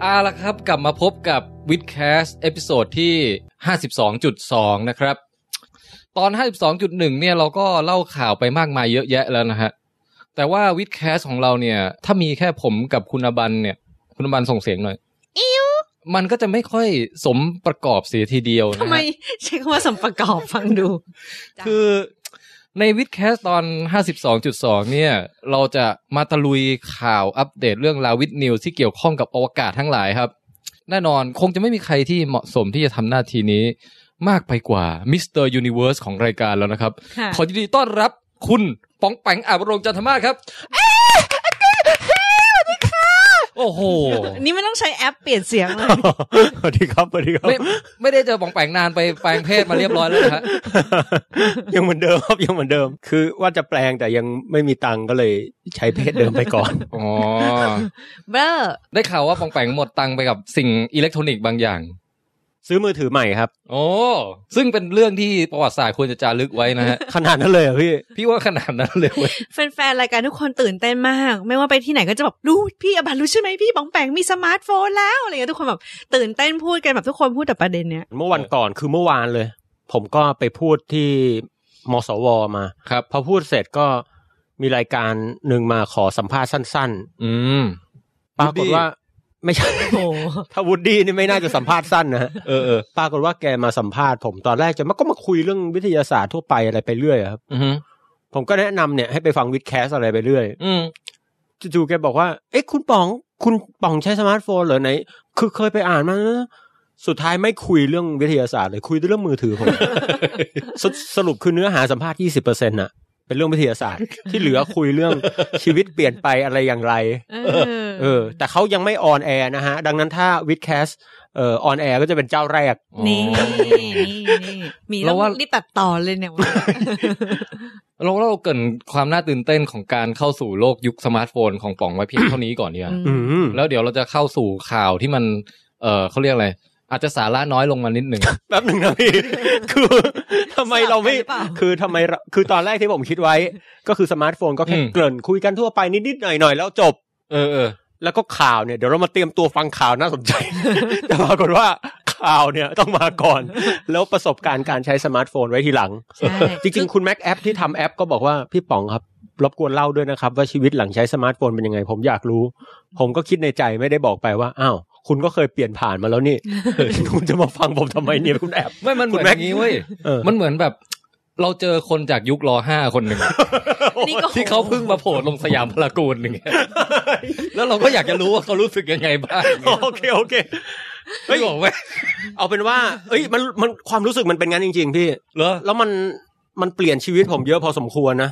เอาละครับ กลับมาพบกับวิดแคสเอพิโซดที่ 52.2 นะครับ ตอน 52.1 เนี่ยเราก็เล่าข่าวไปมากมายเยอะแยะแล้วนะฮะ แต่ว่าวิดแคสของเราเนี่ย ถ้ามีแค่ผมกับคุณอบันเนี่ย คุณอบันส่งเสียงหน่อย มันก็จะไม่ค่อยสมประกอบเสียทีเดียวนะฮะ ทำไมใช้คำว่าสมประกอบฟังดู จ้ะ คือในวิดแคสตอน 52.2 เนี่ย เราจะมาตะลุยข่าวอัปเดตเรื่องราววิดนิวที่เกี่ยวข้องกับอวกาศทั้งหลายครับ แน่นอนคงจะไม่มีใครที่เหมาะสมที่จะทำหน้าที่นี้มากไปกว่ามิสเตอร์ยูนิเวอร์สของรายการแล้วนะครับ ค่ะ ขอยินดีต้อนรับคุณป๋องแปงอาบรงจันทมาศครับ โอ้โห นี่ไม่ต้องใช้แอปเปลี่ยนเสียง เลย สวัสดีครับสวัสดีครับ ไม่ไม่ได้เจอป๋องแปงนานไปแปลงเพศมาเรียบร้อยแล้วนะฮะ ยังเหมือนเดิมครับยังเหมือนเดิม คือว่าจะแปลงแต่ยังไม่มีตังค์ก็เลยใช้เพจเดิมไปก่อน อ๋อ เบ้อ ได้ข่าวว่าปองแปงหมดตังค์ไปกับสิ่งอิเล็กทรอนิกส์บางอย่าง ซื้อมือถือใหม่ครับ โอ้ ซึ่งเป็นเรื่องที่ประวัติศาสตร์ควรจะจารึกไว้นะฮะ ขนาดนั้นเลยเหรอพี่ พี่ว่าขนาดนั้นเลยเว้ย แฟนๆรายการทุกคนตื่นเต้นมาก ไม่ว่าไปที่ไหนก็จะ แบบรู้พี่อบันรู้ใช่ไหมพี่บองแปงมีสมาร์ทโฟนแล้วอะไรเงี้ยทุกคนแบบตื่นเต้นพูดกันแบบทุกคนพูดแต่ประเด็นเนี้ย เมื่อวันก่อนคือเมื่อวานเลย ผมก็ไปพูดที่มสวมา ครับ พอพูดเสร็จก็มีรายการหนึ่งมาขอสัมภาษณ์สั้น อืม ๆ ปรากฏว่า ไม่ใช่ โอ้ ถ้าวูดดี้นี่ไม่น่าจะสัมภาษณ์สั้นนะฮะ เออเออ ปรากฏว่าแกมาสัมภาษณ์ผมตอนแรกจะมาก็มาคุยเรื่องวิทยาศาสตร์ทั่วไปอะไรไปเรื่อยอะครับ อือหือ ผมก็แนะนำเนี่ยให้ไปฟังวิดแคสอะไรไปเรื่อย อืม จู่ๆแกบอกว่า เอ๊ะ คุณป๋อง คุณป๋องใช้สมาร์ทโฟนเหรอไหน คือเคยไปอ่านมานะสุดท้ายไม่คุยเรื่องวิทยาศาสตร์เลยคุยแต่เรื่องมือถือผม สสรุปคือเนื้อหาสัมภาษณ์ยี่สิบเปอร์เซ็นต์ะเป็นเรื่องวิทยาศาสตร์ ที่เหลือคุยเรื่อง ชีวิตเปลี่ยนไปอะไรอย่างไร เออ แต่เขายังไม่ออนแอร์นะฮะ ดังนั้นถ้าวิดแคสเอ่อออนแอร์ก็จะเป็นเจ้าแรก อ๋อ นี่นี่นี่มี เรา ต้ ว่า องรีบตัดต่อเลยเนี่ยว่า เราเราเกรินความน่าตื่นเต้นของการเข้าสู่โลกยุคสมาร์ทโฟนของป๋องไว้เพียง เท่านี้ก่อนดีกว่า อืม แล้วเดี๋ยวเราจะเข้าสู่ข่าวที่มัน เออเขาเรียกอะไร อาจจะสาระน้อยลงมานิดหนึ่ง แป๊บหนึ่งนะพี่ คือทำไมเราไม่ สลับกันหอปล่า คือทำไมเราคือตอนแรกที่ผมคิดไว้ ก็คือสมาร์ทโฟนก็แค่ อืม เกริ่นคุยกันทั่วไปนิดๆหน่อยๆแล้วจบ เออเออ แล้วก็ข่าวเนี่ยเดี๋ยวเรามาเตรียมตัวฟังข่าวน่าสนใจ แต่ปรากฏว่าข่าวเนี่ยต้องมาก่อน แล้วประสบการณ์การใช้สมาร์ทโฟนไว้ทีหลัง ใช่ จริง ๆ คุณแม็กแอปที่ทำแอปก็บอกว่าพี่ป๋องครับ รบกวนเล่าด้วยนะครับ ว่าชีวิตหลังใช้สมาร์ทโฟนเป็นยังไง ผมอยากรู้ ผมก็คิดในใจไม่ได้บอกไปว่าอ้าวคุณก็เคยเปลี่ยนผ่านมาแล้วนี่ คุณจะมาฟังผมทำไมเนี่ยคุณแอป ไม่มันเหมือน คุณแม็ อก ย่างนี้เว้ย เออ มันเหมือนแบบ เราเจอคนจากยุครอห้าคนหนึ่ง นี่ก็ ที่เขาเพิ่งมาโผล่ลงสยามพารากอนหนึ่างเงี้ยแล้วเราก็อยากจะรู้ว่าเขารู้สึกยังไงบ้าง โอเคโอเค เฮ้ยบอกไว้ เอาเป็นว่า เอ้ยมันมันความรู้สึกมันเป็นงั้นจริง ๆ พี่ เหรอ แล้วมันมันเปลี่ยนชีวิตผมเยอะพอสมควรนะ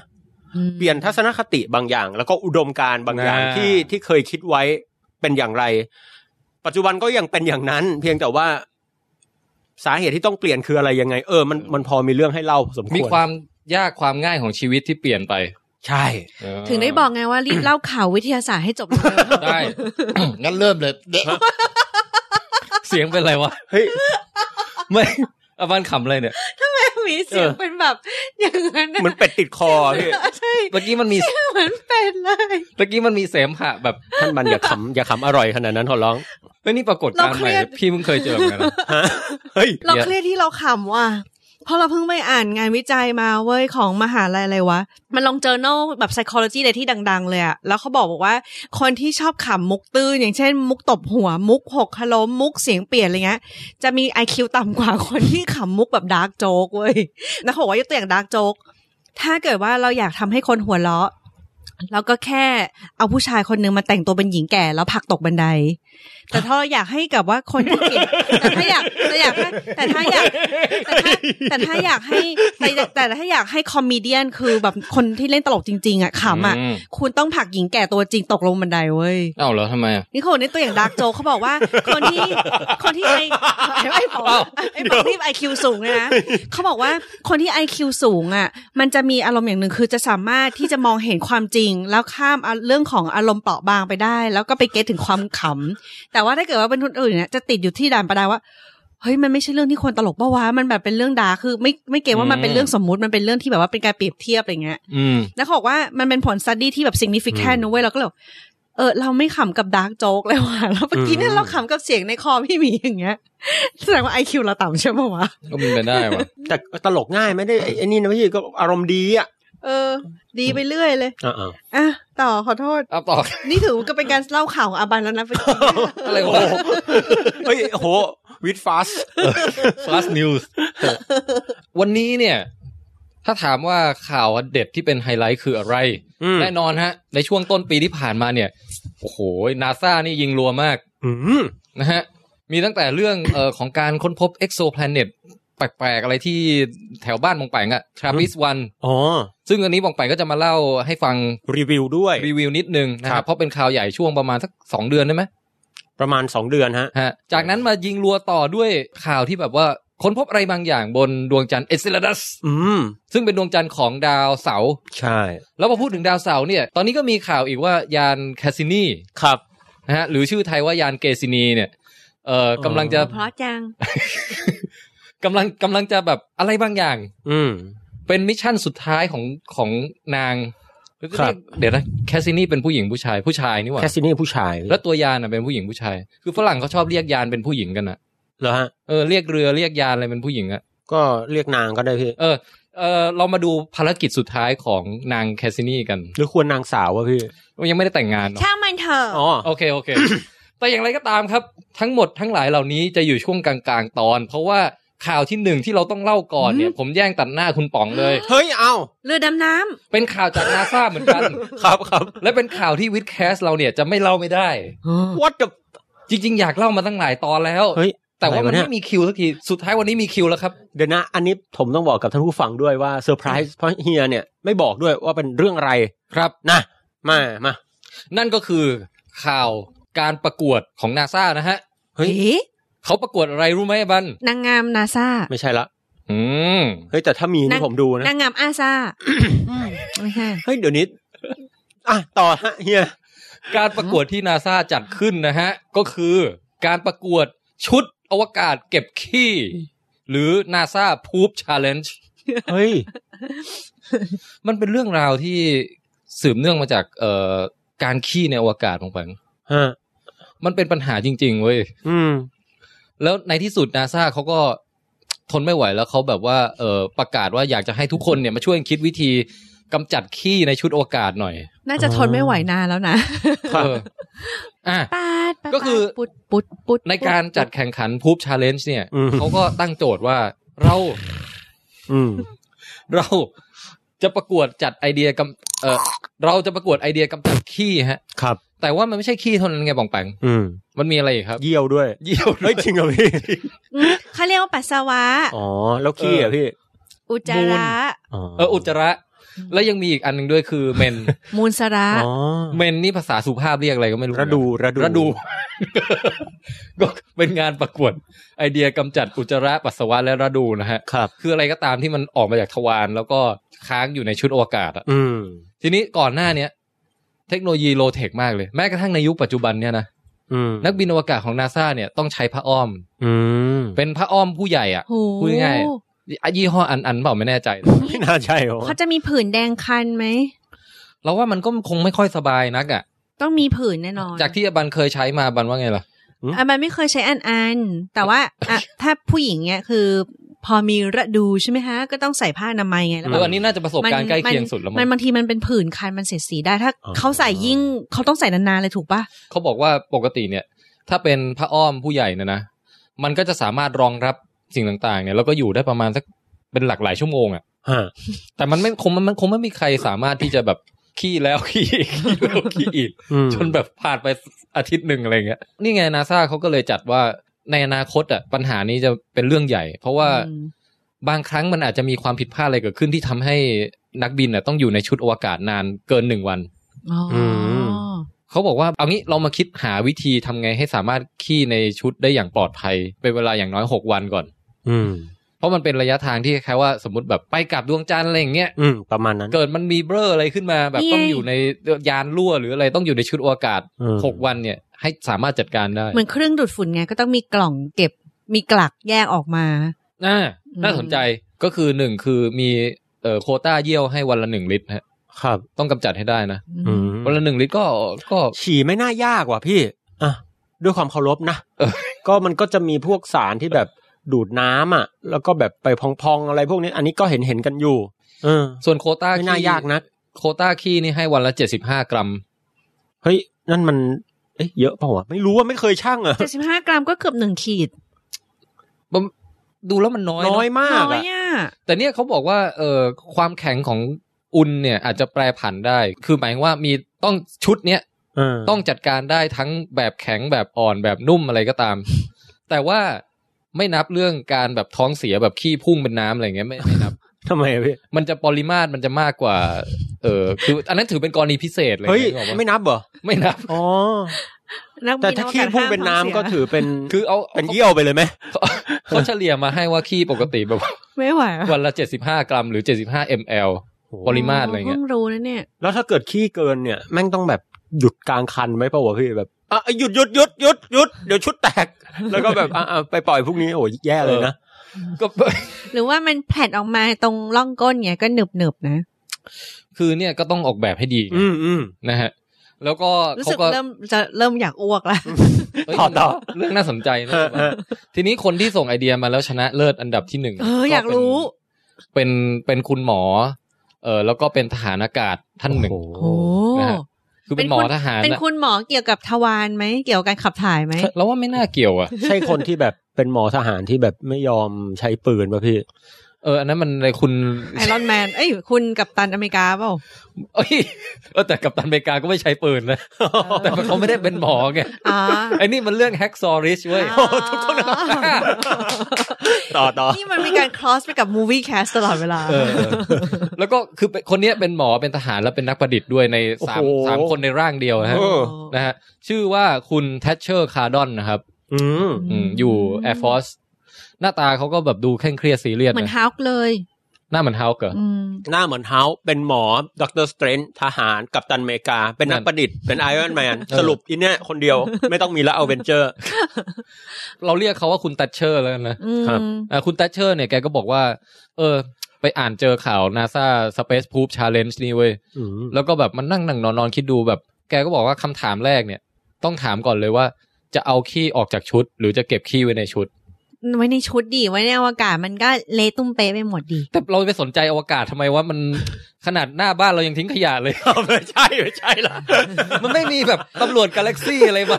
อืม เปลี่ยนทัศนคติบางอย่าง แล้วก็อุดมการณ์บางอย่าง อ่า ที่ที่เคยคิดไว้เป็นอย่างไร ปัจจุบันก็ยังเป็นอย่างนั้น เพียงแต่ว่า สาเหตุที่ต้องเปลี่ยนคืออะไรยังไง เออมันมันพอมีเรื่องให้เล่าพอสมควร มีความยากความง่ายของชีวิตที่เปลี่ยนไป ใช่ ถึงได้บอกไงว่ารีบเล่าข่าววิทย าศาสตร์ให้จบเลย ได้ งั้นเริ่มเลย เสียงเป็นไรวะ เฮ้ย ไม่อาบันขำอะไรเนี่ย มีเสียงเป็นแบบ อย่างนั้นนะ เหมันเป็ดติดคอพี่ ใช่ เมื่อกี้มันมี เหมือนเป็นเลย เมื่อกี้มันมีเสมหะแบบ ท่านบันอย่าขำอย่าขำอร่อยขนาดนั้นขอร้อง เฮ้ยนี่ปรากฏการณ์ใหม่ เราเครียด พี่เพิ่งเคยเจอเหมือนกันนะ ฮะเฮ้ย เรา เยอะ เครียดที่เราขำว่ะ เพราะเราเพิ่งไปอ่านงานวิจัยมาเว้ยของมหาลัยอะไรวะ มันลง journal แบบ psychology เลยที่ดัง ๆ เลยอะแล้วเขาบอกบอกว่า คนที่ชอบขำมุกตื้นอย่างเช่น มุกตบหัวมุกหกคล้มมุกเสียงเปลี่ยนอะไรเงี้ย จะมี IQ ต่ำกว่าคนที่ขำมุกแบบดาร์กโจ๊กเว้ย นะเขาบอกว่ายกตัวอย่างดาร์กโจ๊กถ้าเกิดว่าเราอยากทำให้คนหัวเราะเราก็แค่เอาผู้ชายคนนึงมาแต่งตัวเป็นหญิงแก่แล้วผลักตกบันได แต่ถ้าเราอยากให้กับว่าคนที่เปลี่ยนแต่ถ้าอยากแต่อยากให้แต่ถ้าอยาก แต่ถ้าแต่ถ้าอยากให้แต่แต่ถ้าอยากให้คอมเมเดี้คือแบบคนที่เล่นตลกจริง ๆอะขำอะ ม คุณต้องผลักหญิงแก่ตัวจริงตกลงบันไดเว้ย เอ้าเหรอทำไมอะ นี่คนในตัวอย่างดาร์กโจเขาบอกว่า คนที่คนที่ไอไอผมไอผมที่ไอคิวสูงเนี่ยนะเขาบอกว่าคนที่ไอคิวสูงอ่ะ มันจะมีอารมณ์อย่างหนึ่งคือจะสามารถที่จะมองเห็นความจริง แล้วข้ามเอาเรื่องของอารมณ์เปราะบางไปได้ แล้วก็ไปเก็ตถึงความขำแต่ว่าถ้าเกิดว่าเป็นคนอื่นเนี่ยจะติดอยู่ที่ด่านประดาว่าเฮ้ยมันไม่ใช่เรื่องที่ควรตลกปะวะมันแบบเป็นเรื่องดาร์กคือไม่ไม่เก็ตว่ามันเป็นเรื่องสมมุติมันเป็นเรื่องที่แบบว่าเป็นการเปรียบเทียบอะไรเงี้ย อืม แล้วเขาบอกว่ามันเป็นผลสต u d ดี้ที่แบบ significant นะเว้ยเราก็เลยบอก เออเราไม่ขำกับดาร์กโจ๊กเลยว่ะ แล้วเมื่อกี้เนี่ยเราขำกับเสียงในคอพี่หมีอย่างเงี้ย แสดงว่าไอคิวเราต่ำใช่ปะวะ ก็มีไปได้วะ แต่ตลกง่ายไม่ได้ไอ้ไอ้นี่นะพี่ก็อารมณ์ดีอ่ะ เออ ดีไปเรื่อยเลย อ่า อ่ะต่อขอโทษ เอาต่อ นี่ถือว่าก็เป็นการเล่าข่าวของอาบันแล้วนะเมื่อกี้ อะไร ๆโอ้ วะ โหเฮ้ยโอ้โหวิดฟา ส fast news วันนี้เนี่ย ถ้าถามว่าข่าวเด็ดที่เป็นไฮไลท์คืออะไร แน่นอนฮะ ในช่วงต้นปีที่ผ่านมาเนี่ย โอ้โหนาซานี่ยิงรัวมาก อืม นะฮะ มีตั้งแต่เรื่องเอ่อของการค้นพบ exoplanet แปลกๆ อะไรที่แถวบ้านมองแปงอะทราวิสวัน อ๋อ ซึ่งอันนี้มองแปงก็จะมาเล่าให้ฟัง รีวิวด้วย รีวิวนิดนึงนะ ครั ฮะ บ เพราะเป็นข่าวใหญ่ช่วงประมาณสักสองเดือนได้ไหม ประมาณ 2 เดือนฮะ ฮะจากนั้นมายิงรัวต่อด้วยข่าวที่แบบว่าค้นพบอะไรบางอย่างบนดวงจันทร์เอสเซลดัส อืม ซึ่งเป็นดวงจันทร์ของดาวเสาร์ ใช่ แล้วพอพูดถึงดาวเสาร์เนี่ย ตอนนี้ก็มีข่าวอีกว่ายานแคสซินี ครับ นะฮะหรือชื่อไทยว่ายานเกซินีเนี่ยเอ่อ อ๋อ กำลังจะ เพราะจัง กำลังกำลังจะแบบอะไรบางอย่าง อืม เป็นมิชชั่นสุดท้ายของของนาง ครับ เดี๋ยวนะแคสซินีเป็นผู้หญิงผู้ชายผู้ชายนี่หว่า แคสซินี่ผู้ชาย แล้วตัวยานน่ะเป็นผู้หญิงผู้ชาย คือฝรั่งเขาชอบเรียกยานเป็นผู้หญิงกันนะ เหรอฮะ เออเรียกเรือเรียกยานอะไรเป็นผู้หญิงอะ ก็เรียกนางก็ได้พี่ เออเออเรามาดูภารกิจสุดท้ายของนางแคสซินี่กัน หรือควรนางสาววะพี่ ยังไม่ได้แต่งงานเนาะ ช่างมันเถอะ อ๋อ โอเค โอเค แต่อย่างไรก็ตามครับ ทั้งหมดทั้งหลายเหล่านี้จะอยู่ช่วงกลางๆ ตอน เพราะว่าข่าวที่หนึ่งที่เราต้องเล่าก่อนเนี่ย ผมแย่งตัดหน้าคุณป๋องเลย เฮ้ย เอา เรือดำน้ เป็นข่าวจากนาซาเหมือนกัน ครับครับ และเป็นข่าวที่วิดแคสเราเนี่ยจะไม่เล่าไม่ได้ ำ what the จริง ๆ อยากเล่ามาตั้งหลายตอนแล้ว เฮ้ย แต่ว่ามัน อะไรวะเนี่ย ไม่มีคิวสักทีสุดท้ายวันนี้มีคิวแล้วครับ เดี๋ยวนะ อันนี้ผมต้องบอกกับท่านผู้ฟังด้วยว่าเซอร์ไพรส์เพราะเฮียเนี่ย ไม่บอกด้วยว่าเป็นเรื่องอะไร ครับ นะ มา มา นั่นก็คือข่าวการประกวดของนาซานะฮะ เฮ้ย เอ๊ะ เขาประกวดอะไรรู้ไหมบัน นางงามนาซา ไม่ใช่ละ อืม เฮ้ย แต่ถ้ามี นั่ นี่ ง ผมดูนะ นางงามอาซาไม่ใช่ เฮ้ย เดี๋ยวนี้ อ่ะ ต่อฮะเฮีย การประกวดที่นาซาจัดขึ้นนะฮะ ก็คือการประกวดชุดอวกาศเก็บขี้ หรือ NASA Poop Challenge เฮ้ย มันเป็นเรื่องราวที่สืบเนื่องมาจากเอ่อการขี้ในอวกาศของแปง ฮะ มันเป็นปัญหาจริง ๆ เว้ย อืม แล้วในที่สุดนาซาเขาก็ทนไม่ไหวแล้วเขาแบบว่าเอ่อประกาศว่าอยากจะให้ทุกคนเนี่ยมาช่วยคิดวิธีกำจัดขี้ในชุดอวกาศหน่อย น่าจะทนไม่ไหวนานแล้วนะ ครับ เอออ่ะ ปาดปาด ก็คือ ปาดปุดปุดปุด ในการจัดแข่งขันพูบชาเลนจ์เนี่ย อืม เขาก็ตั้งโจทย์ว่าเรา อืม เราจะประกวดจัดไอเดียกำเออเราจะประกวดไอเดียกำจัดขี้ฮะ ครับ แต่ว่ามันไม่ใช่ขี้เท่านั้นไงบองแปง อืม มันมีอะไรอีกครับ เยี่ยวด้วย เยี่ยว เฮ้ย จริงเหรอพี่ อืมเขาเรียกว่าปัสสาวะ อ๋อ แล้วขี้อ่ะพี่ อุจจาระ เอออุจจาระ แล้วยังมีอีกอันหนึ่งด้วยคือเม น มูลสระ อ๋อ เมนนี่ภาษาสุภาพเรียกอะไรก็ไม่รู้ ระดูระดู ระดู ก็เป็นงานประกวด ไอเดียกำจัดอุจจาระปัสสาวะและระดูนะฮะ ครับ คืออะไรก็ตามที่มันออกมาจากทวารแล้วก็ค้างอยู่ในชุดอวกาศอะ อืม ทีนี้ก่อนหน้าเนี้ย เทคโนโลยีโลเทคมากเลย แม้กระทั่งในยุคปัจจุบันเนี่ยนะ อืม นักบินอวกาศของนาซาเนี่ยต้องใช้ผ้าอ้อม อืม เป็นผ้าอ้อมผู้ใหญ่อะ โห พูดง่าย อ่ะยี่ห้ออันอันเปล่าไม่แน่ใจนะ ไม่น่าใช่หรอ เขาจะมีผื่นแดงคันไหม เราว่ามันก็คงไม่ค่อยสบายนักอะ ต้องมีผื่นแน่นอน จากที่อบันเคยใช้มาอบันว่าไงล่ะ อ่ะมันไม่เคยใช้อันอัน แต่ว่าอ่ะถ้าผู้หญิงเนี่ยคือ พอมีระดูใช่ไหมฮะ ก็ต้องใส่ผ้าอนามัยไงแล้ว เอออันนี้น่าจะประสบการณ์ใกล้เคียงสุดแล้ว มั มั้ น ง บางทีมันเป็นผื่นคันมันเสียดสีได้ถ้าเขาใส่ยิ่งเขาต้องใส่นานๆเลยถูกปะ เขาบอกว่าปกติเนี่ย ถ้าเป็นผ้าอ้อมผู้ใหญ่เนี่ยนะมันก็จะสามารถรองรับสิ่งต่างๆเนี่ยแล้วก็อยู่ได้ประมาณสักเป็นหลักหลายชั่วโมงอะ ฮะ แต่มันไม่คงมันมันคงไม่มีใครสามารถที่จะแบบขี้แล้วขี้อีก ขี้แล้วขี้อีก อืม จนแบบผ่านไปอาทิตย์หนึ่งอะไรเงี้ยนี่ไงนาซาเขาก็เลยจัดว่าในอนาคตอ่ะปัญหานี้จะเป็นเรื่องใหญ่ เพราะว่า อืม บางครั้งมันอาจจะมีความผิดพลาดอะไรเกิดขึ้นที่ทำให้นักบินอ่ะต้องอยู่ในชุดอวกาศนานเกินหนึ่งวัน อ๋ออ เขาบอกว่าเอางี้เรามาคิดหาวิธีทำไงให้สามารถขี้ในชุดได้อย่างปลอดภัยเป็นเวลาอย่างน้อยหกวันก่อน อืม เพราะมันเป็นระยะทางที่คล้ายๆว่าสมมติแบบไปกลับดวงจันทร์อะไรอย่างเงี้ย อืม ประมาณนั้น เกิดมันมีเบลออะไรขึ้นมาแบบต้องอยู่ในยานรั่วหรืออะไรต้องอยู่ในชุดอวกาศ อืม หกวันเนี่ย ให้สามารถจัดการได้ เหมือนเครื่องดูดฝุ่นไงก็ต้องมีกล่องเก็บมีกลักแยกออกมา น่า อืม น่าสนใจก็คือหนึ่งคือมีเอ่อโควต้าเยี่ยวให้วันละหนึ่งลิตรฮะ ครับ ต้องกำจัดให้ได้นะ อืม วันละหนึ่งลิตรก็ก็ ฉี่ไม่น่ายากว่ะพี่อ่ะด้วยความเคารพนะ เออ ก็มันก็จะมีพวกสารที่แบบดูดน้ำอ่ะ แล้วก็แบบไปพองๆอะไรพวกนี้ อันนี้ก็เห็นเห็นๆกันอยู่ เออ ส่วนโควต้า ไม่น่ายากนะ โควต้าขี้นี่ให้วันละเจ็ดสิบห้ากรัม เฮ้ยนั่นมัน เอ๊ะเยอะเปล่าวะไม่รู้ว่าไม่เคยช่างอ่ะ เจ็ดสิบห้ากรัมก็เกือบหนึ่งขีด ดูแล้วมันน้อยเะ น้อยมาก น้อย อ่ะ อ่ะ แต่เนี่ยเขาบอกว่าเอ่อความแข็งของอุณเนี่ยอาจจะแปรผันได้ คือหมายความว่ามีต้องชุดเนี้ย เออ ต้องจัดการได้ทั้งแบบแข็งแบบอ่อนแบบนุ่มอะไรก็ตาม แต่ว่าไม่นับเรื่องการแบบท้องเสียแบบขี้พุ่งเป็นน้ำอะไรเงี้ยไม่ไม่นับ ทำไมอะพี่ มันจะปริมาตรมันจะมากกว่า เออคือ อันนั้นถือเป็นกรณีพิเศษเลย เฮ้ย นึกออกปะ ไม่นับเหรอ ไม่ นับ อ๋อ นัก แต่ บิน ถ้า อวกศ ขี้พุ่งเป็นน้ำ ห้ามท้ ก็ สีย ถือเป็น คือเอา เป็นเยี่ยวไปเลยไหม เขาเขาเฉลี่ยมาให้ว่าขี้ปกติแบบ ไม่ไหวอะ วันละเจ็ดสิบห้ากรัมหรือเจ็ดสิบห้า ml ปริมาตรอะไรเงี้ย พิ่รู้นะเนี่ย แล้วถ้าเกิดขี้เกินเนี่ยแม่งต้องแบบหยุดกลางคันไหมเปล่าวะพี่แบบอ่ะหยุดหยุดหยุดหยุดหยุดเดี๋ยวชุดแตก แล้วก็แบบอ่ะอ่ะไปปล่อยพรุ่งนี้โอ้ยแย่เลยนะ ก็ หรือว่ามันแผ่นออกมาตรงร่องก้นเงี้ยก็หนึบหนึบๆนะ คือเนี่ยก็ต้องออกแบบให้ดีไง อืมอืม นะฮะ แล้วก็ รู้ เขา สึก ก็ เริ่มจะเริ่มอยากอ้วกละ เฮ้ย ต่อต่อ เรื่องน่าสนใจนะ เออเออ ทีนี้คนที่ส่งไอเดียมาแล้วชนะเลิศอันดับที่หนึ่ง เอออยากรู้ เป็นเป็นเป็นคุณหมอ เออแล้วก็เป็นทหารอากาศท่านหนึ่ง โอ้โห โอ้ นะฮะ คือเป็นหมอทหาร เป็น นะ คุณหมอเกี่ยวกับทวารไหมเกี่ยวกับการขับถ่ายไหม เราว่าไม่น่าเกี่ยวอ่ะ ใช่คนที่แบบเป็นหมอทหารที่แบบไม่ยอมใช้ปืนป่ะพี่ เอออันนั้นมันในคุณ ไอรอนแมนเอ้ยคุณกับตันอเมริกาเปล่า เอ้ยเออแต่กัปตันอเมริกาก็ไม่ใช้ปืนนะ แต่เขาไม่ได้เป็นหมอไง อ่า ไอ้นี่มันเรื่องแฮกซอริชเว้ย โอ้ทุกคนเอา ต่อต่อ นี่มันมีการ cross ไปกับ movie cast ตลอดเวลา เออแล้วก็คือเป็นคนเนี้ยเป็นหมอเป็นทหารและเป็นนักประดิษฐ์ด้วยในสาม โอ้โห สามคนในร่างเดียวนะฮะ เออ นะฮะชื่อว่าคุณแทชเชอร์คาร์ดอนนะครับ อืม อืมอยู่ Air Force หน้าตาเขาก็แบบดูเคร่งเครียดซีเรียส เหมือน นะ ฮาวกเลย หน้าเหมือนฮาวเกอร์ อืม หน้าเหมือนเฮาเป็นหมอด็อกเตอร์สเตรนทหารกัปตันอเมริกา เป็นนักประดิษฐ์เป็นไอรอนแมน เออ สรุปอีเนี่ยคนเดียวไม่ต้องมีละเอาเวนเจอร์ เราเรียกเขาว่าคุณแทชเชอร์แล้วกันนะ อืม ครับ อ่าคุณแทชเชอร์เนี่ยแกก็บอกว่า เออ ไปอ่านเจอข่าว NASA Space Proof Challenge นี่เว้ย แล้วก็แบบมันนั่งนั่งนอนนอนคิดดูแบบ แกก็บอกว่าคำถามแรกเนี่ย ต้องถามก่อนเลยว่า จะเอาขี้ออกจากชุด หรือจะเก็บขี้ไว้ในชุด ไว้ในชุดดีไว้ในอวกาศมันก็เละตุ้มเป๊ะไปหมดดี แต่เราไปสนใจอวกาศทำไมว่ามัน ขนาดหน้าบ้านเรายังทิ้งขยะเลย ไม่ใช่ไม่ใช่ละ มันไม่มีแบบตำรวจกาแล็กซี่อะไรมา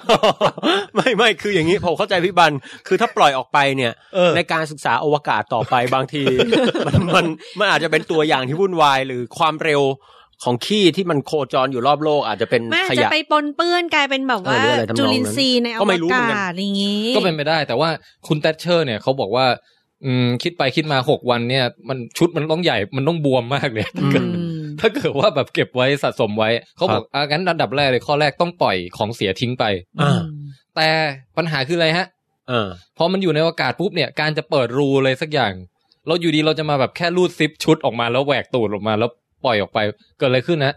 ไม่ไม่คืออย่างนี้ผมเข้าใจพี่บัน คือถ้าปล่อยออกไปเนี่ย เออ ในการศึกษาอวกาศต่อไปบางที มันมันมันอาจจะเป็นตัวอย่างที่วุ่นวาย หรือความเร็วของขี้ที่มันโคจรอยู่รอบโลกอาจจะเป็น แม่อาจ ข จะ ยะ ไปปนเปื้อนกลายเป็นแบบว่า เออหรืออะไรทำนองนั้น จุลินทรีย์ในอ ก็ ว ไม่รู้เหมื กา อนกัศนอะไรอย่างงี้ ก็เป็นไปได้ แต่ว่าคุณแทชเชอร์เนี่ยเขาบอกว่า อืมคิดไปคิดมาหกวันเนี่ย มันชุดมันต้องใหญ่มันต้องบวมมากเลย อืม ถ้าเกิดว่าแบบเก็บไว้สะสมไว้เขา ครับอบกอ่ะงั้นอันดับแรกเลยข้อแรกต้องปล่อยของเสียทิ้งไป อ่า แต่ปัญหาคืออะไรฮะ เออ พอมันอยู่ในอากาศปุ๊บเนี่ยการจะเปิดรูอะไรสักอย่าง เราอยู่ดีเราจะมาแบบแค่รูดซิปชุดออกมาแล้วแหวกตูดออกมาแล้วปล่อยออกไปเกิดอะไรขึ้นนะ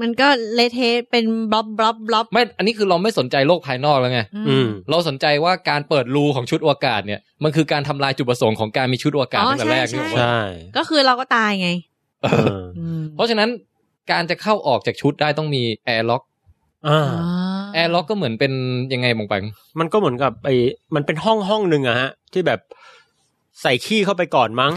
มันก็เละเทะเป็นบล็อบบล็อบบล็อบ ไม่อันนี้คือเราไม่สนใจโลกภายนอกแล้วไง อืม เราสนใจว่าการเปิดรูของชุดอวกาศเนี่ยมันคือการทำลายจุดประสงค์ของการมีชุดอวกาศตั้งแต่แรกนี่หว่า ใช่ ก็คือเราก็ตายไง เออ เพราะฉะนั้นการจะเข้าออกจากชุดได้ต้องมีแอร์ล็อก อ่า แอร์ล็อกก็เหมือนเป็นยังไงบางปัง มันก็เหมือนกับไอ้มันเป็นห้องห้องหนึ่งอะฮะ ที่แบบใส่ขี้เข้าไปก่อนมั้ง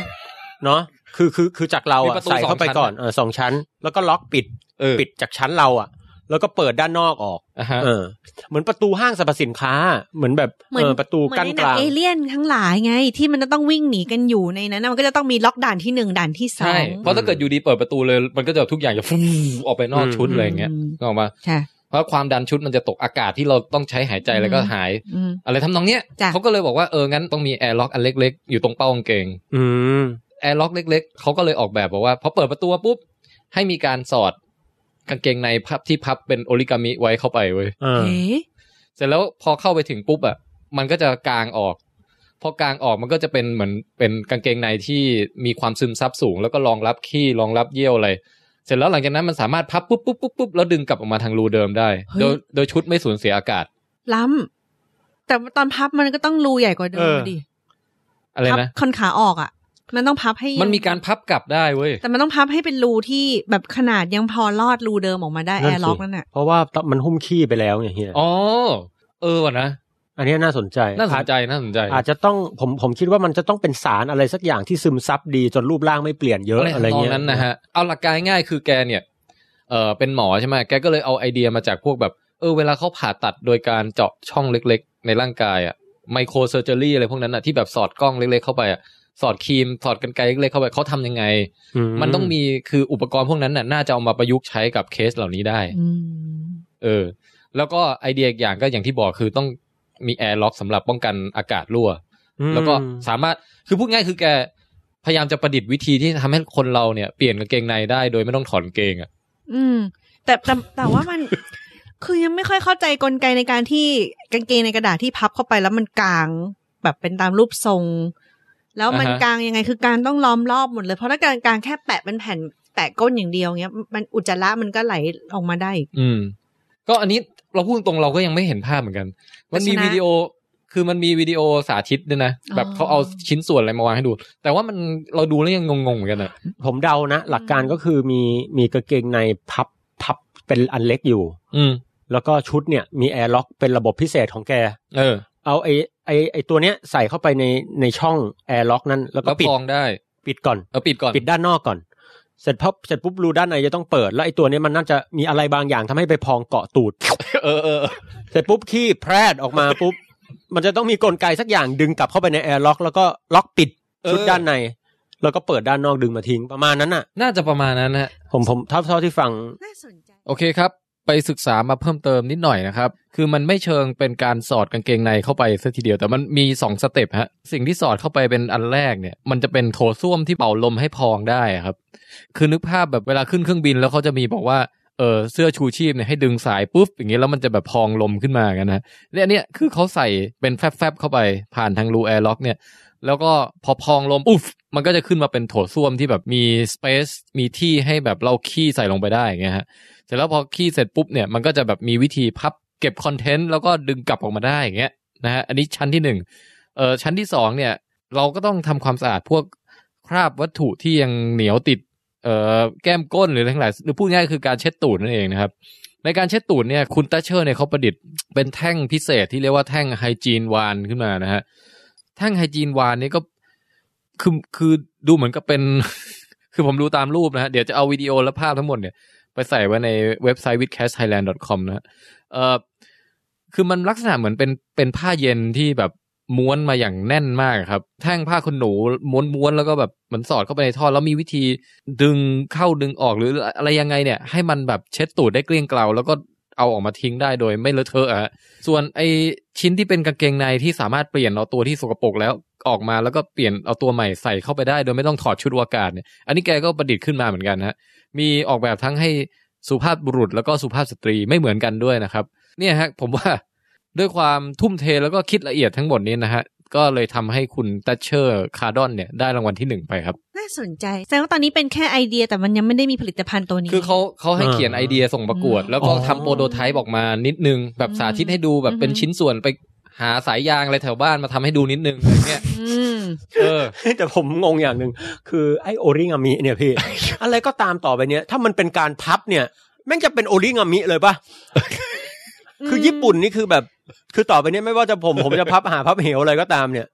เนาะคือคือคือจากเรา มี อะ ประตู ใส่เข้าไป สองชั้น ก่อนเออสองชั้น แล้วก็ล็อกปิด เออ ปิดจากชั้นเราอะแล้วก็เปิดด้านนอกออก อ่ะฮะ เออเหมือนประตูห้างสรรพสินค้า เหมือนแบบ เหมือน เออประตู เหมือ กั้ น น ในห ก นัง ลาง เอเลี่ยนทั้งหลายไง ที่มันจะต้องวิ่งหนีกันอยู่ในนั้นนะมันก็จะต้องมีล็อกด่านที่หนึ่งด่านที่สอ ใช่ ง เพราะถ้าเกิดอยู่ดีเปิดประตูเลยมันก็จะทุกอย่างจะฟุ้งออกไปนอกชุดเลยอย่างเงี้ย ม นึกออกมา ค่ะ เพราะความดันชุดมันจะตกอากาศที่เราต้องใช้หายใจแล้วก็ อืม หาย อืม อะไรทำนองเนี้ย จ้ะ เขาก็เลยบอกว่าเอองั้นต้องมีแอร์ล็อกอันเล็กๆ อยู่ตรงเป้ากางเกง อืม แอร์ล็อกเล็ก ๆเขาก็เลยออกแบบบอกว่าพอเปิดประตูมาปุ๊บ ให้มีการสอดกางเกงในพับที่พับเป็นโอริกามิไว้เข้าไปเว้ย เออ เอ๊ะ เสร็จแล้วพอเข้าไปถึงปุ๊บอ่ะมันก็จะกางออก พอกางออกมันก็จะเป็นเหมือนเป็นกางเกงในที่มีความซึมซับสูง แล้วก็รองรับขี้รองรับเยี่ยวอะไรเสร็จแล้วหลังจากนั้นมันสามารถพับปุ๊บปุ๊บปุ๊บปุ๊บแล้วดึงกลับออกมาทางรูเดิมได้ โดยโดยชุดไม่สูญเสียอากาศ ล้ำแต่ตอนพับมันก็ต้องรูใหญ่กว่าเดิมดิ อะไร พั นะ คนขาออกอ่ะ มันต้องพับให้ มันมีการพับกลับได้เว้ย แต่มันต้องพับให้เป็นรูที่แบบขนาดยังพอลอดรูเดิมออกมาได้ นั่ แอน สิ ร์ล็อกนั่นน่ะ เพราะว่ามันหุ้มขี้ไปแล้วเนี่ยเฮีย อ๋อ เออว่ะนะ อันเนี้ยน่าสนใจ น่าส อาน จ ใจ น่าสนใจ อาจจะต้องผมผมคิดว่ามันจะต้องเป็นสารอะไรสักอย่างที่ซึมซับดีจนรูปร่างไม่เปลี่ยนเยอะอะไร ตอน เงี้ย นั้นนะฮะ เอาหลักการง่ายคือแกเนี่ย เออเป็นหมอใช่ไหมแกก็เลยเอาไอเดียมาจากพวกแบบ เออ เวลาเขาผ่าตัดโดยการเจาะช่องเล็กๆ ในร่างกายอะไมโครเซอร์เจอรี่อะไรพวกนั้นอะที่แบบสอดกล้องเล็กๆเข้าไปอะสอดครีม สอดกันไกลเล็กๆเข้าไปเขาทำยังไง มันต้องมีคืออุปกรณ์พวกนั้นน่ะน่าจะเอามาประยุกต์ใช้กับเคสเหล่านี้ได้ อืม เออ แล้วก็ไอเดียอีกอย่างก็อย่างที่บอกคือต้องมีแอร์ล็อกสำหรับป้องกันอากาศรั่ว อืม แล้วก็สามารถ คือพูดง่ายคือแก พยายามจะประดิษฐ์วิธีที่ทำให้คนเราเนี่ยเปลี่ยนกางเกงในได้โดยไม่ต้องถอนกางเกงอ่ะ อืม แต่แต่แต่ว่ามัน คือยังไม่ค่อยเข้าใจกลไกในการที่กางเกงในกระดาษที่พับเข้าไปแล้วมันกาง แบบเป็นตามรูปทรง แล้วมัน อ่าฮะ กางยังไงคือการต้องล้อมรอบหมดเลยเพราะถ้าการกางแค่แปะเป็นแผ่นแปะก้นอย่างเดียวเงี้ย มันอุจจาระมันก็ไหลออกมาได้อีก อืม ก็อันนี้เราพูดตรงเราก็ยังไม่เห็นภาพเหมือนกัน มันมี แต่ชนะ วิดีโอ คือมันมีวิดีโอสาธิตด้วยนะ อ๋อ แบบเขาเอาชิ้นส่วนอะไรมาวางให้ดู แต่ว่ามันเราดูแล้วยังงงๆเหมือนกันอ่ะ ผมเดานะ หลักการก็คือมีมีกางเกงในพับพับเป็นอันเล็กอยู่ อืม แล้วก็ชุดเนี่ยมีแอร์ล็อกเป็นระบบพิเศษของแก เออ เอาไอไอไอตัวเนี้ยใส่เข้าไปในในช่องแอร์ล็อกนั้น แล้วก็ แล้ว ปิด พองได้ ปิดก่อน เอาปิดก่อน ปิดด้านนอกก่อน เสร็จพับเสร็จปุ๊บรูด้านในจะต้องเปิด แล้วไอตัวเนี้ยมันน่าจะมีอะไรบางอย่างทำให้ไปพองเกาะตูด เออเออ เสร็จปุ๊บขี้แพรดออกมาปุ๊บ มันจะต้องมีกลไกสักอย่างดึงกลับเข้าไปในแอร์ล็อกแล้วก็ล็อกปิดชุเอดอ ด้านใน แล้วก็เปิดด้านนอกดึงมาทิ้งประมาณนั้นน่ะ น่าจะประมาณนั้นนะฮะ ผมผมเท่าเท่าที่ฟัง น่าสนใจ โอเคครับ ไปศึกษามาเพิ่มเติมนิดหน่อยนะครับ คือมันไม่เชิงเป็นการสอดกางเกงในเข้าไปซะทีเดียว แต่มันมีสองสเต็ปฮะ สิ่งที่สอดเข้าไปเป็นอันแรกเนี่ย มันจะเป็นโถส้วมที่เป่าลมให้พองได้อะครับ คือนึกภาพแบบเวลาขึ้นเครื่องบินแล้วเขาจะมีบอกว่า เออเสื้อชูชีพเนี่ยให้ดึงสายปุ๊บอย่างนี้แล้วมันจะแบบพองลมขึ้นมากันนะและอันเนี้ยคือเขาใส่เป็นแฟบๆเข้าไปผ่านทางรูแอร์ล็อกเนี่ย แล้วก็พอพองลมอุ๊บมันก็จะขึ้นมาเป็นโถส้วมที่แบบมีสเปซมีที่ให้แบบเราขี้ใส่ลงไปได้อย่างเงี้ยฮะ เสร็จแล้วพอขี้เสร็จปุ๊บเนี่ยมันก็จะแบบมีวิธีพับเก็บคอนเทนต์แล้วก็ดึงกลับออกมาได้อย่างเงี้ยนะฮะอันนี้ชั้นที่หนึ่งเอ่อชั้นที่สองเนี่ย เราก็ต้องทำความสะอาดพวกคราบวัตถุที่ยังเหนียวติดเอ่อแก้มก้นหรืออะไรทั้งหลายหรือพูดง่ายคือการเช็ดตูดนั่นเองนะครับ ในการเช็ดตูดเนี่ยคุณตัชเชอร์เนี่ยเขาประดิษฐ์เป็นแท่งพิเศษที่เรียกว่าแท่งไฮจีนวานขึ้นมานะฮะแท่งไฮจีนวานนี่ก็คือคือดูเหมือนกับเป็น คือผมดูตามรูปนะฮะเดี๋ยวจะเอาวิดีโอและภาพทั้งหมดเนี่ย ไปใส่ไว้ในเว็บไซต์ withcastthailand.com นะฮะเอ่อคือมันลักษณะเหมือนเป็นเป็นผ้าเย็นที่แบบม้วนมาอย่างแน่นมากครับ แท่งผ้าขนหนูม้วนม้วนแล้วก็แบบเหมือนสอดเข้าไปในท่อ แล้วมีวิธีดึงเข้าดึงออกหรืออะไรยังไงเนี่ย ให้มันแบบเช็ดตูดได้เกลี้ยงเกลาแล้วก็เอาออกมาทิ้งได้โดยไม่เลอะเทอะอะฮะส่วนไอชิ้นที่เป็นกางเกงในที่สามารถเปลี่ยนเอาตัวที่สกปรกแล้วออกมาแล้วก็เปลี่ยนเอาตัวใหม่ใส่เข้าไปได้ โดยไม่ต้องถอดชุดอวกาศเนี่ยอันนี้แกก็ประดิษฐ์ขึ้นมาเหมือนกันนะฮะ มีออกแบบทั้งให้สุภาพบุรุษแล้วก็สุภาพสตรีไม่เหมือนกันด้วยนะครับ เนี่ยฮะผมว่าด้วยความทุ่มเทแล้วก็คิดละเอียดทั้งหมดนี้นะฮะ ก็เลยทำให้คุณตัชเชอร์คาร์ดอนเนี่ยได้รางวัลที่หนึ่งไปครับ น่าสนใจแสดงว่าตอนนี้เป็นแค่ไอเดียแต่มันยังไม่ได้มีผลิตภัณฑ์ตัวนี้ คือเขาเขาให้ อ่า เขียนไอเดียส่งประกวด แล้วก็ อ๋อ ทำโปรโตไทป์ออกมานิดนึง แบบสาธิตให้ดูแบบเป็น อือฮึ ชิ้นส่วนไปหาสายยางอะไรแถวบ้านมาทำให้ดูนิดนึงอะไรเงี้ย อืม เออ แต่ผมงงอย่างหนึ่งคือไอโอริงามิเนี่ยพี่ อะไรก็ตามต่อไปเนี่ย ถ้ามันเป็นการพับเนี่ยแม่งจะเป็นโอริงามิเลยปะ คือญี่ปุ่นนี่คือแบบ คือต่อไปเนี่ยไม่ว่าจะผมผมจะพับหาพับเหวอะไรก็ตามเนี่ย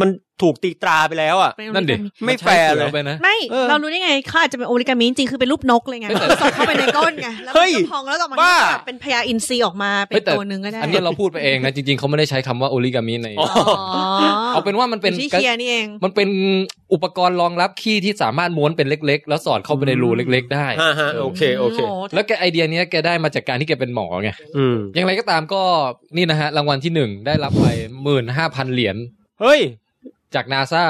มันถูกตีตราไปแล้วอ่ะ นั่นดิ ไม่แฟร์เลย มันใช้สือไปนะ ไม่ เออ เรารู้ได้ไงเขาอาจจะเป็นโอริกามิจริงๆคือเป็นรูปนกเลยไง ไม่แต่ คือส่งเข้าไปในก้นไงแล้ว เฮ้ มัน ย ก็พองแล้วออกมา บ้า แบบเป็นพญาอินทรีออกมาเป็นตัวหนึ่งก็ได้ อันนี้เราพูดไปเองนะจริงๆเขาไม่ได้ใช้คำว่าโอริกามิใน อ๋อ อ๋อ เอาเป็นว่ามันเป็น อยู่ที่เคียร์นี่เอง มันเป็นอุปกรณ์รองรับขี้ที่สามารถม้วนเป็นเล็ก ๆ แล้วสอดเข้าไปในรูเล็ก ๆ ได้ ฮะฮะโอเคโอเค ห แล้วแกไอเดียเนี้ยแกได้มาจากการที่แกเป็นหมอไง อืม อย่างไรก็ตามก็นี่นะฮะ รางวัลที่หนึ่งได้รับไปหมื่นห้าพันเหรียญ เฮ้ย จากนาซา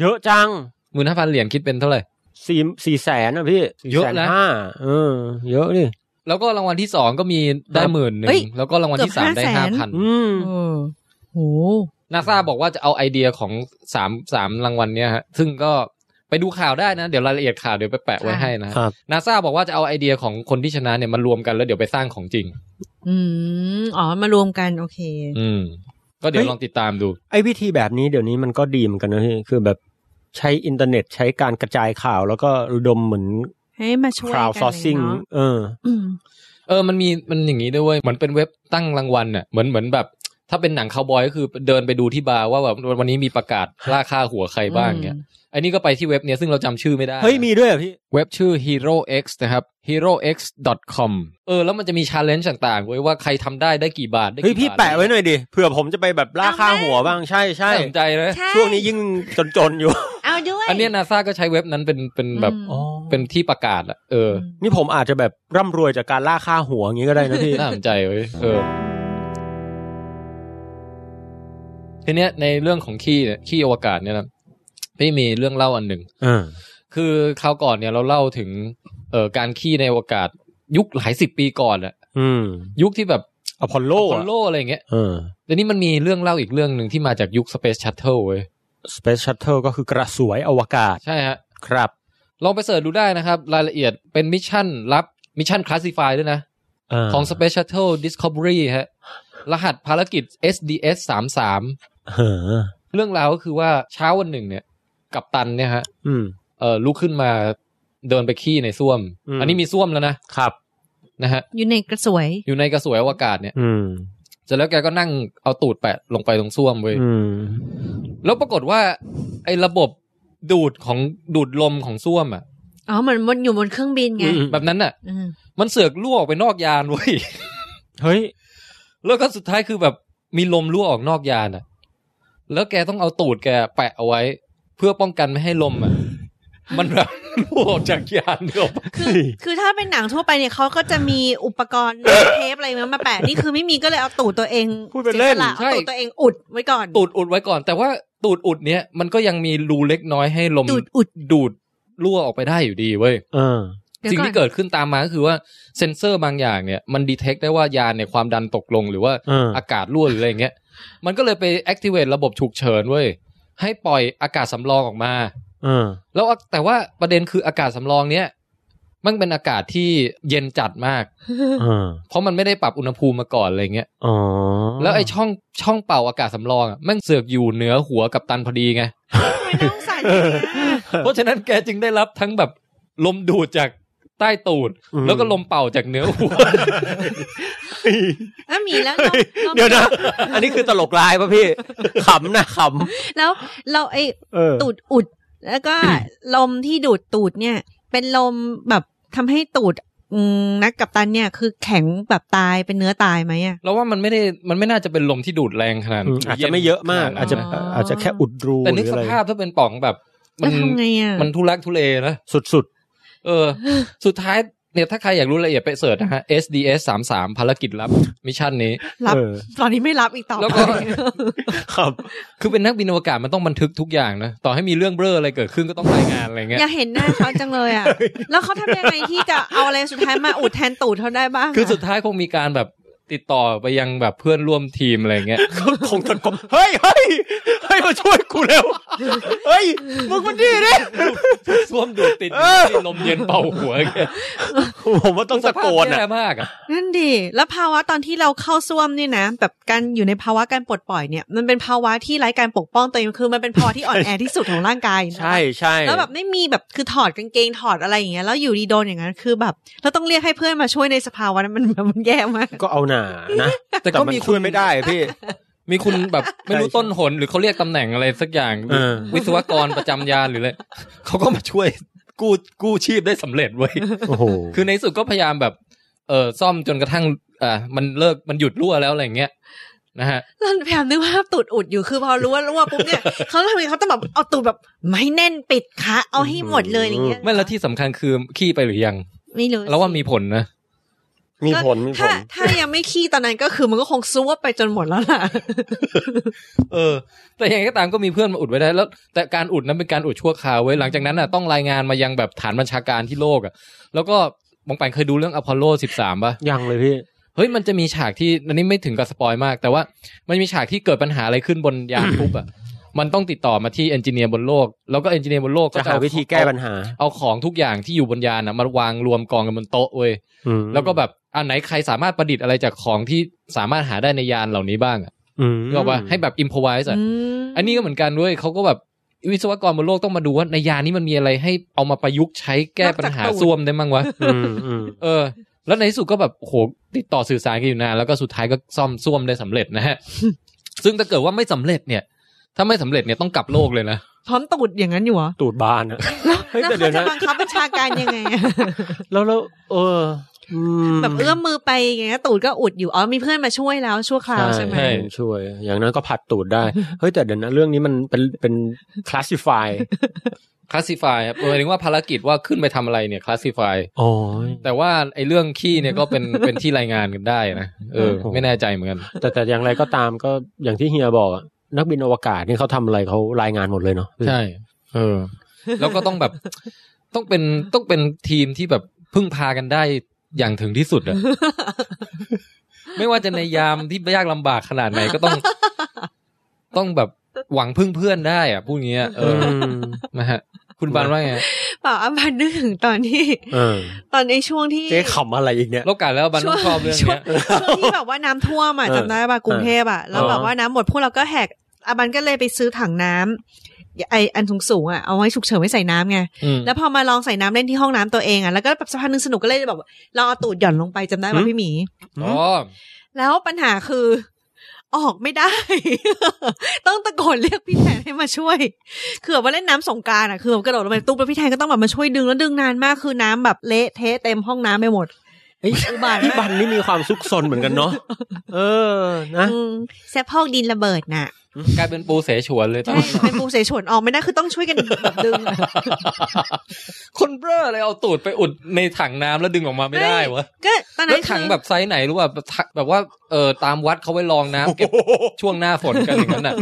เยอะจัง หมื่นห้าพันเหรียญคิดเป็นเท่าไหร่ สี่สี่แสนนะพี่ เยอะนะ แสห้าเออ เยอะดิ แล้วก็รางวัลที่สองก็มีได้หมื่นหนึ่งแล้วก็รางวัลที่สามได้ห้าพัน อืม เออโห นาซาบอกว่าจะเอาไอเดียของสามสามรางวัลเนี้ยฮะซึ่งก็ไปดูข่าวได้นะ เดี๋ยวรายละเอียดข่าวเดี๋ยวไปแปะไว้ให้นะฮะ ครับ นาซาบอกว่าจะเอาไอเดียของคนที่ชนะเนี่ยมารวมกันแล้วเดี๋ยวไปสร้างของจริง อืมอ๋อมารวมกันโอเค อืม ก็เดี๋ยว เฮ้ย ลองติดตามดู ไอ้วิธีแบบนี้เดี๋ยวนี้มันก็ดีเหมือนกันนะพี่คือแบบ ใช้อินเทอร์เน็ตใช้การกระจายข่าว แล้วก็ระดมเหมือน ให้มาช่วยกันอะไร crowd อย่างเงี้ย sourcing เนาะ เออ อืม เออ มันมี มันอย่างนี้ด้วยเวยเหมือนเป็นเว็บตั้งรางวัลน่ะ เหมือน เหมือนแบบ ถ้าเป็นหนังคาวบอยก็คือเดินไปดูที่บาร์ว่าแบบวันนี้มีประกาศล่าค่าหัวใครบ้างเงี้ย อันนี้ก็ไปที่เว็บเนี้ยซึ่งเราจำชื่อไม่ได้ เฮ้ย มีด้วยเหรอพี่ เว็บชื่อ hero x นะครับ hero x com เออ แล้วมันจะมีชาเลนจ์ต่างๆเว้ยว่าใครทำได้ได้กี่บาท ได้กี่ เฮ้ย พี่ บาท แปะไว้หน่อยดิเผื่อผมจะไปแบบล่าค่าหัวบ้างใช่ใช่ น่าสนใจนะ ใช่ ช่วงนี้ยิ่งจนๆอยู่ เอาด้วย อันเนี้นาซาก็ใช้เว็บนั้นเป็นเป็นแบบ อืม เป็นที่ประกาศอะเออ นี่ผมอาจจะแบบร่ำรวยจากการล่าค่าหัวอย่างนี้ก็ได้นะพี่ น่าสนใจเว้ยเออ ทีเนี้ยในเรื่องของขี้เนี่ยขี้อวกาศเนี่ยนะพี่มีเรื่องเล่าอันหนึ่ง อ่า คือคราวก่อนเนี่ยเราเล่าถึงเอ่อการขี้ในอวกาศ ยุคหลายสิบปีก่อนอะ อืม ยุคที่แบบ อพอลโล อพอ อะ ลโลอะไรอย่างเงี้ย เออ แต่นี่มันมีเรื่องเล่าอีกเรื่องหนึ่งที่มาจากยุค Space Shuttle เว้ย Space Shuttle ก็คือกระสวยอวกาศ ใช่ฮะ ครับ ลองไปเสิร์ชดูได้นะครับ รายละเอียดเป็นมิชชั่นลับมิชชั่นคลาสสิฟายด้วยนะ ของ Space Shuttle Discovery ฮะ รหัสภารกิจ SDS 33 เออ เรื่องราวก็คือว่าเช้าวันหนึ่งเนี่ย กัปตันเนี่ยฮะ อืม เออลุกขึ้นมาเดินไปขี้ในส้วม อืม นนี้มีส้วมแล้วนะครับ นะฮะ อยู่ในกระสวย อยู่ในกระสวยอวกาศเนี่ย อืม เสร็จแล้วแกก็นั่งเอาตูดแปะลงไปตรงส้วมเว้ย อืม แล้วปรากฏว่า ไอ้ระบบดูดของดูดลมของส้วมอ่ะ อ๋อเหมือนมันอยู่บนเครื่องบินไง อืม แบบนั้นน่ะ อืม มันเสือกรั่วออกไปนอกยานเว้ย เฮ้ย แล้วก็สุดท้ายคือแบบมีลมรั่วออกนอกยานอ่ะ แล้วแกต้องเอาตูดแกแปะเอาไว้ เพื่อป้องกันไม่ให้ลมอ่ะ มันแบบรั่วออกจากยานเดียว คือคือถ้าเป็นหนังทั่วไปเนี่ยเขาก็จะมีอุปกรณ์เทปอะไรมามาแปะนี่คือไม่มีก็เลยเอาตูดตัวเอง พูดเป็นเล่น สียสะเอาตูดตัวเองอุดไว้ก่อน ตูดอุดไว้ก่อน แต่ว่าตูดอุดเนี้ยมันก็ยังมีรูเล็กน้อยให้ลม ตูดอุด ดูดรั่วออกไปได้อยู่ดีเว้ย เออ ดี๋ยว สิ่งที่เกิดขึ้นตามมาก็คือว่าเซ็นเซอร์บางอย่างเนี่ย มันดีเทคได้ว่ายานเนี่ยความดันตกลงหรือว่า เอออ อากาศรั่วหรืออะไรอย่างเงี้ยมันก็เลยไป activate ระบบฉุกเฉินเว้ยให้ปล่อยอากาศสำรองออกมา เออ แล้วอะแต่ว่าประเด็นคืออากาศสำรองเนี้ยมันเป็นอากาศที่เย็นจัดมาก เออ เพราะมันไม่ได้ปรับอุณหภูมิมาก่อนอะไรเงี้ย อ๋อ แล้วไอ้ช่องช่องเป่าอากาศสำรองอะแม่งเสือกอยู่เหนือหัวกับตันพอดีไง ไม่ต้องสั่นเลยนะ เพราะฉะนั้นแกจึงได้รับทั้งแบบลมดูดจากใต้ตูด แล้วก็ลมเป่าจากเหนือหัว อ่ะหมีแล้ว เฮ้ย เรา เดี๋ยวนะ อันนี้คือตลกลายป่ะพี่ ขำนะข แล้วเราไอ ำเออ ตูดอุด แล้วก็ ลมที่ดูดตูดเนี่ย เป็นลมแบบทำให้ตูดอืมนักกัปตันเนี่ย คือแข็งแบบตายเป็นเนื้อตายไหมอ่ะ แล้วว่ามันไม่ได้มันไม่น่าจะเป็นลมที่ดูดแรงขนาด อืมอาจจะไม่เยอะมาก ขนดนั้น อาจจะ อ๋ออ อาจจะแค่อุดรู แต่นึก หรือ ส อะไร ภาพถ้าเป็นป่องแบบ มั แล้วทำไงอ่ะ มันทุลักทุเลนะ สุด เอ อ สุดท้ายเนี่ยถ้าใครอยากรู้รายละเอียดไปเสิร์ชนะฮะ SDS 3 3ภารกิจลับมิชชั่นนี้ ๆ รับ เออ ตอนนี้ไม่รับอีกต่อ แล้ว ไป ก็ ครับ คือเป็นนักบินอวกาศมันต้องบันทึกทุกอย่างนะ ต่อให้มีเรื่องเบ้ออะไรเกิดขึ้นก็ต้องรายงานอะไรเงี้ย อย่าเห็นหน้าเขาจังเลย อ่ะ แล้วเขาทำยังไงที่จะเอาอะไรสุดท้ายมาอุดแทนตูดเขาได้บ้างะ คือสุดท้ายคงมีการแบบติดต่อไปยังแบบเพื่อนร่วมทีมอะไรเงี้ย เขาคงตะโกนเฮ้ยเฮ้ยเฮ้ยมาช่วยกูเร็ว เฮ้ย มึงมันดีดิ ส้วมดูดติด เออ ที่ลมเย็นเป่าหัวเงี้ย ผมว่าต้องตะโกน สภาพ อ่ะ แย่มากอะ นั่นดิแล้วภาวะตอนที่เราเข้าซ่วมเนี่ยนะแบบการอยู่ในภาวะการปลดปล่อยเนี่ย มันเป็นภาวะที่ไร้การปกป้องตัวเองคือมันเป็นภาวะที่อ่อนแอที่สุดของร่างกายนะ ใช่ใช่ แล้วแบบไม่มีแบบคือถอดกางเกงถอดอะไรอย่างเงี้ยแล้วอยู่ดีโดนอย่างนั้นคือแบบเราต้องเรียกให้เพื่อนมาช่วยในสภาวะนั้นมันมันมันแย่มาก ก็เอาหน่านะ แต่ก็มี น คุ ช่ว ณ ยไม่ได้พี่ มีคุณแบบไม่รู้ ใช่ ต้นหนหรือเขาเรียกตำแหน่งอะไรสักอย่าง เออ วิศวกรประจำยานหรืออะไรเขาก็มาช่วย กู้กู้ชีพได้สำเร็จเว้ย โอ้โห คือในที่สุดก็พยายามแบบ เออซ่อมจนกระทั่งอ่ามันเลิกมันหยุดรั่วแล้วอะไรอย่างเงี้ยนะฮะ แล้วแผมนึกว่าตูดอุดอยู่คือพอรู้ว่ารั่วปุ๊บเนี่ยเขาทำไงเขาต้องแบบเอาตูดแบบไม่แน่นปิดขาเอาให้หมดเลยอย่างเงี้ย ไม่แล้วที่สำคัญคือขี้ไปหรือยัง ไม่รู้ แล้วว่ามีผลนะ มีผลมีผ ถ้า ล ถ้ายังไม่ขี้ตอนนั้นก็คือมันก็คงซัวไปจนหมดแล้วล่ะ เออ แต่อย่างไรก็ตามก็มีเพื่อนมาอุดไว้ได้แล้ว แต่การอุดนั้นเป็นการอุดชั่วคราวไว้ยหลังจากนั้นน่ะต้องรายงานมายังแบบฐานบัญชาการที่โลกอ่ะ แล้วก็บางแปงเคยดูเรื่องอพอลโล 13ป่ะ ยังเลยพี่ เฮ้ยมันจะมีฉากที่อันนี้ไม่ถึงกับสปอยมาก แต่ว่ามันมีฉากที่เกิดปัญหาอะไรขึ้นบนยานปุ๊บอ่ะ มันต้องติดต่อมาที่เอนจิเนียร์บนโลก แล้วก็เอนจิเนียร์บนโลกก็ จะหา เอ วิธีแก้ปัญหา เอาของทุกอย่างที่อยู่บนยานนะมาวางรวมกองกันบนโต๊ะเว้ย อืม แล้วก็แบบอันไหนใครสามารถประดิษฐ์อะไรจากของที่สามารถหาได้ในยานเหล่านี้บ้างอะ อืม ก็ว่าให้แบบอิมพอไวส์อ่ะ อืม อันนี้ก็เหมือนกันเว้ยเขาก็แบบ วิศวกรบนโลกต้องมาดูว่าในยานี้มันมีอะไรให้เอามาประยุกต์ใช้แก้ปัญหาซ่วมได้มั้งวะ อืมอืม เออ แล้วในที่สุดก็แบบโอ้โหติดต่อสื่อสารกันอยู่นานแล้วก็สุดท้ายก็ซ่อมซ่วมได้สำเร็จนะฮะ ซึ่งถ้าเกิดว่าไม่สำเร็จเนี่ย ถ้าไม่สำเร็จเนี่ยต้องกลับโลกเลยนะ พร้อมตูดอย่างนั้นอยู่เหรอ ตูดบานอะเฮ้ย แล้ว แต่เดี๋ เขา ยว จะ นะ บังคับบัญชาการยังไง อะ แล้วแล้วเอออืม แบบเอื้อมมือไปอย่างเงี้ยตูดก็อุดอยู่อ๋อมีเพื่อนมาช่วยแล้วชั่วคราวใช่ไหม ใช่ ช่วย อย่างนั้นก็ผัดตูดได้ เฮ้ยแต่เดี๋ยวนะเรื่องนี้มันเป็นเป็นคลาสสิฟาย คลาสสิฟายครับหมายถึงว่าภารกิจว่าขึ้นไปทำอะไรเนี่ยคลาสสิฟาย อ๋อ แต่ว่าไอ้เรื่องขี้เนี่ยก็เป็น เป็นที่รายงานกันได้นะเออ ครับผม ไม่แน่ใจเหมือนกัน แต่แต่อย่างไรก็ตามก็อย่างที่เฮียบอกอะนักบินอวกาศนี่เขาทำอะไรเขารายงานหมดเลยเนาะ ใช่ เออ แล้วก็ต้องแบบ ต้องเป็นต้องเป็นทีมที่แบบพึ่งพากันได้อย่างถึงที่สุดอะ ไม่ว่าจะในยามที่ยากลำบากขนาดไหนก็ต้อง ต้องแบบหวังพึ่งเพื่อนได้อะพูดอย่างเงี้ยเอ เอ อ อ นะฮะ คุณบานว่าไงฮะ เปล่าอ่ะบันนึกถึงตอนที่ เออ ตอนในช่วงที่ เจ๊ขำอะไรอีกเนี่ย โลกาสแล้วบาน ช่วง ชอบเรื่องเนี้ย ช่วงที่แบบว่าน้ำท่วมอ่ะ เออ จำได้ป่ะกรุงเทพอ่ะแล้วแบบ เออ ว่าน้ำหมดพวกเราก็แหกอาบันก็เลยไปซื้อถังน้ำไออันสูงสูงๆอ่ะเอาไว้ฉุกเฉินไว้ใส่น้ำไง อืม แล้วพอมาลองใส่น้ำเล่นที่ห้องน้ำตัวเองอ่ะแล้วก็แบบสักพักหนึงสนุกก็เลยแบบลองเอาตูดหย่อนลงไปจำได้ป่ะ หืม พี่หมี อ๋อ แล้วปัญหาคือ ออกไม่ได้ ต้องตะโกนเรียกพี่แทนให้มาช่วยคือแบบว่าเล่นน้ำสงกรารอ่ะคือแบบกระโดดลงไปตุ๊บแล้วพี่แทนก็ต้องแบบมาช่วยดึงแล้วดึงนานมากคือน้ำแบบเละเทะเต็มห้องน้ำไปหมด เอ้ย อุบาท พี่ มา บั ก นนี่มีความซุกซนเหมือนกันเนาะเออนะ อืมแซบพอกดินระเบิดน่ะ กลายเป็นปูเสฉวนเลยตอ ใช่ น เป็นปูเสฉวนออกไม่ได้คือต้องช่วยกันแบบดึงอะ คนเบ้อเลยเอาตูดไปอุดในถังน้ำแล้วดึงออกมาไม่ได้วะ ก็ตอน แล้ นั้ วน ถั คื ง อ แบบไซส์ไหนรู้ป่ะแบบถังแบบว่าเออตามวัดเขาไว้รองน้ำเก็บช่วงหน้าฝนกันอย่างนั้นอ่ะ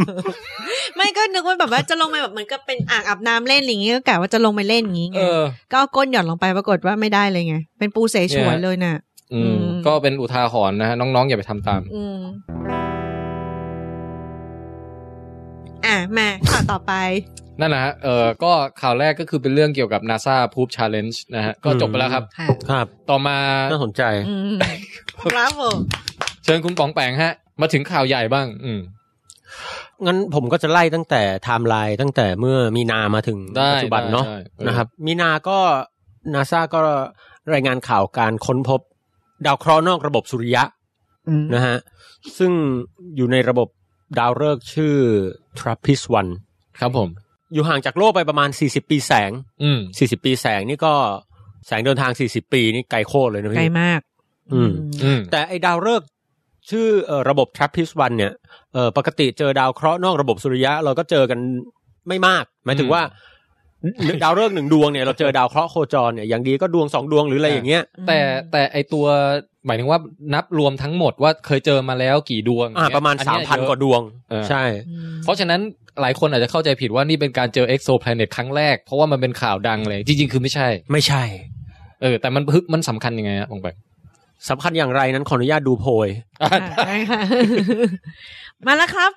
ไม่ก็นึกว่าแบบว่าจะลงไปแบบเหมือนกับเป็นอ่างอาบน้ำเล่นอะไรอย่างงี้ก็กะว่าจะลงไปเล่นอย่างงี้ไง เออ ก็เอาก้นหย่อนลงไปปรากฏว่าไม่ได้เลยไงเป็นปูเสฉวน เนี่ย เลยน่ะ อื อื ม ม ก็เป็นอุทาหรณ์นะฮะน้องๆ อย่าไปทำตาม อืมอ่ะมาข่าวต่อไป นั่นนะฮะเออก็ข่าวแรกก็คือเป็นเรื่องเกี่ยวกับ NASA p o o p Challenge นะฮะ ก็จบไปแล้วครับ ค่ะ ครับ ต่อมา น่าสนใจ อืมครับผม เชิญคุณป๋องแปงฮะ มาถึงข่าวใหญ่บ้าง อืม งั้นผมก็จะไล่ตั้งแต่ไทม์ไลน์ตั้งแต่เมื่อมีนามาถึง ได้ ปัจจุบันเนาะ ได้ได้ นะครับ มีนาก็นาซาก็รายงานข่าวการค้นพบ ดาวเคราะห์นอกระบบสุริยะนะฮะซึ่งอยู่ในระบบดาวฤกษ์ชื่อ TRAPPIST-1 ครับผม อยู่ห่างจากโลกไปประมาณ 40 ปีแสง อืม 40 ปีแสงนี่ก็แสงเดินทาง 40 ปีนี่ไกลโคตรเลยนะ ไกล พี่ มาก อืม อืม แต่ไอ้ดาวฤกษ์ชื่อเอ่อระบบทรัพพิสวันเนี่ยเอ่อปกติเจอดาวเคราะห์นอกระบบสุริยะ เราก็เจอกันไม่มาก หมายถึงว่า ดาวฤกษ์หนึ่งดวงเนี่ยเราเจอดาวเคราะห์โคจรเนี่ยอย่างดีก็ดวงสองดวงหรืออะไรอย่างเงี้ย แต่แต่ไอตัวหมายถึงว่านับรวมทั้งหมดว่าเคยเจอมาแล้วกี่ดวง อ่าประมาณ อั สาม เย พัน เยอะ กว่าดวง เออ ใช่ อืม เพราะฉะนั้นหลายคนอาจจะเข้าใจผิดว่านี่เป็นการเจอ exo planet ครั้งแรกเพราะว่ามันเป็นข่าวดังเลย จริง ๆ คือไม่ใช่ ไม่ใช่ เออแต่มันพึมันสำคัญยังไงฮะองไป สำคัญอย่างไรนั้นขออนุญาตดูโพย อ่ะได้ค่ะ มาแล้วครับ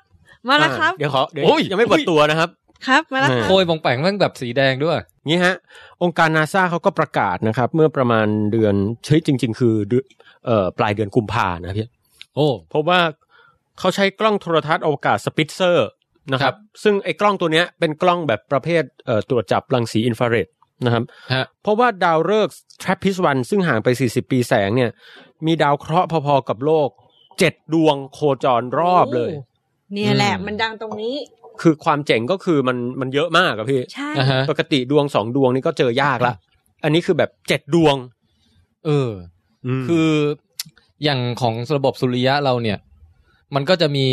มาแล้วครับ อ่าเดี๋ยวขอเดี๋ยว โอ้ย ยังไม่เปิดตัวนะครับ ครับ มาแล้วค อ่า รับ โคยบองแปงแม่งแบบสีแดงด้วย งี้ฮะ องค์การนาซาเขาก็ประกาศนะครับ เมื่อประมาณเดือนใช่จริง ๆ คือเดือนเอ่อปลายเดือนกุมภานะพี่ โอ้ เพราะว่าเขาใช้กล้องโทรทัศน์อวกาศสปิตเซอร์นะค ครั รับ บ ซึ่งไอ้กล้องตัวเนี้ยเป็นกล้องแบบประเภทเอ่อตรวจจับรังสีอินฟราเรดนะครับ ฮะ เพราะว่าดาวฤกษ์ทรัพพิสวันซึ่งห่างไป 40 ปีแสงเนี่ย มีดาวเคราะห์พอๆกับโลกเจ็ดดวงโคจรรอบเลย เนี่ยแหละ อืม มันดังตรงนี้ คือความเจ๋งก็คือมันมันเยอะมากอะพี่ ใช่ อ่ะฮะ ปกติดวงสองดวงนี่ก็เจอยากละ อันนี้คือแบบเจ็ดดวง เออ คื คือ ออย่างของระบบสุริยะเราเนี่ย มันก็จะมี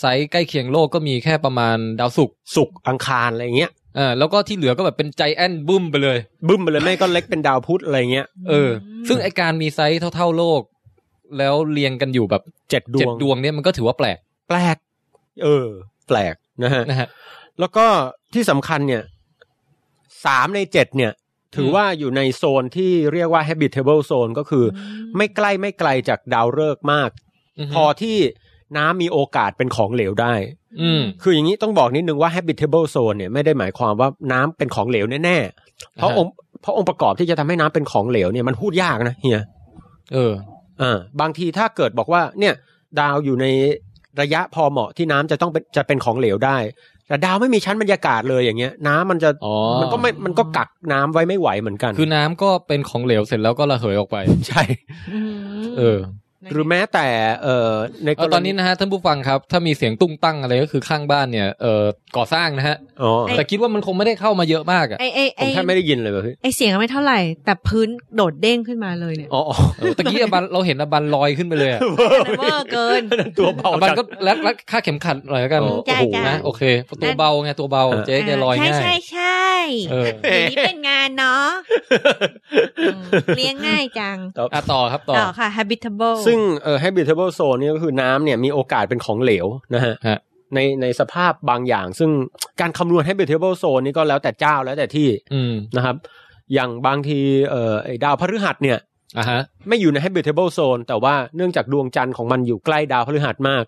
ไซส์ใกล้เคียงโลกก็มีแค่ประมาณดาวศุกร์ สุกร์อังคารอะไรเงี้ย อ่าแล้วก็ที่เหลือก็แบบเป็นใจแอนบึ้มไปเลย บึ้มไปเลยไม่ก็เล็กเป็นดาวพุธอะไรเงี้ย เออ ม ซึ่งไอการมีไซส์เท่า ๆโลก แล้วเรียงกันอยู่แบบ เจ็ดด เจ็ด วง ดวงเนี่ยมันก็ถือว่าแปลก แปลก เออ แปลกนะฮะ นะฮะ แล้วก็ที่สำคัญเนี่ย สามในเจ็ดเนี่ย ถือ ม ว่าอยู่ในโซนที่เรียกว่า habitable zone ก็คืออไม่ใกล้ไม่ไกลจากดาวฤกษ์มาก ฮึ พอที่น้ำมีโอกาสเป็นของเหลวได้ อืม คืออย่างนี้ต้องบอกนิดนึงว่า habitable zone เนี่ยไม่ได้หมายความว่าน้ำเป็นของเหลวแน่ๆ เพราะ อ่าฮะ องค์เพราะองค์ประกอบที่จะทำให้น้ำเป็นของเหลวเนี่ยมันพูดยากนะเฮีย เออ อ่าบางทีถ้าเกิดบอกว่าเนี่ย ดาวอยู่ใน ระยะพอเหมาะที่น้ำจะต้องเป็นจะเป็นของเหลวได้ แต่ดาวไม่มีชั้นบรรยากาศเลยอย่างเงี้ย น้ำมันจะ อ๋อ มันก็ไม่มันก็กักน้ำไว้ไม่ไหวเหมือนกัน คือน้ำก็เป็นของเหลวเสร็จแล้วก็ระเหยออกไป ใช่ เออ หรือแม้แต่เอ่อในก เอา ร ตอน ณี นี้นะฮะท่านผู้ฟังครับ ถ้ามีเสียงตุ้งตั้งอะไรก็คือข้างบ้านเนี่ยเอ่อก่อสร้างนะฮะ อ๋อ ไ แต่คิดว่ามันคงไม่ได้เข้ามาเยอะมากอ่ะ ไอไอ ผ ไอ มแทบไม่ได้ยินเลยว่ะพี่ ไอเสียงไม่เท่าไหร่ แต่พื้นโดดเด้งขึ้นมาเลยเนี่ย อ๋ออ๋อ เออตะกี้อะบันเราเห็นอะบันลอยขึ้นไปเลยอะ เวอร์เกิน ตัวเบา อะบัน จัง ก็รัดรัดค่าเข็มขัดหน่อยแล้วกัน โอ้ ใช่ โห จ้ะ นะโอเคตัวเบาไงตัวเบา เออ เจ๊แกลอย ใช่ ง่าย ใช่ใช่ เออ เดี๋ยวนี้เป็นงานเนาะอืมเลี้ยงง่ายจัง อ่ะต่อครับต่อ ต่อค่ะ habitable ซึ่งเอ่อ habitable zone เนี่ยก็คือน้ำเนี่ยมีโอกาสเป็นของเหลวนะฮะ ฮะ ในในสภาพบางอย่าง ซึ่งการคำนวณ habitable zone นี่ก็แล้วแต่เจ้าแล้วแต่ที่ อืม นะครับ อย่างบางทีเอ่อไอ้ดาวพฤหัสเนี่ย อ่ะฮะ ไม่อยู่ใน habitable zone แต่ว่าเนื่องจากดวงจันทร์ของมันอยู่ใกล้ดาวพฤหัสมาก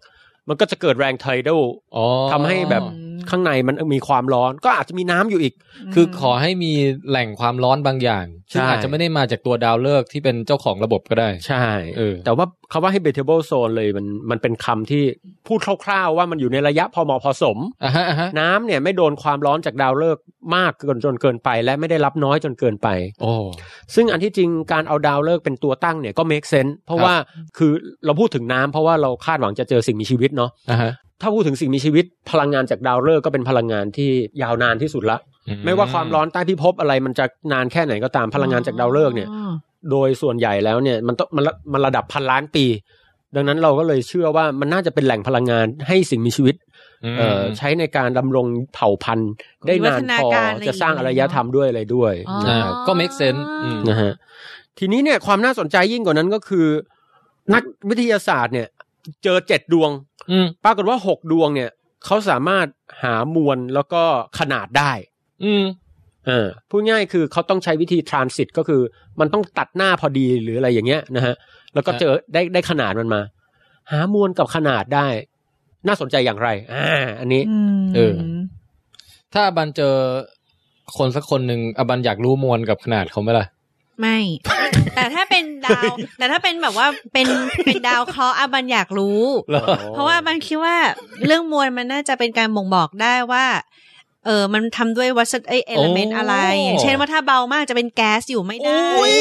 มันก็จะเกิดแรงไทเดล อ๋อ ทำให้แบบ ข้างในมันมีความร้อน ก็อาจจะมีน้ำอยู่อีก ม คือขอให้มีแหล่งความร้อนบางอย่างซึ่ง ใช่ อาจจะไม่ได้มาจากตัวดาวฤกษ์ที่เป็นเจ้าของระบบก็ได้ ใช่ เออ แต่ว่าคำว่า habitable zone เลยมันมันเป็นคำที่พูดคร่าวๆว่ามันอยู่ในระยะพอเหมาะพอสม อ่ะฮะอ่ะฮะ น้ำเนี่ยไม่โดนความร้อนจากดาวฤกษ์มากเกินจนเกินไป และไม่ได้รับน้อยจนเกินไป โอ้ ซึ่งอันที่จริงการเอาดาวฤกษ์เป็นตัวตั้งเนี่ยก็ make sense เพราะ ครับ ว่าคือเราพูดถึงน้ำเพราะว่าเราคาดหวังจะเจอสิ่งมีชีวิตเนาะ อ่ะฮะ ถ้าพูดถึงสิ่งมีชีวิต พลังงานจากดาวฤกษ์ก็เป็นพลังงานที่ยาวนานที่สุดละ อื ไม่ว่าความร้อนใต้พิภพอะไรมันจะนานแค่ไหนก็ตามพลังงานจากดาวฤกษ์เนี่ย อ๋อ โดยส่วนใหญ่แล้วเนี่ยมันต้องมันระมันระดับพันล้านปี ดังนั้นเราก็เลยเชื่อว่ามันน่าจะเป็นแหล่งพลังงานให้สิ่งมีชีวิต ม เอ่อใช้ในการดำรงเผ่าพันธุ์ ได้นานพอจะสร้างอารยธรรมด้วยอะไรด้วย อ๋อ อ่าก็ make sense อืม นะฮะทีนี้เนี่ยความน่าสนใจยิ่งกว่านั้นก็คือ นักวิทยาศาสตร์เนี่ย เจอเจ็ดดวง อืม ปรากฏว่าหกดวงเนี่ยเขาสามารถหามวลแล้วก็ขนาดได้ อืม เออพูดง่ายคือเขาต้องใช้วิธีทรานสิตก็คือ มันต้องตัดหน้าพอดีหรืออะไรอย่างเงี้ยนะฮะแล้วก็เจอได้ได้ขนาดมันมา หามวลกับขนาดได้ น่าสนใจอย่างไรอ่าอันนี้ ม เออ ถ้าอบันเจอคนสักคนหนึ่งอบันอยากรู้มวลกับขนาดเขาไหมล่ะ ไม่ แต่ถ้าเป็นดาว แต่ถ้าเป็นแบบว่าเป็นเป็นดาวเคราะห์อาบันอยากรู้ เพราะว่าอาบันคิดว่าเรื่องมวลมันน่าจะเป็นการบ่งบอกได้ว่า เออมันทำด้วยวัสดุเอลเมนต์ โอ้ อะไร อย่างเช่นว่าถ้าเบามากจะเป็นแก๊สอยู่ไม่ได้ โอ้ย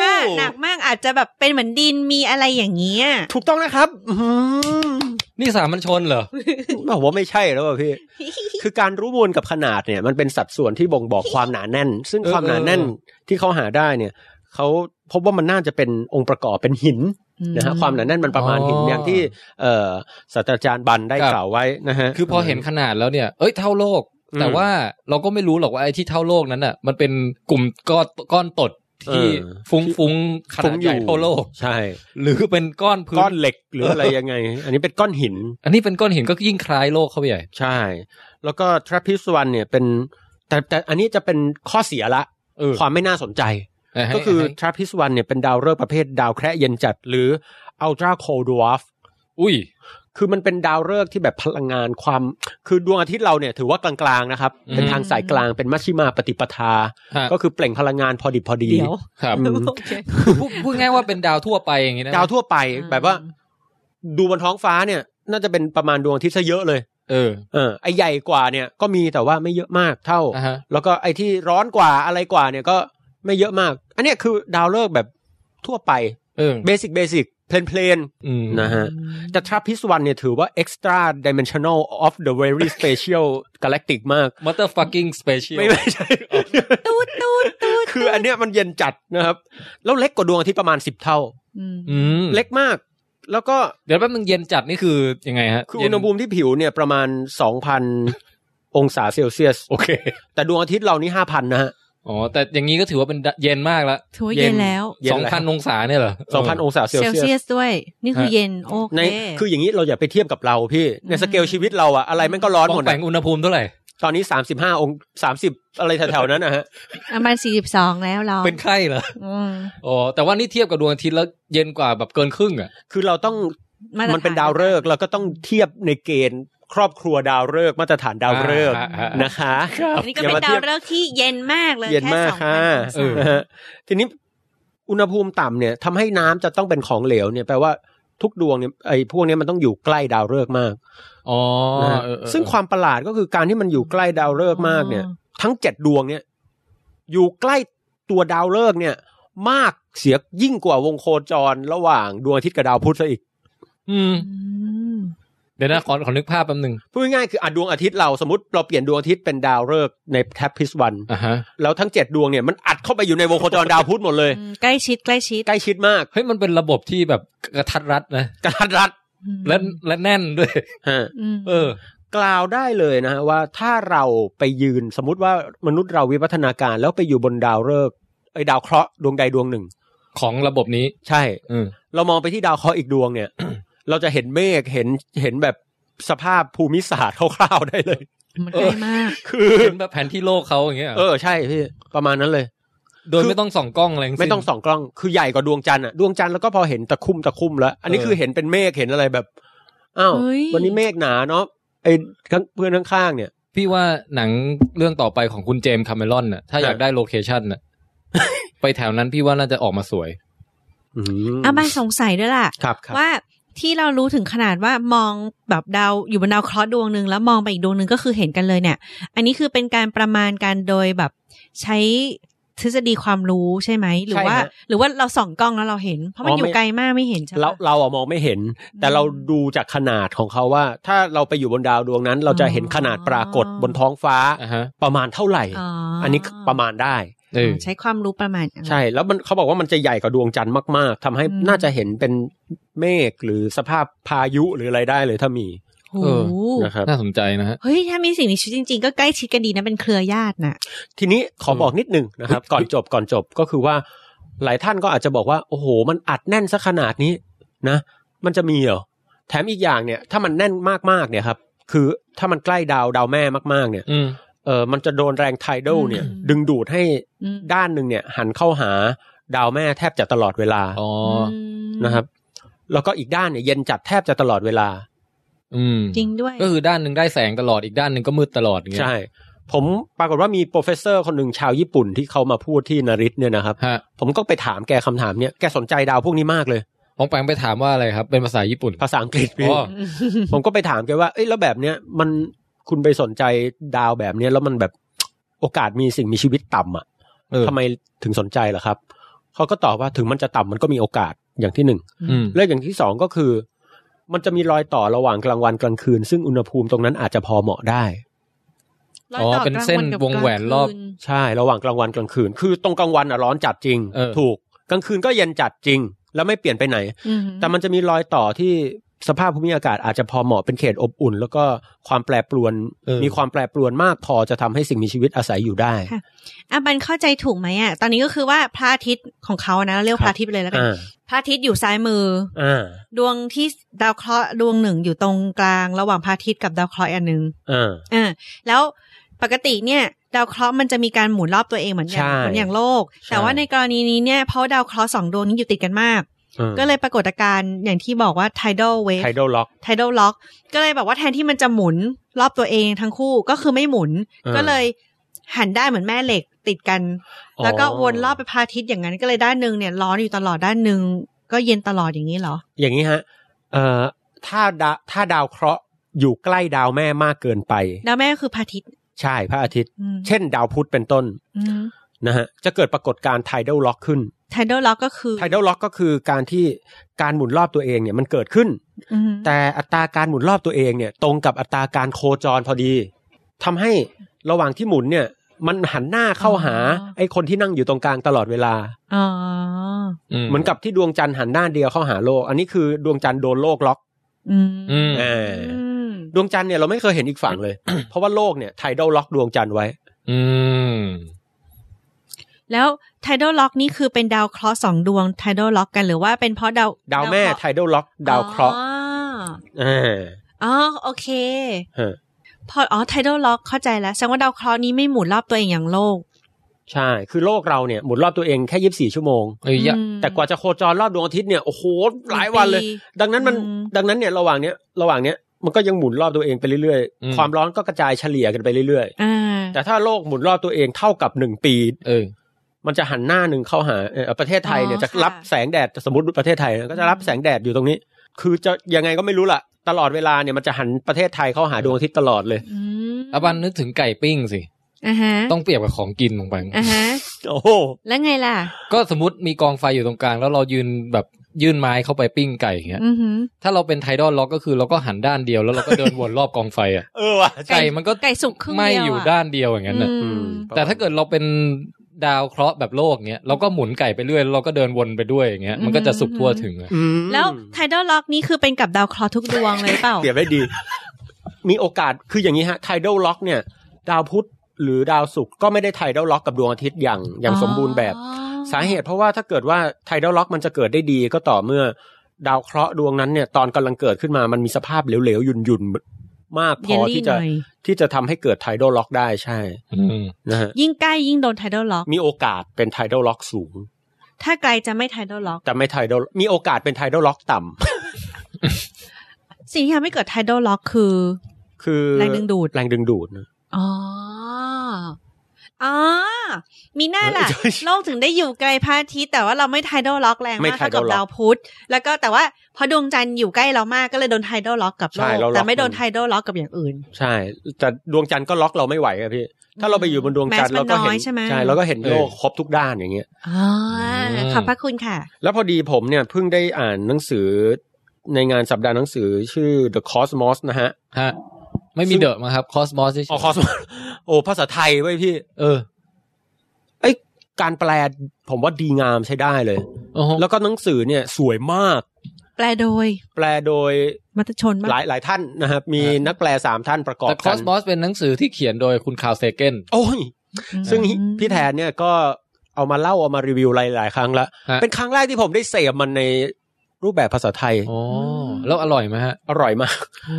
ถ้าหนักมากอาจจะแบบเป็นเหมือนดินมีอะไรอย่างเงี้ย ถูกต้องนะครับอื้อหื นี่สามัญชนเหรอ อบอกว่าไม่ใช่แล้วอะพี่ คือการรู้มวลกับขนาดเนี่ย มันเป็นสัดส่วนที่บ่งบอกความหนาแน่น ซึ่ง เออ ความหนาแน่น เออ ที่เขาหาได้เนี่ยเขาพบว่ามันน่าจะเป็นองค์ประกอบเป็นหินนะฮะความหนาแน่นมันประมาณหิน อ๋ออ อย่างที่ เอ่อศาสตราจารย์บันได้ ครับ กล่าวไว้นะฮะ คือพอเห็นขนาดแล้วเนี่ย เอ้ยเท่าโลก อืม แต่ว่าเราก็ไม่รู้หรอกว่าไอ้ที่เท่าโลกนั้นน่ะ มันเป็นกลุ่มก้อนก้อนตดที่ เออ ฟุ้งฟุ้งขนาดใหญ่เท่าโลก ใช่ หรือเป็นก้อนพื้น ก้อนเหล็กหรืออะไรยังไง อันนี้เป็นก้อนหิน อันนี้เป็นก้อนหินก็ยิ่งคล้ายโลกเข้าไปใหญ่ ใช่ แล้วก็ทรัพ i ิสวันเนี่ยเป็นแต่แต่อันนี้จะเป็นข้อเสียละ เออ ความไม่น่าสนใจ นะฮะ ก็คือ นะฮะ ทราพิสวันเนี่ยเป็นดาวฤกษ์ประเภทดาวแคระเย็นจัดหรืออัลตราโคลดวาฟ อุ้ย คือมันเป็นดาวฤกษ์ที่แบบพลังงานความ คือดวงอาทิตย์เราเนี่ยถือว่ากลางๆนะครับ อืม เป็นทางสายกลางเป็นมัชชิมาปฏิปทา ฮะ ก็คือเปล่งพลังงานพอดิบพอดี เดี๋ยว ครับ อืม โอเค พูดพูดง่ายว่าเป็นดาวทั่วไปอย่างนี้นะ ดาวทั่วไป อืม แบบว่า ดูบนท้องฟ้าเนี่ย น่าจะเป็นประมาณดวงอาทิตย์ซะเยอะเลย เออ เออไอใหญ่กว่าเนี่ยก็มีแต่ว่าไม่เยอะมากเท่า อ่ะฮะ แล้วก็ไอที่ร้อนกว่าอะไรกว่าเนี่ยก็ไม่เยอะมาก อันเนี้ยคือดาวฤกษ์แบบทั่วไป เออ เบสิกเบสิกเพลนเพลนๆ อืม นะฮะ แต่ทราพิสวันเนี่ยถือว่า extra dimensional of the very special galactic มาก มัตเตอร์ฟักกิ้งสเปเชียล ไม่ ไม่ใช่ ตูดตูดตูด คืออันเนี้ยมันเย็นจัดนะครับ แล้วเล็กกว่าดวงอาทิตย์ประมาณ 10 เท่า อืม อืม เล็กมาก แล้วก็ เดี๋ยวแป๊บนึงเย็นจัดนี่คือยังไงฮะ คือ เย็ อุณหภูมิที่ผิวเนี่ยประมาณ 2,000 องศาเซลเซียส โอเค แต่ดวงอาทิตย์เรานี่5,000 นะฮะ อ๋อแต่อย่างนี้ก็ถือว่าเป็นเย็นมากละ ถือว่าเย็นแล้ว เย็น สอง แล้ว พันองศาเนี่ยเหรอ 2,000 องศาเซล เซล เซี เซี ยยสสด้วย นี่คือเย็นโอเค ในคืออย่างนี้เราอย่าไปเทียบกับเราพี่ ในสเกลชีวิตเราอะอะไรมันก็ร้อน ป หม องดอะ แปงอุณหภูมิเท่าไหร่ ตอนนี้ 35 อง30 อะไรแถวๆนั้นนะฮะ ประมาณสี่สิบสองแล้วเรา เป็นไข้เหรอ อืม อ๋อแต่ว่านี่เทียบกับดวงอาทิตย์แล้วเย็นกว่าแบบเกินครึ่งอ่ะ คือเราต้อง าตรฐ มันเป็นดาวฤกษ์เราก็ต้องเทียบในเกณฑ์ ครอบครัวดาวฤกษ์มาตรฐานดาวฤกษ์ อ่าอ่าอ่าน นะคะ อันนี้ก็ อย่ เป็น ม ดาว ทียบ ฤกษ์ที่เย็นมากเลย เย็นมาก แค่ ค่ะ สองพันองศา นะฮะทีนี้อุณหภูมิต่ำเนี่ยทำให้น้ำจะต้องเป็นของเหลวเนี่ยแปลว่า ทุกดวงเนี่ยไอ้พวกเนี้ยมันต้องอยู่ใกล้ดาวฤกษ์มาก อ๋อ นะฮะ เออเออ ซึ่งความประหลาดก็คือการที่มันอยู่ใกล้ดาวฤกษ์มากเนี่ย ทั้งเจ็ดดวงเนี่ย อยู่ใกล้ตัวดาวฤกษ์เนี่ย มากเสียยิ่งกว่าวงโคจรระหว่างดวงอาทิตย์กับดาวพุธซะอีก อืม อืม เดี๋ยวนะขอขอนึกภาพแป๊บหนึ่ง พูดง่ายๆคืออ่ะดวงอาทิตย์เราสมมติเราเปลี่ยนดวงอาทิตย์เป็นดาวฤกษ์ในแทบพิสวัน อ่ะฮะ แล้วทั้งเจ็ดดวงเนี่ยมันอัดเข้าไปอยู่ในวงโคจรดาวพุธหมดเลย อืมใกล้ชิดใกล้ชิด ใกล้ชิดมาก เฮ้ยมันเป็นระบบที่แบบกระทัดรัดนะ กระทัดรัด และและแน่นด้วย ฮะ อืม เออ กล่าวได้เลยนะฮะว่าถ้าเราไปยืนสมมติว่ามนุษย์เราวิวัฒนาการแล้วไปอยู่บนดาวฤกษ์ไอ้ดาวเคราะห์ดวงใดดวงหนึ่ง ของระบบนี้ ใช่ อืม เรามองไปที่ดาวเคราะห์อีกดวงเนี่ย เราจะเห็นเมฆเห็นเห็นแบบสภาพภูมิศาสตร์คร่าวๆได้เลย มันใกล้มาก คือ เห็นแบบแผนที่โลกเขาอย่างเงี้ยเหรอ เออใช่พี่ประมาณนั้นเลย โดยไม่ต้องส่องกล้องอะไรทั้ ไม่ สิ้น ต้องส่องกล้อง คือใหญ่กว่าดวงจันทร์อะดวงจันทร์แล้วก็พอเห็นตะคุ่มตะคุ่มแล้ว อันนี้ เออ คือเห็นเป็นเมฆเห็นอะไรแบบ อ้าว เฮ้ย วันนี้เมฆหนาเนาะ ไอ้ข้างเพื่อนข้างๆเนี่ย พี่ว่าหนังเรื่องต่อไปของคุณเจมส์คาเมรอนน่ะถ้าอยาก เออ ได้โลเคชั่น น่ะ ไปแถวนั้นพี่ว่าน่าจะออกมาสวย อื อ่ะมันสงสัยด้วยล่ะ ครับครับ ว่าที่เรารู้ถึงขนาดว่ามองแบบดาวอยู่บนดาวเคราะห์ดวงหนึ่งแล้วมองไปอีกดวงหนึ่งก็คือเห็นกันเลยเนี่ย อันนี้คือเป็นการประมาณการโดยแบบใช้ทฤษฎีความรู้ใช่ไหมหรือว่า ใช่ฮะ หรือว่าเราส่องกล้องแล้วเราเห็น เพราะมัน อ๋อ อ อ ยู่ไกลมากไม่เห็นใช่ไหม เราเราอะมองไม่เห็น แต่ อืม เราดูจากขนาดของเขาว่า ถ้าเราไปอยู่บนดาวดวงนั้น เราจะเห็นขนาดปรากฏบนท้องฟ้า อ่ะฮะ ประมาณเท่าไหร่ อันนี้ประมาณได้ เออ ใช้ความรู้ประมาณ ใช่ แล้วมันเขาบอกว่ามันจะใหญ่กว่าดวงจันทร์มากๆทำให้ อืม น่าจะเห็นเป็นเมฆหรือสภาพพายุหรืออะไรได้เลยถ้ามี โอ้ เอ โห อ นะครับ น่าสนใจนะฮะ เฮ้ยถ้ามีสิ่งนี้ชีวิตจริง ๆ ก็ใกล้ชิดกันดีนะเป็นเครือญาติน่ะ ทีนี้ขอบอกนิดหนึ่งนะครับ ก่อนจบก่อนจบก็คือว่า หลายท่านก็อาจจะบอกว่า โอ้โห มันอัดแน่นซะขนาดนี้นะ มันจะมีเหรอแถมอีกอย่างเนี่ย ถ้ามันแน่นมากๆเนี่ยครับ คือถ้ามันใกล้ดาวดาวแม่มากๆเนี่ย อืม เออมันจะโดนแรงไทดลเนี่ย อืม ดึงดูดให้ อืม ด้านหนึ่งเนี่ย หันเข้าหาดาวแม่แทบจะตลอดเวลา อ๋อ ม นะครับ แล้วก็อีกด้านเนี่ยเย็นจัดแทบจะตลอดเวลา อืม จริงด้วย ก็คือด้านหนึ่งได้แสงตลอดอีกด้านหนึ่งก็มืดตลอดอย่างเงี้ย ใช่ ผมปรากฏว่ามีโปรเฟสเซอร์คนหนึ่งชาวญี่ปุ่นที่เขามาพูดที่นาริตเนี่ยนะครับ ฮะ ผมก็ไปถามแกคำถามเนี้ย แกสนใจดาวพวกนี้มากเลย ของแปงไปถามว่าอะไรครับ เป็นภาษาญี่ปุ่น ภาษาอังกฤษพี่ อ๋อ ผมก็ไปถามแกว่า เอ้ยแล้วแบบเนี้ยมันคุณไปสนใจดาวแบบเนี้ยแล้วมันแบบโอกาสมีสิ่งมีชีวิตต่ำอ่ะ เออ ทำไมถึงสนใจล่ะครับ เขาก็ตอบว่าถึงมันจะต่ำมันก็มีโอกาสอย่างที่หนึ่ง อืม และอย่างที่สองก็คือ มันจะมีรอยต่อระหว่างกลางวันกลางคืน ซึ่งอุณหภูมิตรงนั้นอาจจะพอเหมาะได้ ร้ อ๋อ ต่ เป็นเส้น กลากับ วงแหวนรอบ กลางคืน ใช่ ระหว่างกลางวันกลางคืน คือตรงกลางวันอ่ะร้อนจัดจริง เออ ถูก กลางคืนก็เย็นจัดจริง แล้วไม่เปลี่ยนไปไหน อืม แต่มันจะมีรอยต่อที่สภาพภูมิอากาศอาจจะพอเหมาะเป็นเขตอบอุ่น แล้วก็ความแปรปรวน เออ มีความแปรปรวนมากพอจะทำให้สิ่งมีชีวิตอาศัยอยู่ได้ อ่ะบันเข้าใจถูกไหมอ่ะ ตอนนี้ก็คือว่าพระอาทิตย์ของเขานะเรียกว่าพระอาทิตย์ไปเลยแล้วกัน อ่า พระอาทิตย์อยู่ซ้ายมือ อ่า ดวงที่ดาวเคราะห์ดวงหนึ่งอยู่ตรงกลาง ระหว่างพระอาทิตย์กับดาวเคราะห์อีกอันหนึ่ง อ่า อ่าแล้วปกติเนี่ย ดาวเคราะห์มันจะมีการหมุนรอบตัวเองเหมือนอย่าง ใช่ เหมือนอย่างโลก ใช่ แต่ว่าในกรณีนี้เนี่ยเพราะดาวเคราะห์สองดวงนี้อยู่ติดกันมาก ก็เลยปรากฏการณ์อย่างที่บอกว่า tidal ไท wave ดอลล็อก tidal lock ก็เลยแบบว่าแทนที่มันจะหมุนรอบตัวเองทั้งคู่ก็คือไม่หมุน อ่า ก็เลยหันได้เหมือนแม่เหล็กติดกัน แล้วก็วนรอบไปพระอาทิตย์อย่างนั้นก็เลยด้านหนึ่งเนี่ยร้อนอยู่ตลอดด้านหนึ่งก็เย็นตลอดอย่างนี้เหรอ อย่างนี้ฮะ เอ่อ ถ้าดาถ้าดาวเคราะห์อยู่ใกล้ดาวแม่มากเกินไป ดาวแม่ก็คือพระอาทิตย์ ใช่พระอาทิตย์ อืม เช่น ดาวพุธเป็นต้น อืม นะฮะ จะเกิดปรากฏการณ์ไทดอลล็อกขึ้น tidal lock ก็คือ ไทดอลล็อกก็คือการที่การหมุนรอบตัวเองเนี่ยมันเกิดขึ้น อืม แต่อัตราการหมุนรอบตัวเองเนี่ยตรงกับอัตราการโคจรพอดีทำให้ระหว่างที่หมุนเนี่ย มันหันหน้าเข้าหาไอ้คนที่นั่งอยู่ตรงกลางตลอดเวลา อ๋อ เหมือนกับที่ดวงจันทร์หันหน้าเดียวเข้าหาโลก อันนี้คือดวงจันทร์โดนโลกล็อก อืม อืม เออดวงจันทร์เนี่ยเราไม่เคยเห็นอีกฝั่งเลย เพราะว่าโลกเนี่ยไทดอลล็อกดวงจันทร์ไว้ อืม แล้ว tidal lock นี่คือเป็นดาวเคราะห์สองดวง tidal lock กันหรือว่าเป็นเพราะดาว ดาวแม่ไทดอลล็อกดาวเคราะห์ อ๋อ เออ อ๋อโอเค ฮะ พออ๋อ tidal lock เข้าใจแล้วแสดงว่าดาวเคราะห์นี้ไม่หมุนรอบตัวเองอย่างโลก ใช่ คือโลกเราเนี่ยหมุนรอบตัวเองแค่ยีิบสี่ชั่วโมง เอ้ยยะ อืม แต่กว่าจะโคจรรอบดวงอาทิตย์เนี่ยโอ้โหหลายวันเลย ดังนั้นมัน อืม ดังนั้นเนี่ยระหว่างเนี้ยระหว่างเนี้ยมันก็ยังหมุนรอบตัวเองไปเรื่อยๆ ความร้อนก็กระจายเฉลี่ยกันไปเรื่อย อ่า ๆ แต่ถ้าโลกหมุนรอบตัวเองเท่ากับหนึ่งปี เออ มันจะหันหน้าหนึ่งเข้าหาเอ่อประเทศไทยเนี่ย อ๋อ จะรับ ค่ะ แสงแดดสมมติประเทศไทยนะก็จะรับ อืม แสงแดดอยู่ตรงนี้ คือจะยังไงก็ไม่รู้ล่ะ ตลอดเวลาเนี่ยมันจะหันประเทศไทยเข้าหาดวงอาทิตย์ตลอดเลย อืม อาบันนึกถึงไก่ปิ้งสิ อ่าฮะ ต้องเปรียบกับของกินลงไป อ่าฮะ โอ้โห แล้วไงล่ะ ก็สมมติมีกองไฟอยู่ตรงกลาง แล้วเรายืนแบบยื่นไม้เข้าไปปิ้งไก่อย่างเงี้ย อือหือ ถ้าเราเป็นไทดอลล็อกก็คือเราก็หันด้านเดียวแล้วเราก็เดินวนรอบกองไฟอ่ะ เออว่ะใช่ ไก่มันก็ ไก่สุกครึ่งเดียว ไม่อยู่ อะ ด้านเดียวอย่างนั้นน่ะ อื อื ม ม แต่ถ้าเกิดเราเป็นดาวเคราะห์แบบโลกเนี้ยเราก็หมุนไก่ไปเรื่อยแล้วเราก็เดินวนไปด้วยอย่างเงี้ยมันก็จะสุกทั่วถึงอะ อืม แล้วไทดอลล็อกนี้คือเป็นกับดาวเคราะห์ทุกดวงเลยเปล่า เปรียบได้ดี มีโอกาสคืออย่างนี้ฮะไทดอลล็อกเนี่ย ดาวพุธหรือดาวศุกร์ก็ไม่ได้ไทดอลล็อกกับดวงอาทิตย์อย่างอย่างสมบูรณ์แบบ สาเหตุเพราะว่าถ้าเกิดว่าไทดอลล็อกมันจะเกิดได้ดีก็ต่อเมื่อ ดาวเคราะห์ดวงนั้นเนี่ย ตอนกำลังเกิดขึ้นมามันมีสภาพเหลวๆหยุ่นๆ มากพ เย อ ลลี่ ที่จะ หน่อย ที่จะทำให้เกิดไทดอลล็อกได้ใช่ อืม นะฮะ ยิ่งใกล้ยิ่งโดนไทดอลล็อก มีโอกาสเป็นไทดอลล็อกสูง ถ้าไกลจะไม่ไทดอลล็อก แต่ไม่ไทดอลมีโอกาสเป็นไทดอลล็อกต่ำ สิ่งที่ทำให้เกิดไทดอลล็อกคือ คือ แรงดึงดูด แรงดึงดูดนะ อ๋อ อ๋อ มีหน้าล่ะ เออ ใช่ โลกถึงได้อยู่ไกลพระอาทิตย์แต่ว่าเราไม่ไทดอลล็อกแรง ไม่ มากเท่ากับ tidal lock ดาวพุธ แล้วก็แต่ว่าพอดวงจันทร์อยู่ใกล้เรามากก็เลยโดนไทดอลล็อกกับโล ใช่ ก เราล็อก แต่ไม่โดนไทดอลล็อกกับอย่างอื่น ใช่ แต่ดวงจันทร์ก็ล็อกเราไม่ไหวอะพี่ ถ้าเราไปอยู่บนดวงจันทแมสร์มั เรา น ก็เห็ น้อนยใช่ไหม เราก็เห็นโลกครบทุกด้านอย่างเงี้ย อ๋ออ ม ขอบพระคุณค่ะ แล้วพอดีผมเนี่ยเพิ่งได้อ่านหนังสือในงานสัปดาห์หนังสือชื่อ The Cosmos นะฮะ ฮะไม่มีเดอะมาครับคอสมอส อ๋อ Cosmos โอ้ภาษาไทยไว้ยพี่ เออ เอ้ยการแปลผมว่าดีงามใช้ได้เลย โอ้โห แล้วก็หนังสือเนี่ยสวยมาก แปลโดย แปลโดย มัตชนมา หลาก ยหลายท่านนะครับ มีนักแปลสามท่านประกอบ แต่ค กั อน สมอสเป็นหนังสือที่เขียนโดยคุณคาวเซเกน โอ้ย อืม ซึ่งพี่แทนเนี่ยก็เอามาเล่าเอามารีวิวหลาย ๆ ครั้งละ ฮะ เป็นครั้งแรกที่ผมได้เสพมันในรูปแบบภาษาไทย อ๋อแล้วอร่อยไหมฮะ อร่อยมาก โอ้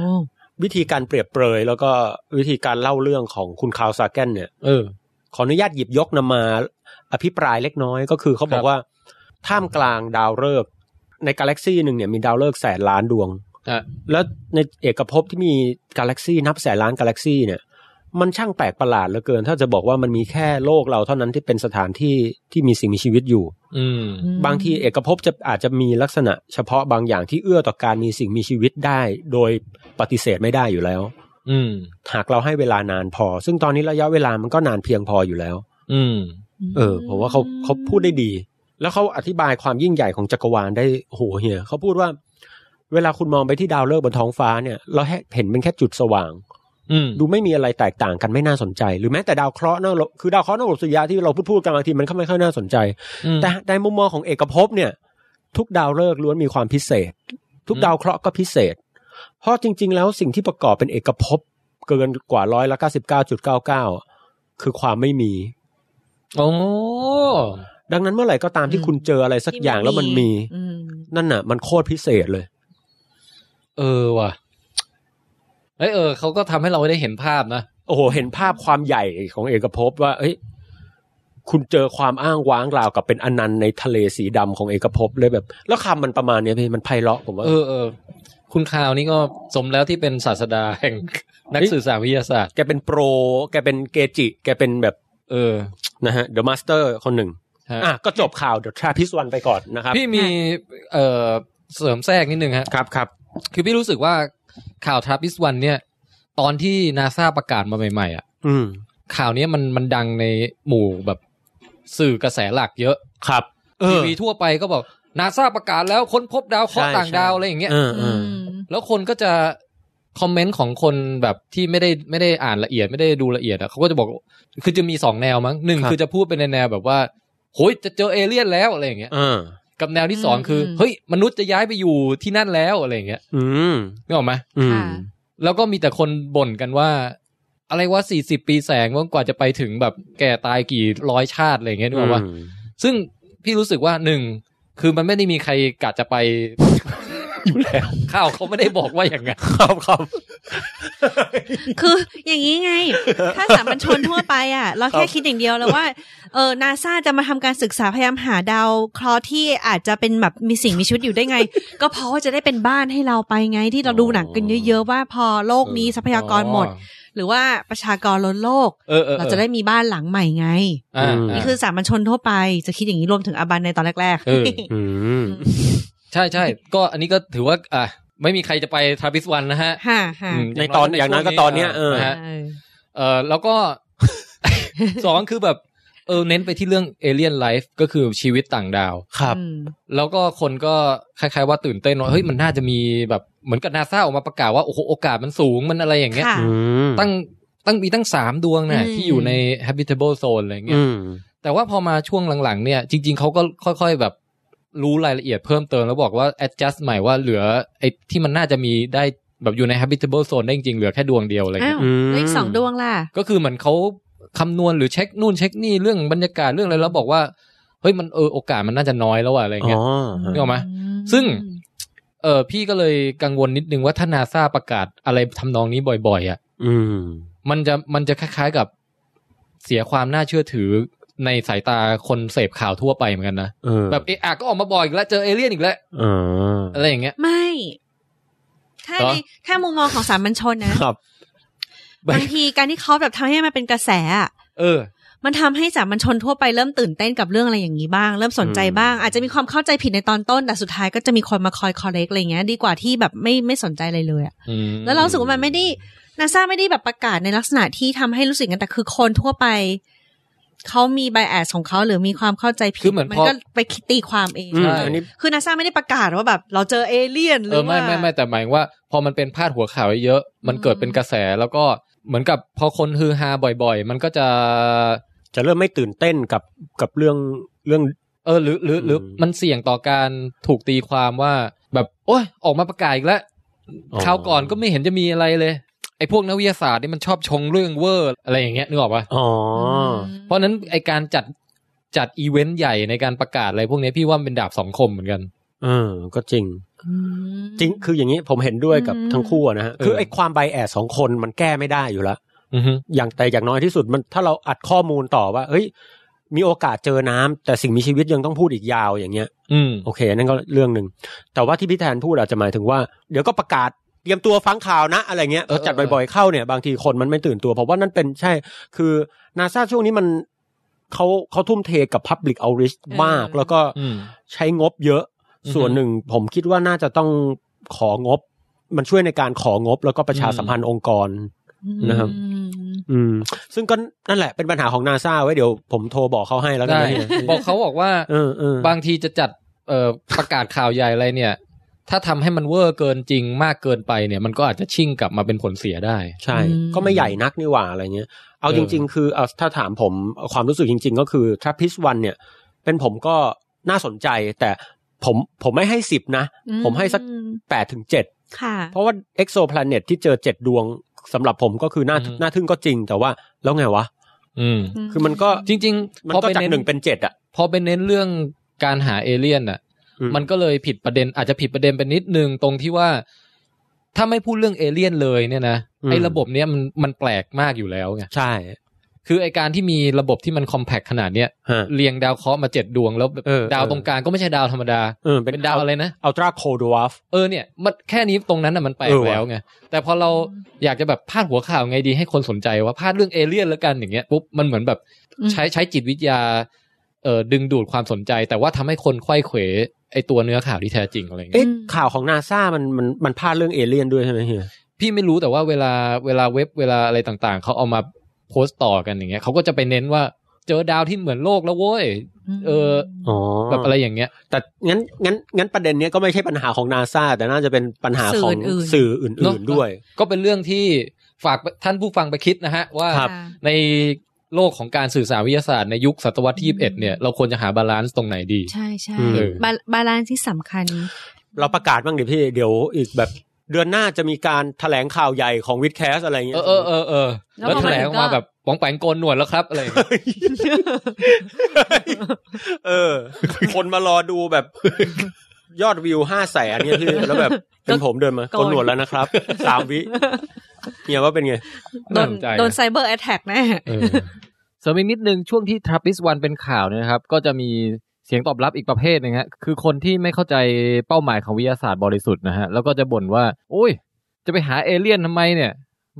วิธีการเปรียบเปรยแล้วก็วิธีการเล่าเรื่องของคุณคาวซาแกนเนี่ย เออ ขออนุญาตหยิบยกนำมาอภิปรายเล็กน้อยก็คือเขาบคอรั ก บ ว่า ท่ามกลางดาวฤกษ์ในกาแล็กซีหนึ่งเนี่ยมีดาวฤกษ์แสนล้านดวง อ่ะ แล้วในเอกภพที่มีกาแล็กซีนับแสนล้านกาแล็กซีเนี่ย มันช่างแปลกประหลาดเหลือเกิน ถ้าจะบอกว่ามันมีแค่โลกเราเท่านั้นที่เป็นสถานที่ที่มีสิ่งมีชีวิตอยู่ อืม บางทีเอกภพจะอาจจะมีลักษณะเฉพาะบางอย่างที่เอื้อต่อการมีสิ่งมีชีวิตได้ โดยปฏิเสธไม่ได้อยู่แล้ว อืม หากเราให้เวลานานพอ ซึ่งตอนนี้ระยะเวลามันก็นานเพียงพออยู่แล้ว อืม เออผมว่าเขาเขาพูดได้ดี แล้วเขาอธิบายความยิ่งใหญ่ของจักรวาลได้โอ้โหเฮียเขาพูดว่า เวลาคุณมองไปที่ดาวฤกษ์บนท้องฟ้าเนี่ย เราเห็นเป็นแค่จุดสว่าง อืม ดูไม่มีอะไรแตกต่างกันไม่น่าสนใจ หรือแม้แต่ดาวเคราะห์นอกโลกคือดาวเคราะห์นอกระบบสุริยะที่เราพูดพูดกันบางทีมันก็ไม่ค่อยน่าสนใจ อืม แต่ในมุมมองของเอกภพเนี่ย ทุกดาวฤกษ์ล้วนมีความพิเศษ ทุก อืม ดาวเคราะห์ก็พิเศษ เพราะจริง ๆ แล้วสิ่งที่ประกอบเป็นเอกภพเกินกว่าร้อยละเก้าสิบเก้าจุดเก้าเก้าคือความไม่มี โอ้ ดังนั้นเมื่อไหร่ก็ตามที่คุณเจออะไรสักอย่างแล้วมันมี อืม นั่นน่ะ มันโคตรพิเศษเลย เออว่ะเอยเออเขาก็ทำให้เราได้เห็นภาพนะ โอ้โห เห็นภาพความใหญ่ของเอกภพว่า เอ้ย คุณเจอความอ้างว้างราวกับเป็นอนันต์ในทะเลสีดำของเอกภพเลยแบบ แล้วคำมันประมาณเนี้ยพี่มันไพเราะผมว่า เออเออ คุณข่าวนี่ก็สมแล้วที่เป็นศาสดาแห่ง นักสื่อสารวิทยาศาสตร์ แกเป็นโปร แกเป็นเกจิ แกเป็นแบบ เออ นะฮะเดอะมาสเตอร์คนหนึ่ง ฮะ อ่ะ ก็จบข่าวเดอะทราพิสวันไปก่อนนะครับ พี่มีเอ่อเสริมแทรกนิดนึงฮะ ครับครับ คือพี่รู้สึกว่าข่าวทรัพย์ิสวันเนี่ย ตอนที่นาซาประกาศมาใหม่ๆอ่ะ อืม ข่าวเนี้ยมันมันดังในหมู่แบบสื่อกระแสหลักเยอะ ครับเอ ที อ วีทั่วไปก็บอกนาซาประกาศแล้วค้นพบดาวเคราะห์ต่างดาวอะไรอย่างเงี้ย เออเอ อื อ ม แล้วคนก็จะคอมเมนต์ของคนแบบที่ไม่ได้ไม่ได้อ่านละเอียดไม่ได้ดูละเอียดอ่ะเขาก็จะบอกคือจะมีสองแนวมั้งหนึ่งคือจะพูดเป็นในแนวแบบว่าโหยจะเจอเอเลี่ยนแล้วอะไรอย่างเงี้ย เออ กับแนวที่สองคืออ ม เฮ้ยมนุษย์จะย้ายไปอยู่ที่นั่นแล้วอะไรอย่างเงี้ย อืม นึกออกไหม อืม ค่ะ แล้วก็มีแต่คนบ่นกันว่า อะไรว่าสี่สิบปีแสงว่ากว่าจะไปถึงแบบแก่ตายกี่ร้อยชาติอะไรอย่างเงี้ยนึกออกปะ อืม ซึ่งพี่รู้สึกว่าหนึ่งคือมันไม่ได้มีใครกะจะไป อยู่แล้ว ข่าวเขาไม่ได้บอกว่าอย่างนั้น ครับครับ คืออย่างนี้ ไง ถ้าสามัญชนทั่วไปอ่ะ เราแค่คิดอย่างเดียวแล้วว่า เออนาซาจะมาทำการศึกษาพยายามหาดาวเคราะห์ที่อาจจะเป็นแบบมีสิ่งมีชีวิตอยู่ได้ไง ก็เพราะว่าจะได้เป็นบ้านให้เราไปไงที่เราดูหนังกันเยอะๆว่าพอโลกนี้ทรัพยากรหมด หรือว่าประชากรล้นโลก เออออออ เราจะได้มีบ้านหลังใหม่ไง อ่า อืม า นี่คือสามัญชนทั่วไปจะคิดอย่างนี้รวมถึงอาบันในตอนแรก เออ อืม ใช่ใช่ก็อันนี้ก็ถือว่าอ่ะไม่มีใครจะไปทราวิสวันนะฮะ ฮ่าฮ่า อืม ในตอนอย่างน้อยก็ตอนเนี้ยเออ นะฮะ เออแล้วก็ สองคือแบบเออเน้นไปที่เรื่องเอเลียนไลฟ์ก็คือชีวิตต่างดาว ครับ อืม แล้วก็คนก็คล้ายๆว่าตื่นเต้นว่าเฮ้ยมันน่าจะมีแบบเหมือนกับนาซาออกมาประกาศว่าโอ้โหโอกาสมันสูงมันอะไรอย่างเงี้ย ค่ะ อืม ตั้งตั้งมีตั้งสามดวงนะ อืม ที่อยู่ใน habitable zone อะไรเงี้ย อืม แต่ว่าพอมาช่วงหลังๆ เนี่ย จริง ๆเขาก็ค่อยๆ แบบรู้รายละเอียดเพิ่มเติมแล้วบอกว่า adjust ใหม่ว่าเหลือไอ้ที่มันน่าจะมีได้แบบอยู่ใน habitable zone ได้จริงๆเหลือแค่ดวงเดียวอะไรเงี้ย อ้าวแล้วอีกสองดวงล่ะ ก็คือเหมือนเขาคำนวณหรือเช็คนู่นเช็คนี่เรื่องบรรยากาศเรื่องอะไรแล้วบอกว่าเฮ้ยมันเออโอกาสมันน่าจะน้อยแล้วอะอะไร อ๋ เงี้ย อ นึกออกไหมซึ่ง เออพี่ก็เลยกังวลนิดนึงว่าถ้านาซาประกาศอะไรทำนองนี้บ่อยๆอะ อืม มันจะมันจะคล้ายๆกับเสียความน่าเชื่อถือในสายตาคนเสพข่าวทั่วไปเหมือนกันนะ เออ แบบเอะอะก็ออกมาบ่อยอีกแล้วเจอเอเลี่ยนอีกแล้ว เออ อะไรอย่างเงี้ย ไม่ ถ้า เหรอ ในถ้ามุมมองของสามัญชนนะ ครับ บางทีการที่เขาแบบทำให้มันเป็นกระแสอะ เออ มันทำให้สามัญชนทั่วไปเริ่มตื่นเต้นกับเรื่องอะไรอย่างนี้บ้าง เริ่มสนใจ อืม บ้าง อาจจะมีความเข้าใจผิดในตอนต้น แต่สุดท้ายก็จะมีคนมาคอยคอเล็กอะไรเงี้ย ดีกว่าที่แบบไม่ไม่สนใจอะไรเลยอะ อืม แล้วเรารู้สึกว่ามันไม่ได้นาซาไม่ได้แบบประกาศในลักษณะที่ทำให้รู้สึกกันแต่คือคนทั่วไป เขามีไบแอสของเขาหรือมีความเข้าใจผิด คือเหมือน มั พอ ก็ไปคิดตีความเอง อืม ใช่ อันนี้ คือนาซาไม่ได้ประกาศว่าแบบ เราเจอเอเลี่ยนห เอ รือ อ ไม่ ว่า ไม่ไม่แต่หมายว่า พอมันเป็นพาดหัวข่าวเยอะๆมัน อืม เกิดเป็นกระแสแล้วก็เหมือนกับพอคนฮือฮาบ่อย ๆ มันก็จะ จะเริ่มไม่ตื่นเต้นกับกับเรื่องเรื่อง เออหรือหรือหรือ อืม มันเสี่ยงต่อการถูกตีความว่าแบบโอ้ยออกมาประกาศอีกแล้ว อ๋อ คราวก่อนก็ไม่เห็นจะมีอะไรเลย ไอ้พวกนักวิทยาศาสตร์นี่มันชอบชงเรื่องเวอร์อะไรอย่างเงี้ยนึกออกปะ อ๋อ เพราะฉะนั้นไอการจัดจัดอีเวนต์ใหญ่ในการประกาศอะไรพวกเนี้ยพี่ว่ามันเป็นดาบสองคมเหมือนกัน เออก็จริง อืม จริง คืออย่างนี้ผมเห็นด้วยกับ อืม ทั้งคู่อะนะฮะ เออ คือไอ้ความไบแอสของคนมันแก้ไม่ได้อยู่แล้ว อือฮึ อย่างแต่อย่างน้อยที่สุดมันถ้าเราอัดข้อมูลต่อว่าเฮ้ย มีโอกาสเจอน้ำแต่สิ่งมีชีวิตยังต้องพูดอีกยาวอย่างเงี้ย อืม โอเคนั่นก็เรื่องหนึ่งแต่ว่าที่พี่แทนพูดอาจจะหมายถึงว่า เดี๋ยวก็ประกาศเตรียมตัวฟังข่าวนะ อะไรเงี้ยพอจัดบ่อยๆเข้าเนี่ยบางทีคนมันไม่ตื่นตัว เพราะว่านั่นเป็นใช่ คือนาซาช่วงนี้มันเขาเขาทุ่มเทกับ Public Outreach มาก เออ แล้วก็ อืม ใช้งบเยอะ อือฮึ ส่วนหนึ่งผมคิดว่าน่าจะต้องของบ มันช่วยในการของบแล้วก็ประชาสัมพันธ์องค์กร นะครับ อืม อืม ซึ่งก็นั่นแหละเป็นปัญหาของนาซาไว้เดี๋ยวผมโทรบอกเขาให้แล้วกัน ได้ นะเนี่ย บอกเขาบอกว่า เออเออบ างทีจะจัดเอ่อประกาศข่าวใหญ่อะไรเนี่ย ถ้าทำให้มันเวอร์เกินจริงมากเกินไปเนี่ย มันก็อาจจะชิ่งกลับมาเป็นผลเสียได้ ใช่ ก็ไม่ใหญ่นักนี่หว่าอะไรเงี้ยเอา เออ จริง ๆ คือเอาถ้าถามผมความรู้สึกจริง ๆ ก็คือทรัพพิสวันเนี่ย เป็นผมก็น่าสนใจ แต่ผมผมไม่ให้สิบนะ ผมให้สัก อืม แปดถึงเจ็ด ค่ะ เพราะว่าเอ็กโซ a พลเน็ตที่เจอเจ็ดดวงสำหรับผมก็คือน่า อือฮึ น่าทึ่งก็จริงแต่ว่า แล้วไงวะ อืม คือมันก็ จริงๆมัน พอ ก็ ไป จาก เน้น หนึ่งเป็นเจ็ดอ่ะ พอไปเน้นเรื่องการหาเอเลี่ยนอ่ะ มันก็เลยผิดประเด็นอาจจะผิดประเด็นไปนิดนึงตรงที่ว่า ถ้าไม่พูดเรื่องเอเลี่ยนเลยเนี่ยนะ อืม ไอ้ระบบเนี้ยมันมันแปลกมากอยู่แล้วไง ใช่ คือไอการที่มีระบบที่มันคอมแพคขนาดเนี้ย ฮะ เรียงดาวเคราะห์มาเจ็ดดวงแล้วแบบ เออ ดาว เออ ตรงกลางก็ไม่ใช่ดาวธรรมดา เออ เป็นดาวอะไรนะ อัลตราโคดวาฟ เออเนี่ยมันแค่นี้ตรงนั้นน่ะมันแปล เอก อว่ะ แล้วไงแต่พอเราอยากจะแบบพาดหัวข่าวไงดีให้คนสนใจว่าพาดเรื่องเอเลี่ยนแล้วกันอย่างเงี้ยปุ๊บมันเหมือนแบบใช้ใช้จิตวิทยาเอ่อดึงดูดความสนใจ แต่ว่าทำให้คนไขว้เขวไอตัวเนื้อข่าวที่แท้จริงอะไรเงี้ย เอ๊ะข่าวของนาซามันมันมันพลาดเรื่องเอเลี่ยนด้วยใช่ไหมเฮีย พี่ไม่รู้แต่ว่าเวลาเวลาเว็บเวลาอะไรต่างๆ เขาเอามาโพสต์ต่อกันอย่างเงี้ยเขาก็จะไปเน้นว่าเจอดาวที่เหมือนโลกแล้วเว้ย ม เออ อ๋อ แบบอะไรอย่างเงี้ย แต่งั้นงั้นงั้นประเด็นเนี้ยก็ไม่ใช่ปัญหาของนาซาแต่น่าจะเป็นปัญหาของสื่ออื่ เนอะ น ๆด้วย ก็เป็นเรื่องที่ฝากท่านผู้ฟังไปคิดนะฮะ ว่า ครับ ะ ในโลกของการสื่อสารวิทยาศาสตร์ในยุคศตวรรษที่21เนี่ย เราควรจะหาบาลานซ์ตรงไหนดี ใช่ใช่ อืม บาบาลานซ์ที่สำคัญ เราประกาศบ้างดิพี่เดี๋ยวอีกแบบเดือนหน้าจะมีการแถลงข่าวใหญ่ของวิดแคสอะไรเงี้ เอย อเออเออเออ แล้ว แล้ว พอ แถ มา ลง ถึ อง อ ก็ กมาแบบป๋องแปงโกนหนวดแล้วครับอะไรอย่างเงี้ย เออ คนมารอดูแบบ ยอดวิวห้าแสนเนี่ยพี่แล้วแบบ เป็นผมเดินมา ก่อน โกนหนวดแล้วนะครับสามวิเนี่ยว่าเป็นไง โด น่าน สใจะ โดนไซเบอร์แอ a แทกแน่ เออเสริมอีกนิดนึงช่วงที่ทรัพ i ิสวันเป็นข่าวเนี่ยนะครับ ก็จะมีเสียงตอบรับอีกประเภทหนึงฮะคือคนที่ไม่เข้าใจเป้าหมายของวิทยาศาสตร์บริสุทธิ์นะฮะ แล้วก็จะบ่นว่า โอ้ย จะไปหาเอเลี่ยนทำไมเนี่ย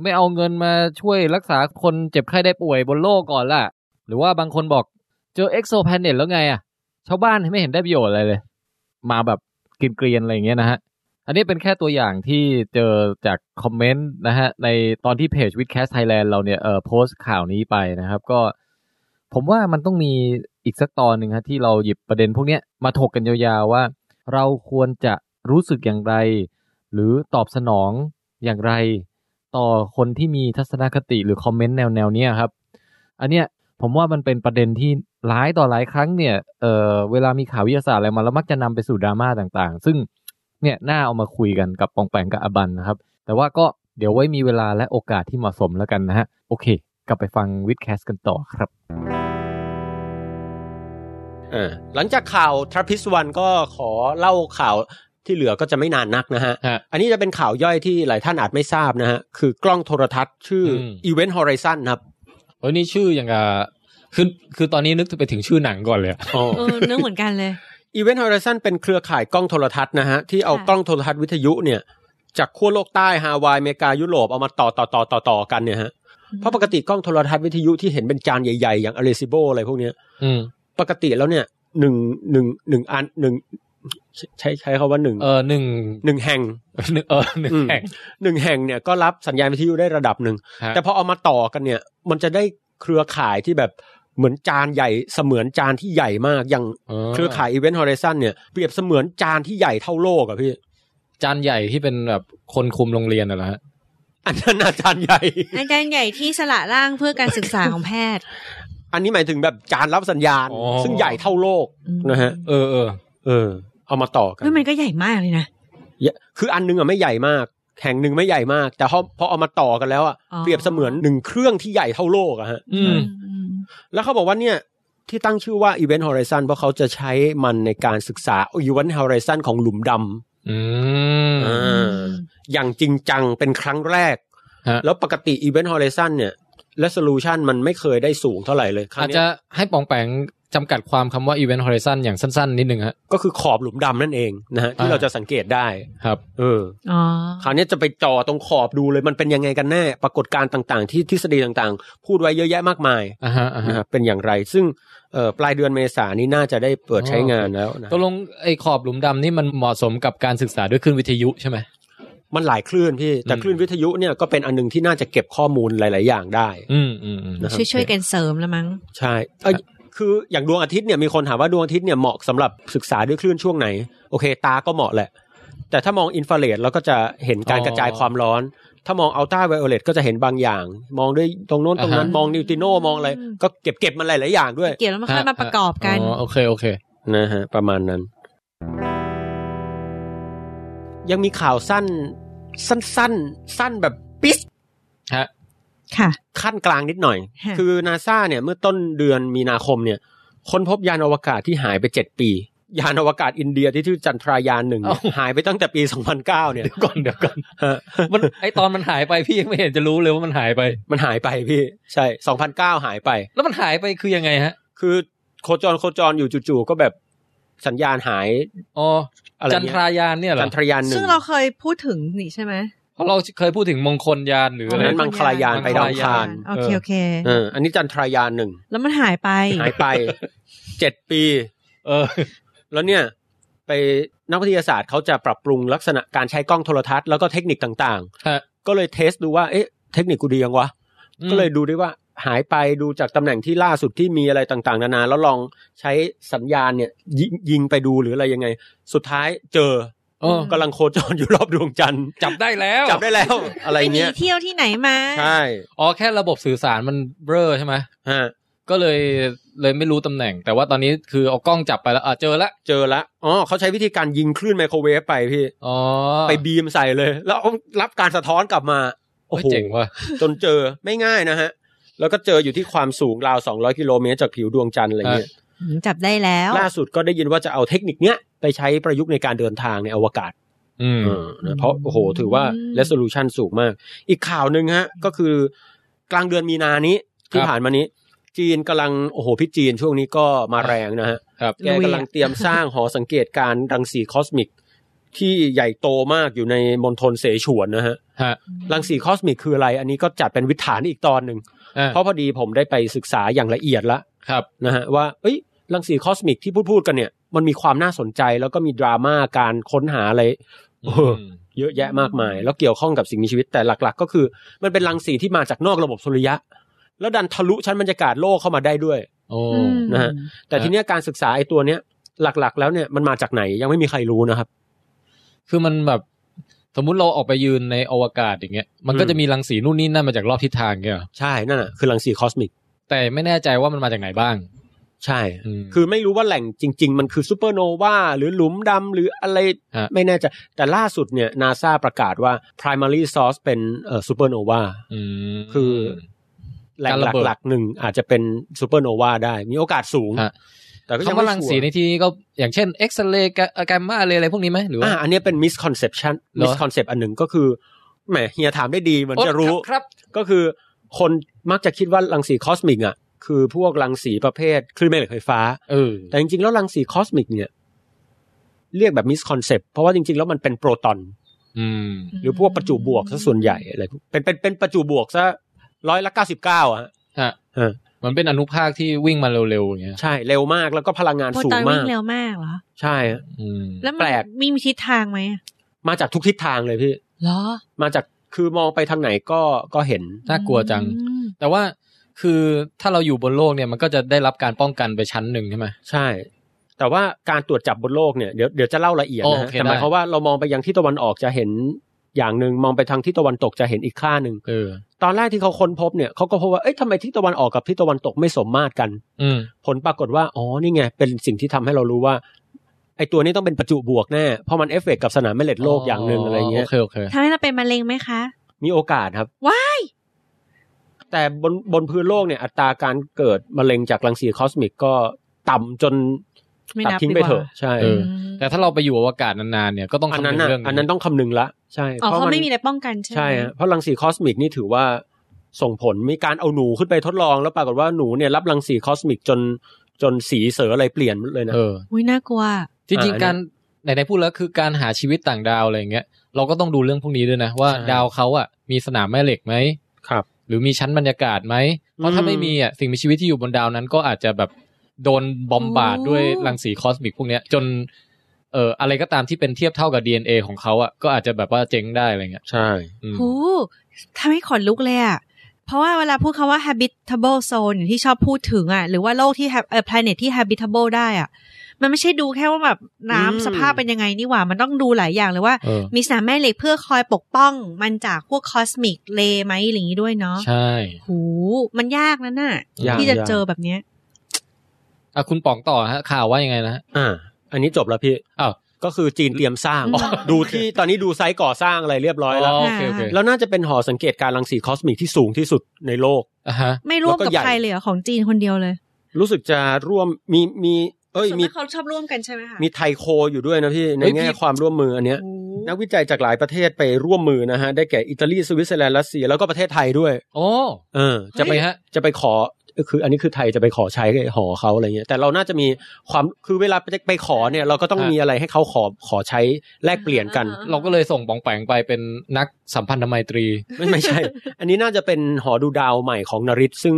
ไม่เอาเงินมาช่วยรักษาคนเจ็บไข้ได้ป่วยบนโลกก่อนล่ะ หรือว่าบางคนบอกเจอเอ็กโซแพนเน็ตแล้วไงอะชาวบ้านไม่เห็นได้ประโยชน์อะไรเลย มาแบบ เกรียนๆอะไรอย่างเงี้ยนะฮะ อันนี้เป็นแค่ตัวอย่างที่เจอจากคอมเมนต์นะฮะ ในตอนที่เพจวิดแคสไทยแลนด์เราเนี่ยเอ่อโพสต์ข่าวนี้ไปนะครับ ก็ผมว่ามันต้องมีอีกสักตอนหนึ่งฮะที่เราหยิบประเด็นพวกเนี้ยมาถกกันยาวๆว่า เราควรจะรู้สึกอย่างไร หรือตอบสนองอย่างไร ต่อคนที่มีทัศนคติหรือคอมเมนต์แนวแนวๆเนี้ยครับ อันเนี้ยผมว่ามันเป็นประเด็นที่หลายต่อหลายครั้งเนี่ยเออเวลามีข่าววิทยาศาสตร์อะไรมาแล้วมักจะนำไปสู่ดราม่าต่างๆ ซึ่งเนี่ยน่าเอามาคุยกันกับปองแปงกับอบันนะครับ แต่ว่าก็เดี๋ยวไว้มีเวลาและโอกาสที่เหมาะสมแล้วกันนะฮะ โอเค กลับไปฟังวิดแคสกันต่อครับ อ่าหลังจากข่าวทรัพพิสวันก็ขอเล่าข่าวที่เหลือก็จะไม่นานนักนะฮะ ฮะ อันนี้จะเป็นข่าวย่อยที่หลายท่านอาจไม่ทราบนะฮะ คือกล้องโทรทัศน์ชื่ออ ม Event Horizon ครับ โอ้ยนี่ชื่ออย่างกับคือคือตอนนี้นึกไปถึงชื่อหนังก่อนเลย เออนึกเหมือนกันเลย อีเวนต์ฮอริซ n นเป็นเครือข่ายกล้องโทรทัศน์นะฮะ ที่เอา ค่ะ กล้องโทรทัศน์วิทยุเนี่ย จากขั้วโลกใต้ฮาวายอเมริกายุโรปเอามาต่อต่อต่อต่อต่อกันเนี่ยฮะ เพราะปกติกล้องโทรทัศน์วิทยุที่เห็นเป็นจานใหญ่ๆ อย่างอเรซิโบอะไรพวกเนี้ย อืม ปกติแล้วเนี่ยหนึ่งหนึ่งหนึ่งอันหนึ่งใช้ใช้ใช้คำว่าหนึ่ง เออหนึ่ง หนึ่งแห่ง หนึ่งเออหนึ่ง อืม แห่ง หนึ่งแห่งเนี่ยก็รับสัญญาณวิทยุได้ระดับหนึ่ง ฮะ แต่พอเอามาต่อกันเนี่ย มันจะได้เครือข่ายที่แบบเหมือนจานใหญ่เสมือนจานที่ใหญ่มากอย่างเครือข่ายอีเวนต์ฮอริซนเนี่ยเปรียบเสมือนจานที่ใหญ่เท่าโลกอะพี่ จานใหญ่ที่เป็นแบบคนคุมโรงเรียนน่ะเหรอฮะ อันนั้นอาจารย์ใหญ่ อาจารย์ใหญ่ที่สละร่างเพื่อการศึกษาของแพทย์ อันนี้หมายถึงแบบจานรับสัญญาณ อ๋อ ซึ่งใหญ่เท่าโลก อืม นะฮะ เออเออ เออ เอามาต่อกัน เฮ้ยมันก็ใหญ่มากเลยนะ เยอะคืออันนึงอะไม่ใหญ่มาก แห่งหนึ่งไม่ใหญ่มาก แต่พอพอเอามาต่อกันแล้วอะ อ๋อ เปรียบเสมือนหนึ่งเครื่องที่ใหญ่เท่าโลกอะฮะ อืม อืม แล้วเขาบอกว่าเนี่ยที่ตั้งชื่อว่า Event Horizon เพราะเขาจะใช้มันในการศึกษา Event Horizon ของหลุมดำ อืม อ่า อย่างจริงจังเป็นครั้งแรก ฮะ แล้วปกติ Event Horizon เนี่ย Resolution มันไม่เคยได้สูงเท่าไหร่เลยครั้ อาจ งเนี้ จะ ย ให้ปองแปงจำกัดความคำว่า Event Horizon อย่างสั้นๆ นิดนึงฮะ ก็คือขอบหลุมดำนั่นเองนะฮะที่ อ่า เราจะสังเกตได้ ครับ เออ อ๋อ คราวนี้จะไปจ่อตรงขอบดูเลยมันเป็นยังไงกันแน่ ปรากฏการณ์ต่างๆ ที่ทฤษฎีต่างๆ พูดไว้เยอะแยะมากมาย อ่าฮะอ่า นะค ฮะ รับเป็นอย่างไร ซึ่งเอ่อปลายเดือนเมษายนนี้น่าจะได้เปิดใช้งานแล้วนะ ตกลงไอ้ขอบหลุมดำนี่มันเหมาะสมกับการศึกษาด้วยคลื่นวิทยุใช่ไหม มันหลายคลื่นพี่ แต่ อืม คลื่นวิทยุเนี่ยก็เป็นอันหนึงที่น่าจะเก็บข้อมูลหลาย ๆ อย่างได้ อืมอืมอืม นะครับ ช่วยช่วยๆกันเสริมละมั้ง ใช่เอ้ย ครับ คืออย่างดวงอาทิตย์เนี่ยมีคนถามว่าดวงอาทิตย์เนี่ยเหมาะสำหรับศึกษาด้วยคลื่นช่วงไหน โอเค ตาก็เหมาะแหละ แต่ถ้ามองอินฟราเรดเราก็จะเห็นการกระจายความร้อน ถ้ามองอัลตราไวโอเลตก็จะเห็นบางอย่าง มองด้วยตรงโน้นตรงนั้น อ่าฮะ มองนิวติโนมองอะไร ก็เก็บเก็บมันหลายๆอย่างด้วย เกี่ยวแล้วมันค่อยมาประกอบกัน อ๋อโอเคโอเค นะฮะประมาณนั้น ยังมีข่าวสั้น สั้นสั้นสั้นแบบปิส ฮะ ค่ะ ขั้นกลางนิดหน่อย ฮะ คือนาซาเนี่ยเมื่อต้นเดือนมีนาคมเนี่ย ค้นพบยานอวกาศที่หายไปเจ็ดปี ยานอวกาศอินเดียที่ชื่อจันทรายานหนึ่งเนี่ยหายไปตั้งแต่ปี 2009 เนี่ย เดี๋ยวก่อนเดี๋ยวก่อน ฮะ มันไอตอนมันหายไปพี่ยังไม่เห็นจะรู้เลยว่ามันหายไป มันหายไปพี่ ใช่ 2009 หายไป แล้วมันหายไปคือยังไงฮะ คือโคจรโคจรอยู่จู่ๆก็แบบสัญญาณหาย อ๋อ อะไร จัน เงี้ ทรายานเนี่ย ย เหร จั อน ทรายานหนึ่ ซึ่ ง งเราเคยพูดถึงนี่ใช่ไหม เพราะเราเคยพูดถึงมงคลยานหรือ อั อะ น ไร นั้นมังคลายานไปดาวอังคาร โอเคโอเค เอออันนี้จันทรายานหนึ่ง แล้วมันหายไป หายไปเจ็ดปี เออ แล้วเนี่ยไปนักวิทยาศาสตร์เขาจะปรับปรุงลักษณะการใช้กล้องโทรทัศน์แล้วก็เทคนิคต่าง ฮะ ๆ ก็เลยเทสดูว่า เอ๊ะ เทคนิคกูดียังวะ ก็เลยดูได้ว่าหายไปดูจากตำแหน่งที่ล่าสุดที่มีอะไรต่างๆ นานา แล้วลองใช้สัญญาณเนี่ยยงยิงไปดูหรืออะไรยังไง สุดท้ายเจอ อ๋อ ม กำลังโคจรอยู่รอบดวงจันทร์ จับได้แล้ว จับได้แล้ว อะไร ไปหนี เงี้ย เที่ยวที่ไหนมา ใช่ อ๋อแค่ระบบสื่อสารมันเบ้อใช่ไหม ฮะ ก็เลยเลยไม่รู้ตำแหน่ง แต่ว่าตอนนี้คือเอากล้องจับไปแล้วอ่ะเจอละ เจอละอ๋อเขาใช้วิธีการยิงคลื่นไมโครเวฟไปพี่ อ๋อ ไปบีมใส่เลย แล้วเอารับการสะท้อนกลับมา โอ้ โอ้ ย โห เจ๋งว่ะ จนเจอไม่ง่ายนะฮะ แล้วก็เจออยู่ที่ความสูงราว 200 กิโลเมตรจากผิวดวงจันทร์อะไรเงี้ย จับได้แล้ว ล่าสุดก็ได้ยินว่าจะเอาเทคนิคเนี้ยไปใช้ประยุกต์ในการเดินทางในอวกาศ อืม เออนะเพราะโอ้โห ถือว่า อืม resolution สูงมาก อีกข่าวหนึ่งฮะ ก็คือกลางเดือนมีนานี้ ที่ผ่านมานี้ จีนกำลังโอ้โหพี่จีนช่วงนี้ก็มาแรงนะฮะ ครับ แกกำลังเตรียมสร้าง หอสังเกตการณ์รังสีคอสมิก ที่ใหญ่โตมากอยู่ในมณฑลเสฉวนนะฮะ ฮะ รังสีคอสมิกคืออะไร อันนี้ก็จัดเป็นวิถานอีกตอนหนึ่ง อ่ะ เพราะพอดีผมได้ไปศึกษาอย่างละเอียดละ ครับ นะฮะว่า เอ้ยรังสีคอสมิกที่พูดพูดๆกันเนี่ย มันมีความน่าสนใจแล้วก็มีดราม่าการค้นหาอะไรเออ อืม เยอะแยะมากมาย แล้วเกี่ยวข้องกับสิ่งมีชีวิตแต่หลัก ๆ ก็คือ มันเป็นรังสีที่มาจากนอกระบบสุริยะ แล้วดันทะลุชั้นบรรยากาศโลกเข้ามาได้ด้วย โอ้ อืม นะฮะ แต่ทีเนี้ยการศึกษาไอ้ตัวเนี้ยหลักๆ แล้วเนี่ยมันมาจากไหนยังไม่มีใครรู้นะครับ คือมันแบบ สมมุติเราออกไปยืนในอวกาศอย่างเงี้ย มันก็ อืม จะมีรังสีนู่นนี่นั่นมาจากรอบทิศทางเงี้ยเหรอ ใช่นั่นน่ะคือรังสีคอสมิก แต่ไม่แน่ใจว่ามันมาจากไหนบ้าง ใช่ ม คือไม่รู้ว่าแหล่งจริง ๆ มันคือซูเปอร์โนวาหรือหลุมดำหรืออะไร ฮะ ไม่แน่ใจแต่ล่าสุดเนี่ยนาซาประกาศว่า primary source เป็นเอ่อซูเปอร์โนวา ม คือ แหล่ง การระเบิด หลักๆหนึ่งอาจจะเป็นซูเปอร์โนวาได้ มีโอกาสสูง ฮะ แต่ก็ยัง คำว่า ไม่ รัง ชัว สีใน ร์ ที่นี้ก็อย่างเช่นเอ็กซเรย์กามาอะไรพวกนี้ไหมหรือว่า อ่ะอันเนี้ยเป็น misconception เหรอ misconcept อันหนึ่งก็คือแหมเฮียถามได้ดีเหมือนจะรู้ โอ๊ยครับ ก็คือคนมักจะคิดว่ารังสีคอสมิกอ่ะคือพวกรังสีประเภทคลื่นแม่เหล็กไฟฟ้า เออ แต่จริงๆ แล้วรังสีคอสมิกเนี่ย เรียกแบบมิสคอนเซปต์เพราะว่าจริงๆ แล้วมันเป็นโปรตอน อืม หรือพวกประจุบวกซะส่วนใหญ่อะไรพวกเป็นเป็นเป็นประจุบวกซะร้อยละเก้าสิบเก้าอ่ะ ฮะ เออ มันเป็นอนุภาคที่วิ่งมาเร็วๆอย่างเงี้ย ใช่เร็วมากแล้วก็พลังงาน โปร สู ตอง น มา วิ่ ก งเร็วมากเหรอ ใช่ฮะ อืม แล้วมัน แปลก มีมีทิศทางไหมอะ มาจากทุกทิศทางเลยพี่ เหรอ มาจากคือมองไปทางไหนก็ก็เห็น น่ากลัวจัง อืม แต่ว่าคือถ้าเราอยู่บนโลกเนี่ยมันก็จะได้รับการป้องกันไปชั้นหนึ่งใช่ไหม ใช่ แต่ว่าการตรวจจับบนโลกเนี่ยเดี๋ยวเดี๋ยวจะเล่าละเอียด โอ นะฮะ เค แต่หมาย ได้ ความว่าเรามองไปยังที่ตะวันออกจะเห็นอย่างหนึ่งมองไปทางที่ตะวันตกจะเห็นอีกค่าหนึ่ง เออ ตอนแรกที่เขาค้นพบเนี่ยเขาก็พบว่าเอ๊ะทำไมที่ตะวันออกกับที่ตะวันตกไม่สมมาตรกัน อืม ผลปรากฏว่า อ๋อ นี่ไง เป็นสิ่งที่ทำให้เรารู้ว่า ไอตัวนี้ต้องเป็นประจุบวกแน่ เพราะมันเอฟเฟกต์กับสนามแม่เหล็กโลกอย่างหนึ่งอะไรเงี้ย โอเคโอเค ทำให้เราเป็นมะเร็งไหมคะ มีโอกาสครับ ว้าย แต่บนบนพื้นโลกเนี่ย อัตราการเกิดมะเร็งจากรังสีคอสมิกก็ต่ำจน ไม่ ตัด นับ ทิ้งไปเถอะ ใช่ เออ แต่ถ้าเราไปอยู่อวกาศนานๆเนี่ยก็ต้อง อัน คำ นั้น นึง น่ะ เรื่อง อันนั้นต้องคำนึงละ ใช่ อ๋อเขา น ไม่มีอะไรป้องกันใช่ไหม ใช่ฮะเพราะรังสีคอสมิกนี่ถือว่าส่งผล มีการเอาหนูขึ้นไปทดลอง แล้วปรากฏว่าหนูเนี่ยรับรังสีคอสมิกจนจนสีเสืออะไรเปลี่ยนเลยนะ เออ อุ้ยน่ากลัว จริงๆการไหนๆพูดแล้วคือการหาชีวิตต่างดาวอะไรอย่างเงี้ยเราก็ต้องดูเรื่องพวกนี้ด้วยนะ ว่า ใช่ ดาวเขาอ่ะมีสนามแม่เหล็กไหม ครับ หรือมีชั้นบรรยากาศไหมเพราะถ้า อืม ไม่มีอ่ะสิ่งมีชีวิตที่อยู่บนดาวนั้นก็อาจจะแบบโดนบอมบาร์ด โอ้ ด้วยรังสีคอสมิกพวกเนี้ย จนเอ่ออะไรก็ตามที่เป็นเทียบเท่ากับ DNA ของเขาอ่ะก็อาจจะแบบว่าเจ๊งได้อะไรเงี้ย ใช่ อืม หูทำให้ขนลุกเลยอะเพราะว่าเวลาพูดคำว่า habitable zone อย่างที่ชอบพูดถึงอะหรือว่าโลกที่ hab- เอ่อ planet ที่ habitable ได้อะมันไม่ใช่ดูแค่ว่าแบบน้ำ อืม สภาพเป็นยังไงนี่หว่า มันต้องดูหลายอย่างเลยว่า เออ มีสนามแม่เหล็กเพื่อคอยปกป้อง มันจากพวก cosmic ray ไหมอะไรอย่างนี้ด้วยเนาะ ใช่ หูมันยากนะน่ะ ยาก ที่จะ ยาก เจอแบบเนี้ย อ่ะคุณป๋องต่อฮะข่าวว่ายังไงนะฮะ อ่า อันนี้จบแล้วพี่ อ้าว ก็คือจีนเตรียมสร้าง อ๋อ ดูที่ตอนนี้ดูไซต์ก่อสร้างอะไรเรียบร้อยแล้ว โอเคโอเค แล้วน่าจะเป็นหอสังเกตการรังสีคอสมิกที่สูงที่สุดในโลก อ่ะฮะ ไม่ร่วมกับ แล้วก็ใหญ่ ใครเลยเหรอของจีนคนเดียวเลย รู้สึกจะร่วมมีมีเอ้ย ส่วน มี มากเขาชอบร่วมกันใช่ไหมคะ มีไทยโคอยู่ด้วยนะพี่ใน เฮ้ย แง่ พี่ ความร่วมมืออันเนี้ย หู นักวิจัยจากหลายประเทศไปร่วมมือนะฮะ ได้แก่อิตาลีสวิตเซอร์แลนด์รัสเซียแล้วก็ประเทศไทยด้วย โอ้ เออ จะไปฮะ จะไปขอคือ อันนี้คือไทยจะไปขอใช้หอเขาอะไรเงี้ยแต่เราน่าจะมีความคือเวลาไปไปขอเนี่ยเราก็ต้อง ฮะ มีอะไรให้เขาขอขอใช้แลกเปลี่ยนกัน เราก็เลยส่งป๋องแปงไปเป็นนักสัมพันธไมตรี ไม่ไม่ใช่ อันนี้น่าจะเป็นหอดูดาวใหม่ของนริศซึ่ง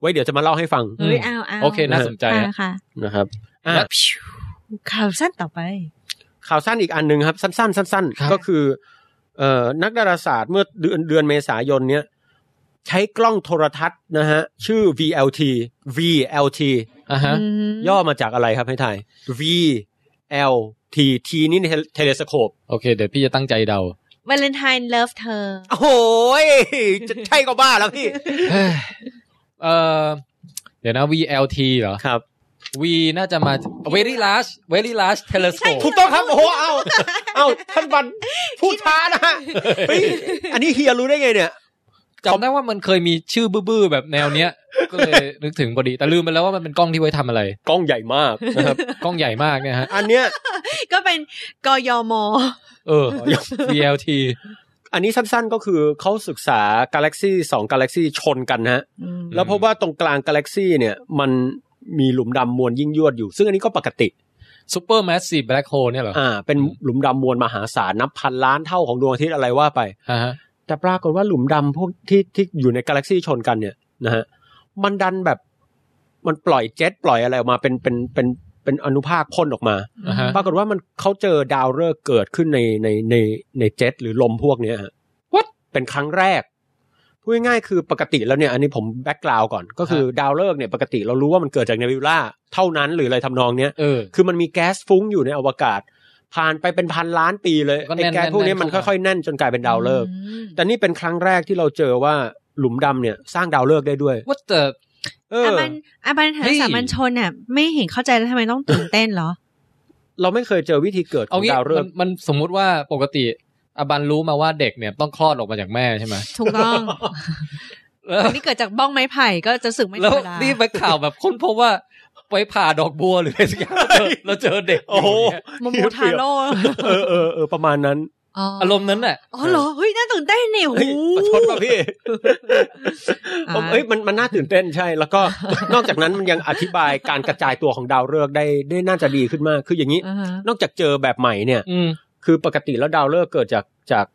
ไว้เดี๋ยวจะมาเล่าให้ฟัง เฮ้ยเอาเอา โอเคน่าสนใจฮะ อ่าค่ะ นะครับอ่ะ แล้ว ข่าวสั้นต่อไป ข่าวสั้นอีกอันหนึ่งครับ สั้นๆสั้น ครับ ๆก็คือเอ่อนักดาราศาสตร์เมื่อเดือนเดือนเมษายนเนี้ยใช้กล้องโทรทัศน์นะฮะ ชื่อ VLT VLT อ่ะฮะ ย่อมาจากอะไรครับให้ทาย V L T T นี่เทเลสโคป โอเคเดี๋ยวพี่จะตั้งใจเดา วาเลนไทน์เลิฟเธอ โอ้โหยจะใช่ก็บ้าแล้วพี่ เอ่อเดี๋ยวนะ VLT เหรอ ครับ V น่าจะมา very large very large telescope ถูกต้องครับ โอ้โหเอาเอาท่านบันพูดช้านะฮะเฮ้ยอันนี้เฮียรู้ได้ไงเนี่ย จำได้ว่ามันเคยมีชื่อบื้อๆ แบบแนวเนี้ย ก็เลยนึกถึงพอดี แต่ลืมไปแล้วว่ามันเป็นกล้องที่ไว้ทำอะไร กล้องใหญ่มากนะครับ กล้องใหญ่มากเนี่ยฮะ อันเนี้ย ก็เป็นกยม เออ VLT อันนี้สั้นๆก็คือเขาศึกษากาแล็กซี่สองกาแล็กซี่ชนกันนะฮะแล้วพบว่าตรงกลางกาแล็กซี่เนี่ยมันมีหลุมดำมวลยิ่งยวดอยู่ ซึ่งอันนี้ก็ปกติ super massive black hole เนี่ยเหรอ อ่า เป็นหลุมดำมวลมหาศาลนับพันล้านเท่าของดวงอาทิตย์อะไรว่าไป อ่าฮะ แต่ปรากฏว่าหลุมดำพวกที่ที่อยู่ในกาแล็กซี่ชนกันเนี่ยนะฮะมันดันแบบมันปล่อยเจ็ตปล่อยอะไรออกมาเป็นเป็นเป็น เป็นอนุภาคพ่นออกมา อ่าฮะ ปรากฏว่ามันเขาเจอดาวฤกษ์เกิดขึ้นในในในในเจ็ตหรือลมพวกเนี้ยฮะ What? เป็นครั้งแรกพูดง่ายๆคือปกติแล้วเนี่ย อันนี้ผมแบ็กกราวก่อน ก็คือดาวฤกษ์เนี่ยปกติเรารู้ว่ามันเกิดจากเนบิวล่าเท่านั้นหรืออะไรทำนองเนี้ย เออ คือมันมีแก๊สฟุ้งอยู่ในอวกาศ ผ่านไปเป็นพันล้านปีเลย ก็แน่ ไอ้ น แก๊สพวกนี้ แน่น มัน เข้ามา ค่อยๆแน่นจนกลายเป็นดาวฤกษ์แต่นี่เป็นครั้งแรกที่เราเจอว่าหลุมดำเนี่ย สร้างดาวฤกษ์ได้ด้วย ว่าแต่ เอ อา อ บันอาบันหา เฮ้ย สามัญชนอ่ะ ไม่เห็นเข้าใจแล้วทำไมต้องตื่นเต้นเหรอ เราไม่เคยเจอวิธีเกิดข เอา อง งี้ ดาวฤ มั ก น ษ์ มันสมมุติว่าปกติอาบันรู้มาว่าเด็กเนี่ยต้องคลอดออกมาจากแม่ใช่ไหม ถูกต้อง แล้ว อันนี้เกิดจากบ้องไม้ไผ่ก็จะสึกไม่ธ แล้ ร ว รมดา นี่ไปข่าวแบบค้นพบว่าไปผ่าดอกบัวหรืออะไรสักอย่างเราเจอเราเจอเด็ก โอ้โห ยู่เนี่ย โมโมูทาโร่ เออเออเออประมาณนั้น อารมณ์นั้นน่ะ อ๋อเหรอเฮ้ยน่าตื่นเต้นเนี่ย เฮ้ย โอ้ ประชดป่ะพี่ผมเอ้ยมันมันน่าตื่นเต้นใช่ แล้วก็ นอกจากนั้นมันยังอธิบายการกระจายตัวของดาวฤกษ์ได้ได้น่าจะดีขึ้นมาก คืออย่างนี้ อ่าฮะ นอกจากเจอแบบใหม่เนี่ย อืม คือปกติแล้วดาวฤกษ์เกิดจากจาก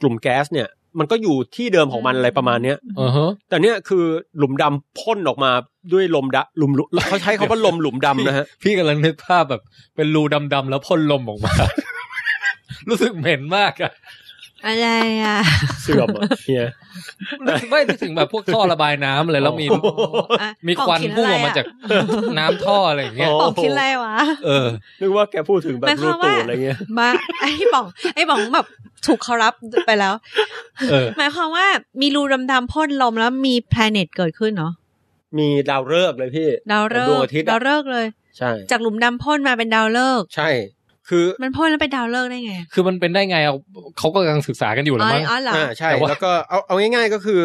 กลุ่มแก๊สเนี่ย มันก็อยู่ที่เดิมของมันอะไรประมาณเนี้ย อือฮะ แต่เนี่ยคือหลุมดำพ่นออกมาด้วยลมดะหลุมลุเขาใช้คาว่าลมหลุมดำนะฮะ พี่กำลังนึกภาพแบบ เป็นรูดำๆแล้วพ่นลมออกมา รู้สึกเหม็นมากอะ อะไรอ่ะ เสื่อมอะเฮีย ไม่นึกถึงแบบพวกท่อระบายน้ำอะไรแล้วมี โอ้โห อ่ะ มีควันพุ่งออกมาจากน้ำท่ออะไรอย่างเงี้ย ป๋องคิดอะไรวะ เออ นึกว่าแกพูดถึงแบบ หมายค รู วาม ตู ว่า ดอะไรเงี้ย มา ไอ้ป๋องไอ้ป๋องแบบถูกคอรับไปแล้ว เออ หมายความว่ามีรูดำๆพ่นลมแล้วมีแพลเน็ตเกิดขึ้นเนาะ มีดาวฤกษ์เลยพี่ ดาวฤก ดวงอาทิตย์ ษ์ อะ ดาวฤกษ์เลย ใช่ จากหลุมดำพ่นมาเป็นดาวฤกษ์ ใช่ คือ มันพ่นแล้วเป็นดาวฤกษ์ได้ไง คือมันเป็นได้ไงเอาเขาก็กำลังศึกษากันอยู่หรือ อ๋อ มั้ง อ๋อเหรอ อ่าใช่ แต่ว่า แล้วก็เอาเอาง่ายๆก็คือ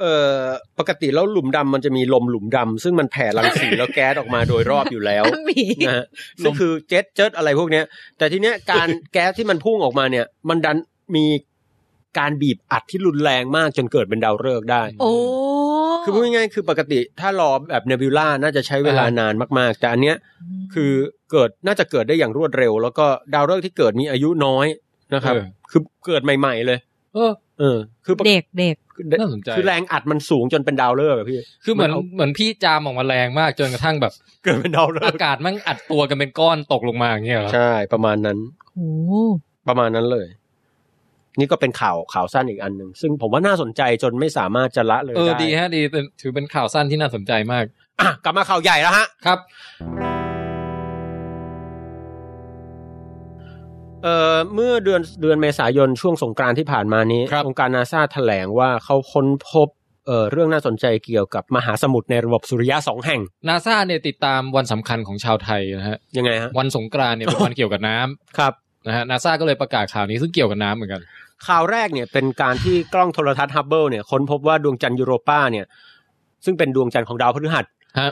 เอ่อปกติแล้วหลุมดำมันจะมีลมหลุมดำซึ่งมันแผ่รังสี แล้วแก๊สออกมาโดยรอบอยู่ แล้ว หมี นะฮะซึ่งคือเจ็ตเจ็ตอะไรพวกเนี้ย แต่ทีเนี้ย การแก๊สที่มันพุ่งออกมาเนี่ย มันดันมีการบีบอัดที่รุนแรงมากจนเกิดเป็นดาวฤกษ์ได้ โอ้ คือพูดง่ายๆคือปกติถ้ารอแบบเนบิวล่าน่าจะใช้เวลานานมากๆ แต่อันเนี้ยคือเกิดน่าจะเกิดได้อย่างรวดเร็ว แล้วก็ดาวฤกษ์ที่เกิดมีอายุน้อยนะครับ เออ คือเกิดใหม่ ๆ เลย เออ เออ คือปก เด็กเด็ก คือ น่าสนใจ คือแรงอัดมันสูงจนเป็นดาวฤกษ์อะพี่ คือเหมือน มันเอา เหมือนพี่จามออกมาแรงมากจนกระทั่ง แบบ เกิดเป็นดาวฤ อาก ษ์ กาศมันอัดตัวกันเป็นก้อนตกลงมาอย่างเงี้ยเหรอ ใช่ประมาณนั้น โอ้ ประมาณนั้นเลย นี่ก็เป็นข่าวข่าวสั้นอีกอันหนึ่งซึ่งผมว่าน่าสนใจจนไม่สามารถจะละเลย เออ ได้ ดีฮะ ดีเป็นถือเป็นข่าวสั้นที่น่าสนใจมาก อ่ะกลับมาข่าวใหญ่แล้วฮะ ครับ เอ่อเมื่อเดือนเดือนเมษายนช่วงสงกรานต์ที่ผ่านมานี้ ครับ องค์การนาซาแถลงว่าเขาค้นพบเอ่อเรื่องน่าสนใจเกี่ยวกับมหาสมุทรในระบบสุริยะสองแห่ง นาซาเนี่ยติดตามวันสำคัญของชาวไทยนะฮะ ยังไงฮะ วันสงกรานต์เนี่ยเป็นวันเกี่ยวกับน้ำ ครับ นะฮะนาซาก็เลยประกาศข่าวนี้ซึ่งเกี่ยวกับน้ำเหมือนกัน ข่าวแรกเนี่ยเป็นการที่กล้องโทรทัศน์ฮับเบิลเนี่ยค้นพบว่าดวงจันทร์ยูโรปาเนี่ย ซึ่งเป็นดวงจันทร์ของดาวพฤหัส ฮะ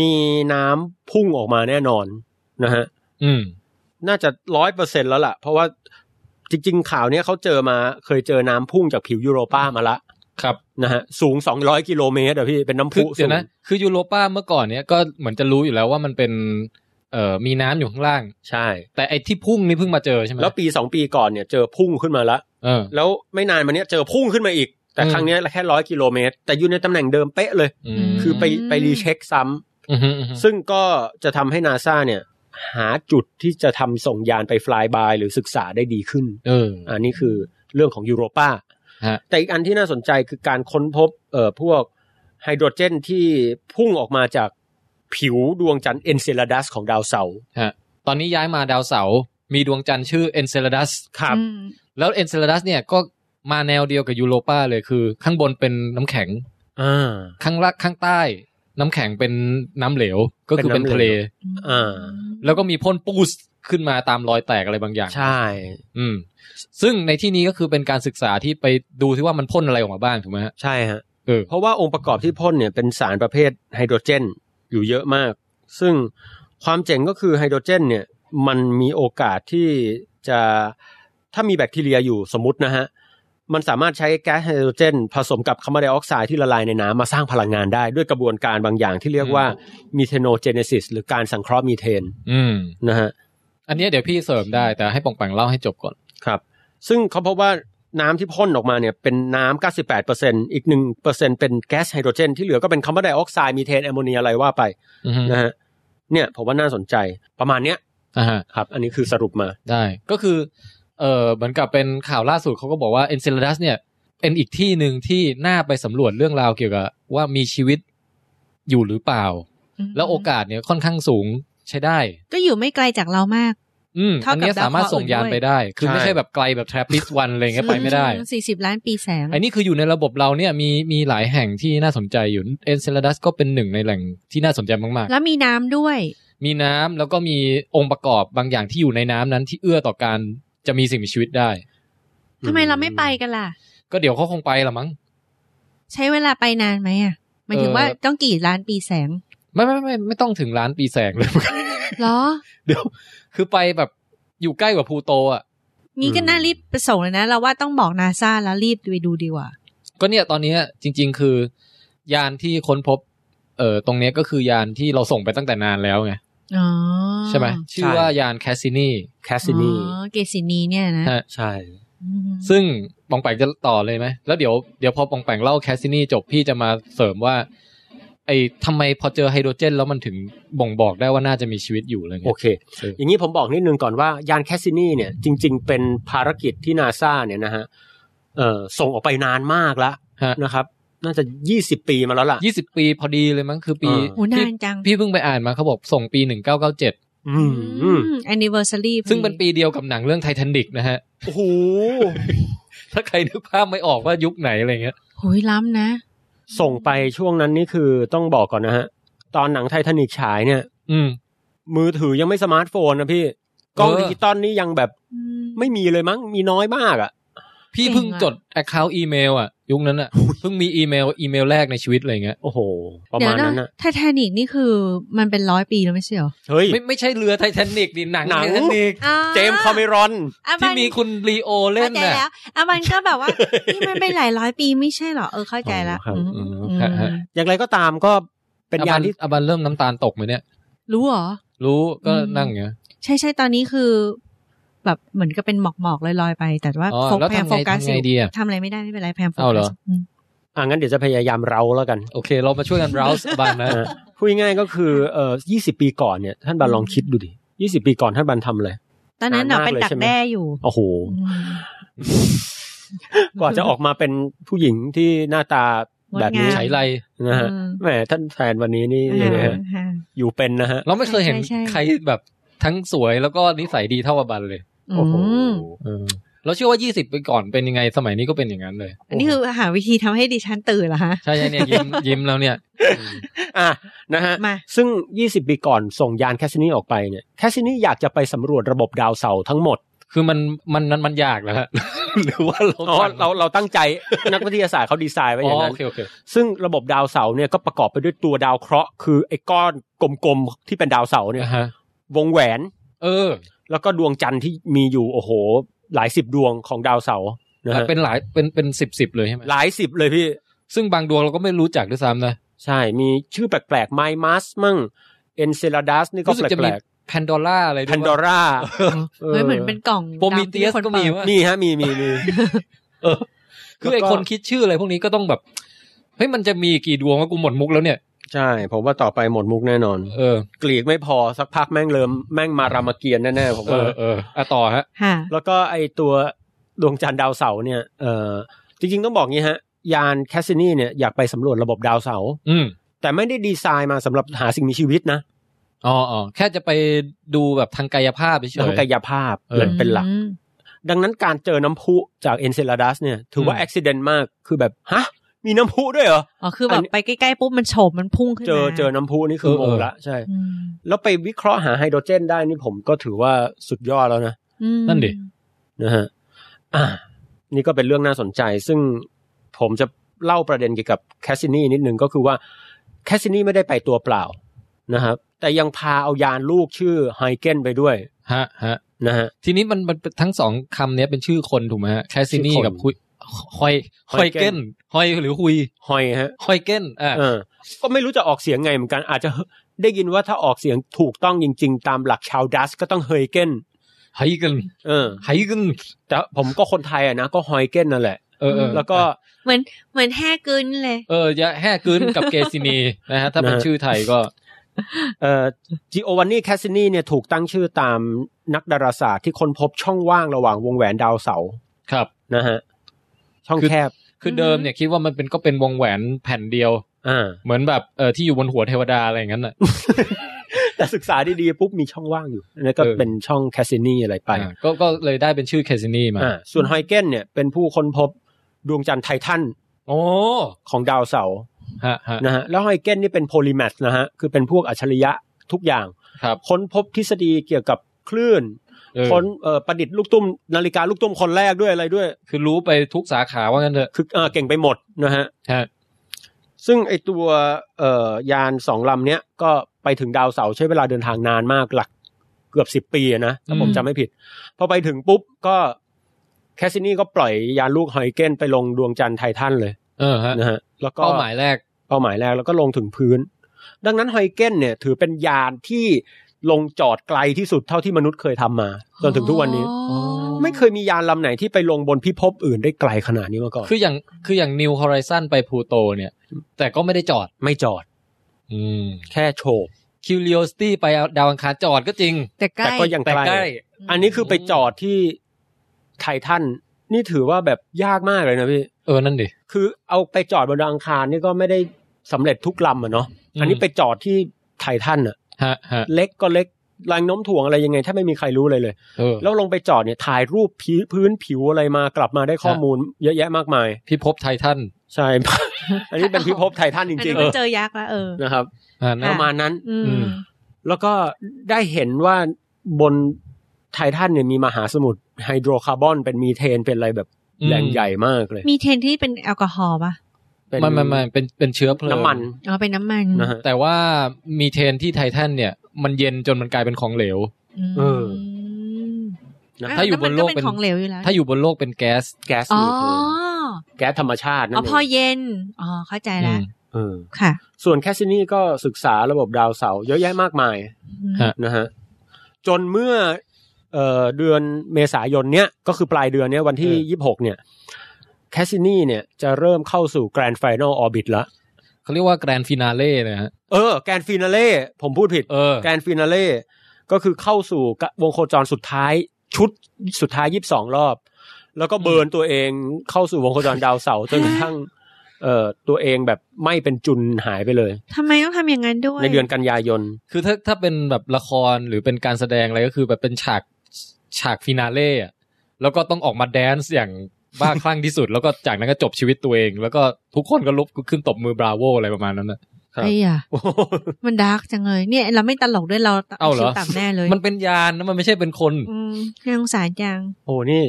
มีน้ำพุ่งออกมาแน่นอนนะฮะ อืม น่าจะร้อยเปอร์เซ็นแล้วล่ะ เพราะว่าจริง ๆ ข่าวเนี้ยเขาเจอมาเคยเจอน้ำพุ่งจากผิวยุโรปามาละ ครับ นะฮะสูงสองร้อยกิโลเมตรอะพี่เป็นน้ำ คือ พุ เดี๋ยวนะ คือยูโรป้าเมื่อก่อนเนี้ยก็เหมือนจะรู้อยู่แล้วว่ามันเป็น เอ่อ มีน้ำอยู่ข้างล่าง ใช่ แต่ไอ้ที่พุ่งนี่เพิ่งมาเจอใช่ไหม แล้วปีสองปีก่อนเนี่ยเจอพุ่งขึ้นมาละ เออ แล้วไม่นานมาเนี้ยเจอพุ่งขึ้นมาอีก แต่ อืม ครั้งเนี้ยแค่ร้อยกิโลเมตร แต่อยู่ในตำแหน่งเดิมเป๊ะเลย อืม คือไปไปรีเช็คซ้ำ อืมอืมอืม ซึ่งก็จะทำให้นาซาเนี่ย หาจุดที่จะทำส่งยานไปฟลายบายหรือศึกษาได้ดีขึ้น เออ อันนี้คือเรื่องของยูโรปา ฮะ แต่อีกอันที่น่าสนใจคือการค้นพบเอ่อพวกไฮโดรเจนที่พุ่งออกมาจากผิวดวงจันทร์เอนเซลาดัสของดาวเสาร์ ตอนนี้ย้ายมาดาวเสาร์มีดวงจันทร์ชื่อเอนเซล d ดัส อืม แล้วเอนเซล d ดัสเนี่ยก็มาแนวเดียวกับยูโรป้าเลยคือ ข้างบนเป็นน้ำแข็ง อ่า ข้างล่างข้างใต้ น้ำแข็งเป็นน้ำเหลว ก็คือเป็น เป็นน้ำเหลว ทะเล อ่า แล้วก็มีพ่นปูสขึ้นมาตามรอยแตกอะไรบางอย่าง ใช่ อืม ซึ่งในที่นี้ก็คือเป็นการศึกษาที่ไปดูที่ว่ามันพ่นอะไรออกมาบ้างถูกไหมฮะ ใช่ฮะ เออ เพราะว่าองค์ประกอบที่พ่นเนี่ยเป็นสารประเภทไฮโดรเจนอยู่เยอะมาก ซึ่งความเจ๋งก็คือไฮโดรเจนเนี่ยมันมีโอกาสที่จะถ้ามีแบคทีเรียอยู่สมมตินะฮะ มันสามารถใช้แก๊สไฮโดรเจน ผสมกับคาร์บอนไดออกไซด์ที่ละลายในน้ำมาสร้างพลังงานได้ด้วยกระบวนการบางอย่างที่เรียกว่ามีเทโนเจเนซิสหรือการสังเคราะห์มีเทน อืม นะฮะ อันเนี้ยเดี๋ยวพี่เสริมได้แต่ให้ปองแปังเล่าให้จบก่อน ครับ ซึ่งเขาพบว่าน้ำที่พ่นออกมาเนี่ยเป็นน้ำ 98%อีก 1%เป็นแก๊สไฮโดรเจน ที่เหลือก็เป็นคาร์บอนไดออกไซด์มีเทนแอมโมเนียอะไรว่าไป อือฮึ นะฮะ เนี่ยผมว่าน่าสนใจประมาณเนี้ย อ่าฮะ ครับ อันนี้คือสรุปมา ได้ก็คือ เออเหมือนกับเป็นข่าวล่าสุดเขาก็บอกว่าเอนเซ a ด u สเนี่ย เป็นอีกที่หนึ่งที่น่าไปสำรวจเรื่องราวเกี่ยวกับว่ามีชีวิตอยู่หรือเปล่า แล้วโอกาสเนี่ยค่อนข้างสูงใช้ได้ ก็อยู่ไม่ไกลจากเรามาก อืม เท่า อัน กับ เนี้ยสามารถส่งยานไปได้ คือไม่ ใช่ ใช่แบบไกลแบบแทรป ปิสวันอะไรเงี้ยไปไม่ได้ สี่สิบล้านปีแสง อันนี้คืออยู่ในระบบเราเนี่ยมีมีหลายแห่งที่น่าสนใจอยู่เอนเซ a ด u สก็เป็นหนึ่งในแหล่งที่น่าสนใจมาก แล้วมีน้ำด้วย ๆ มีน้ำแล้วก็มีองค์ประกอบบางอย่างที่อยู่ในน้ำนั้นที่เอื้อต่อการจะมีสิ่งมีชีวิตได้ ทำไมเราไม่ไปกันล่ะ ก็เดี๋ยวเขาคงไปละมั้ง ใช้เวลาไปนานไหมอ่ะหมายถึงว่า เอ่อ ต้องกี่ล้านปีแสง ไม่ไม่ไม่ไม่ต้องถึงล้านปีแสงเลย เหรอ เดี๋ยว คือไปแบบอยู่ใกล้กว่าพลูโตอ่ะ งี้ก็น่ารีบไปส่งเลยนะ เราว่าต้องบอกนาซาแล้วรีบไปดูดีกว่า ก็เนี่ยตอนเนี้ยจริง ๆ คือ ยานที่ค้นพบ เอ่อตรงเนี้ยก็คือยานที่เราส่งไปตั้งแต่นานแล้วไง อ๋อ ใช่ไหมชื่อว่ายานแคสซินี แคสซินี อ๋อเกสินีเนี่ยนะ ใช่ อืม ซึ่งปองแปงจะต่อเลยไหมแล้วเดี๋ยวเดี๋ยวพอปองแปงเล่าแคสซินีจบพี่จะมาเสริมว่า ไอ้ทำไมพอเจอไฮโดรเจน แล้วมันถึงบ่งบอกได้ว่าน่าจะมีชีวิตอยู่อะไร โอ เงี้ย เค เออ อย่างนี้ผมบอกนิดนึงก่อนว่ายานแคสซินีเนี่ยจริง ๆ เป็นภารกิจที่นาซาเนี่ยนะฮะเอ่อส่งออกไปนานมากแล้ว ฮะ นะครับ น่าจะ 20 ปีมาแล้วล่ะ ยี่สิบปีพอดีเลยมั้งคือปี เออ โหนา พี่ นจัง พี่เพิ่งไปอ่านมาเขาบอกส่งปีหนึ่งเก้าเก้าเจ็ด อืมอืม อันนิเวอร์ซารี ซึ่งเป็นปีเดียวกับหนังเรื่องไททานิกนะฮะ โอ้โห ถ้าใครนึกภาพไม่ออกว่ายุคไหนอะไรเงี้ย หุยล้ำนะ ส่งไปช่วงนั้นนี่คือต้องบอกก่อนนะฮะ ตอนหนังไททานิกฉายเนี่ย อืม มือถือยังไม่สมาร์ทโฟนนะพี่ กล้อง เออ ดิจิตอลนี่ยังแบบไม่มีเลยมั้ง มีน้อยมากอะ่ะ พี่ เก่ง เพิ่ง ว่ะ จด account อีเมลอ่ะ ยุคนั้น อ่ะ เพิ่งมีอีเมลอีเมลแรกในชีวิตอะไรเงี้ย โอ้โห ประมาณนั้นอะ ไททานิกนี่คือมันเป็นร้อยปีแล้วไม่ใช่เหรอ เฮ้ย ไม่ไม่ใช่เรือไททานิกดิหนัง หนัง ไททานิก อ่า เจมส์คาเมรอน อ่ะน ที่มีคุณลีโอเล่น ข้าใจ น่ะ แล้วอ่ะมันก็แบบว่า นี่มันเป็นหลายร้อยปีไม่ใช่เหรอ เออเข้าใจละ ครับ อืม อืม อืม ฮะฮะ อย่างไรก็ตามก็เป็นยานที่ อบัอบันเริ่มน้ำตาลตกไหมเนี่ย รู้เหรอ รู้ก็ อืม นั่งอย่างเงี้ย ใช่ใช่ๆตอนนี้คือ แบบเหมือนก็เป็นหมอกหมอกๆลอยๆไป แต่ว่า อ๋อ โฟก แล้ว แพม ทำไง โฟกัส ทำ อ ไง ยู่ ดีอะ ทำอะไรไม่ได้ไม่เป็นไรแพมโฟ เอาเหร กั อ สอืม อ่างั้นเดี๋ยวจะพยายามเราแล้วกัน โอเค เรามาช่วยกัน rouse อบัน นะ นะฮะพูดง่ายๆก็คือเอ่อยี่สิบปีก่อนเนี่ย ท่านบันลองคิดดูดิยี่สิบปีก่อนท่านบันทำอะไร ตอนนั้นเรา นานมาก เป็นดัก เลยใช่ไหม แด้อยู่ โอ้โห อืม กว่าจะออกมาเป็นผู้หญิงที่หน้าตาแบบงดนี้งาม ใช้ไร นะฮะ อืม แหมท่านแฟนวันนี้นี่ อ่า นะฮะ ฮะ อยู่เป็นนะฮะ เราไม่เคยเห็น ใช่ใช่ ใครแบบทั้งสวยแล้วก็นิสัยดีเท่าอบันเลย โอ้โห ม เออเราเชื่อว่า 20ปีก่อนเป็นยังไงสมัยนี้ก็เป็นอย่างนั้นเลย อันนี้คือหาวิธีทำให้ดิฉันตื่นเหรอฮะ ใช่ใช่เนี่ยยิ้มยิ้มแล้วเนี่ย อ่ะนะฮะ มา ซึ่ง 20 ปีก่อนส่งยานแคสซินีออกไปเนี่ย แคสซินีอยากจะไปสำรวจระบบดาวเสาร์ทั้งหมด คือมันมันมันมันยากแล้วฮะ หรือว่าเรา อ๋อ เราเราตั้งใจ นักวิทยาศาสตร์เขาดีไซน์ไว้อย่างนั้ โอน เคโอเค ซึ่งระบบดาวเสาร์เนี่ยก็ประกอบไปด้วยตัวดาวเคราะห์ คือไอ้ก้อนกลมๆ ที่เป็นดาวเสาร์เนี่ย อ่าฮะ วงแหวน เออ แล้วก็ดวงจันทร์ที่มีอยู่ โอ้โห หลายสิบดวงของดาวเสาร์นะฮะ เป็นหลายเป็นเป็นสิบสิบเลยใช่ไหม หลายสิบเลยพี่ ซึ่งบางดวงเราก็ไม่รู้จักด้วยซ้ำนะ ใช่ มีชื่อแปลกๆไมมัสมั่ง เอนเซลาดัสนี่ก็ รู้สึก แป จะ ล มี ก แพนดอร่าอะไรด้ๆว แพ ย นดอ วะ ร่า เฮ้ยเหมือนเป็นกล่อง โปรมีเตียส ดาวที่คน ก็มี เปิด วะ มีฮะ มีมีมีเออ คือไอคนคิดชื่ออะไรพวกนี้ก็ต้องแบบเฮ้ยมันจะมีกี่ดวงว่ากูหมดมุกแล้วเนี่ย ใช่ ผมว่าต่อไปหมดมุกแน่นอน เออก รีกไม่พอสักพักแม่งเริ่มแม่งมารามเกียรติแน่ๆผม เอ ว่า อเอออ่ะต่อฮะ ค่ะ แล้วก็ไอตัวดวงจันทร์ดาวเสาร์เนี่ยเออจริงๆต้องบอกงี้ฮะ ยานแคสซินีเนี่ยอยากไปสำรวจระบบดาวเสาร์ อืม แต่ไม่ได้ดีไซน์มาสำหรับหาสิ่งมีชีวิตนะ อ๋ออ๋อแค่จะไปดูแบบทางกายภาพเฉยๆ ทางกายภาพ เออ เป็นหลัก อืม ดังนั้นการเจอน้ำพุจากเอนเซลาดัสเนี่ยถือว่า อืม อุบิเหตุมากคือแบบฮะมีน้ำพุด้วยเหรอ อ๋อคือแบ อัน บ นี้ ไปใกล้ๆปุ๊บมันโฉบมันพุ่งขึ้น เจอ มา เจอน้ำพุนี่คือโมงละใช่ อืม แล้วไปวิเคราะห์หาไฮโดรเจนได้นี่ผมก็ถือว่าสุดยอดแล้วนะ อืม นั่นดิ นะฮะ อ่า นี่ก็เป็นเรื่องน่าสนใจ ซึ่งผมจะเล่าประเด็นเกี่ยวกับแคสซินีนิดนึงก็คือว่าแคสซินีไม่ได้ไปตัวเปล่านะครับ แต่ยังพาเอายานลูกชื่อไฮเกนไปด้วย ฮะฮะ นะฮะ ทีนี้มันมันทั้งสองคำเนี้ยเป็นชื่อคนถูกไหมฮะแคสซินี่ ชื่อคน กับคุยฮอยฮอยเกน Huygen ฮอยหรือฮุย หอยฮะ ฮอยเกนอ่า เออก็ไม่รู้จะออกเสียงไงเหมือนกัน อาจจะได้ยินว่าถ้าออกเสียงถูกต้องจริง ๆ ตามหลักชาวดัสก็ต้องเฮยเกน ไฮเกัน เออ ไฮเกัน แต่ผมก็คนไทยอะนะ ก็หอยเกนนั่นแหละ เออเออ แล้วก็ เหมือนเหมือนแห่กึนเลย เอออยะแห่กึนกับเกซินี นะฮะ ถ้าเป็น นะฮะ ชื่อไทยก็ เอ่อจิโอวานนี่แคสซินีเนี่ยถูกตั้งชื่อตามนักดาราศาสตร์ที่ค้นพบช่องว่างระหว่างวงแหวนดาวเสาร์ ครับ นะฮะ ช่อง คือ แคบ คือเดิมเนี่ยคิดว่ามันเป็นก็เป็นวงแหวนแผ่นเดียว อ่า เหมือนแบบเออที่อยู่บนหัวเทวดาอะไรอย่างนั้นน่ะ แต่ศึกษาดีๆปุ๊บมีช่องว่างอยู่อันนั้นก็ เออ เป็นช่องแคสซินีอะไรไป อ่าก็ก็เลยได้เป็นชื่อแคสซินีมา อ่า ส่วนไฮเกนเนี่ยเป็นผู้ค้นพบดวงจันทร์ไททัน โอ้ ของดาวเสาร์ ฮะฮะ นะฮะ แล้วไฮเกนนี่เป็นโพลิแมทนะฮะ คือเป็นพวกอัจฉริยะทุกอย่าง ครับ ค้นพบทฤษฎีเกี่ยวกับคลื่น เออ ค้นเอ่อประดิษฐ์ลูกตุ้มนาฬิกาลูกตุ้มคนแรกด้วยอะไรด้วย คือรู้ไปทุกสาขาว่างั้นเถอะ คือเอ่อเก่งไปหมดนะฮะ ฮะ ซึ่งไอตัวเอ่อยานสองลำเนี้ยก็ไปถึงดาวเสาร์ใช้เวลาเดินทางนานมากหลักเกือบสิบ10 ปีอะนะถ้าผม อืม จำไม่ผิด พอไปถึงปุ๊บก็แคสซินี่ก็ปล่อยยานลูกไฮเกนไปลงดวงจันทร์ไททันเลย เออฮะ นะฮะแล้วก็ เป้าหมายแรก เป้าหมายแรกแล้วก็ลงถึงพื้น ดังนั้นไฮเกนเนี่ย ถือเป็นยานที่ลงจอดไกลที่สุดเท่าที่มนุษย์เคยทำมา จนถึงทุกวันนี้ ไม่เคยมียานลำไหนที่ไปลงบนพิภพอื่นได้ไกลขนาดนี้มาก่อน คืออย่างคืออย่างนิวฮอริซ o นไปพูโตเนี่ย แต่ก็ไม่ได้จอด ไม่จอด อืม แค่โฉบ Curiosity ไปดาวอังคารจอดก็จริง แต่ใกล้ แต่ก็ยัง แต่ ไกล ใกล้ อันนี้คือไปจอดที่ไททันนี่ถือว่าแบบยากมากเลยนะพี่ เออ นั่นดิ คือเอาไปจอดบนดาวอังคารนี่ก็ไม่ได้สำเร็จทุกลำอะเนาะ อืม อันนี้ไปจอดที่ไททันอะ ฮะฮะ เล็กก็เล็กแรงโน้มถ่วงอะไรยังไง ถ้าไม่มีใครรู้เลยเลย เออ แล้วลงไปจอดเนี่ยถ่ายรูปพีพื้นผิวอะไรมากลับมาได้ข้อมูลเยอะแยะมากมาย พิภพไททัน ใช่ อันนี้เป็นพิภพไททันจ อัน ริ นั้นงๆเอ ก็ อ เจอยักษ์ละเออ นะครับ อ่า ค่ นะ ประมาณนั้น อื อื ม ม แล้วก็ได้เห็นว่าบนไททันเนี่ยมีมหาสมุทรไฮโดรคาร์บอนเป็นมีเทนเป็นอะไรแบบ อืม แรงใหญ่มากเลย มีเทรนที่เป็นแอลกอฮอล์ป่ะ เป็น ไม่ไม่ไม่เป็นเป็นเชื้อเพลิง น้ำมัน อ๋อเป็นน้ำมัน นะฮะ แต่ว่ามีเทนที่ไททันเนี่ย มันเย็นจนมันกลายเป็นของเหลว ม เออ ะ ถ้าอยู่บนโลก ำมั เป็ เป็น นของเหลวอยู่แล้ว ถ้าอยู่บนโลกเป็นแก๊ส แก๊ส อ๋อ มีเทนแก๊สธรรมชาตินั่ อ๋อน เอ พอง เย็นอ๋อเข้าใจ อื แล้ว ม เออ ค่ะ ส่วนแคสซินี่ก็ศึกษาระบบดาวเสาร์เยอะแยะมากมาย ฮะ นะฮะจนเมื่อเอ่อเดือนเมษายนเนี้ยก็คือปลายเดือนเนี้ยวันที่ เออ ยี่สิบหกเนี่ยแคสซินี่เนี่ยจะเริ่มเข้าสู่แกรนด์ไฟแนลออร์บิทละ เขาเรียกว่าแกรนฟินาเล่นะฮะ เออแกรนด์ฟินาเล่ผมพูดผิด เออ แกรนด์ฟินาเล่ก็คือเข้าสู่วงโคจรสุดท้าย ชุดสุดท้ายยีิบสองรอบ แล้วก็เบิร์นตัวเองเข้าสู่วงโคจรดาวเสาร์จนกระทั่งเอ่อตัวเองแบบไม่เป็นจุนหายไปเลย ทำไมต้องทำอย่างนั้นด้วย ในเดือนกันยายน คือถ้าถ้าเป็นแบบละครหรือเป็นการแสดงอะไรก็คือแบบเป็นฉากฉากฟินาเล่อะแล้วก็ต้องออกมาแดนซ์อย่างบ้าคลั่งที่สุด แล้วก็จากนั้นก็จบชีวิตตัวเอง แล้วก็ทุกคนก็ลุกขึ้นตบมือบราโวอะไรประมาณนั้นนะ ครับ ไอ้ยะมันดาร์กจังเลยเนี่ย เราไม่ตลกด้วยเรา เอาเหรอ คิวต่ำแน่เลย มันเป็นยานนะมันไม่ใช่เป็นคน อืมน่าสงสารจัง โอ้โหนี่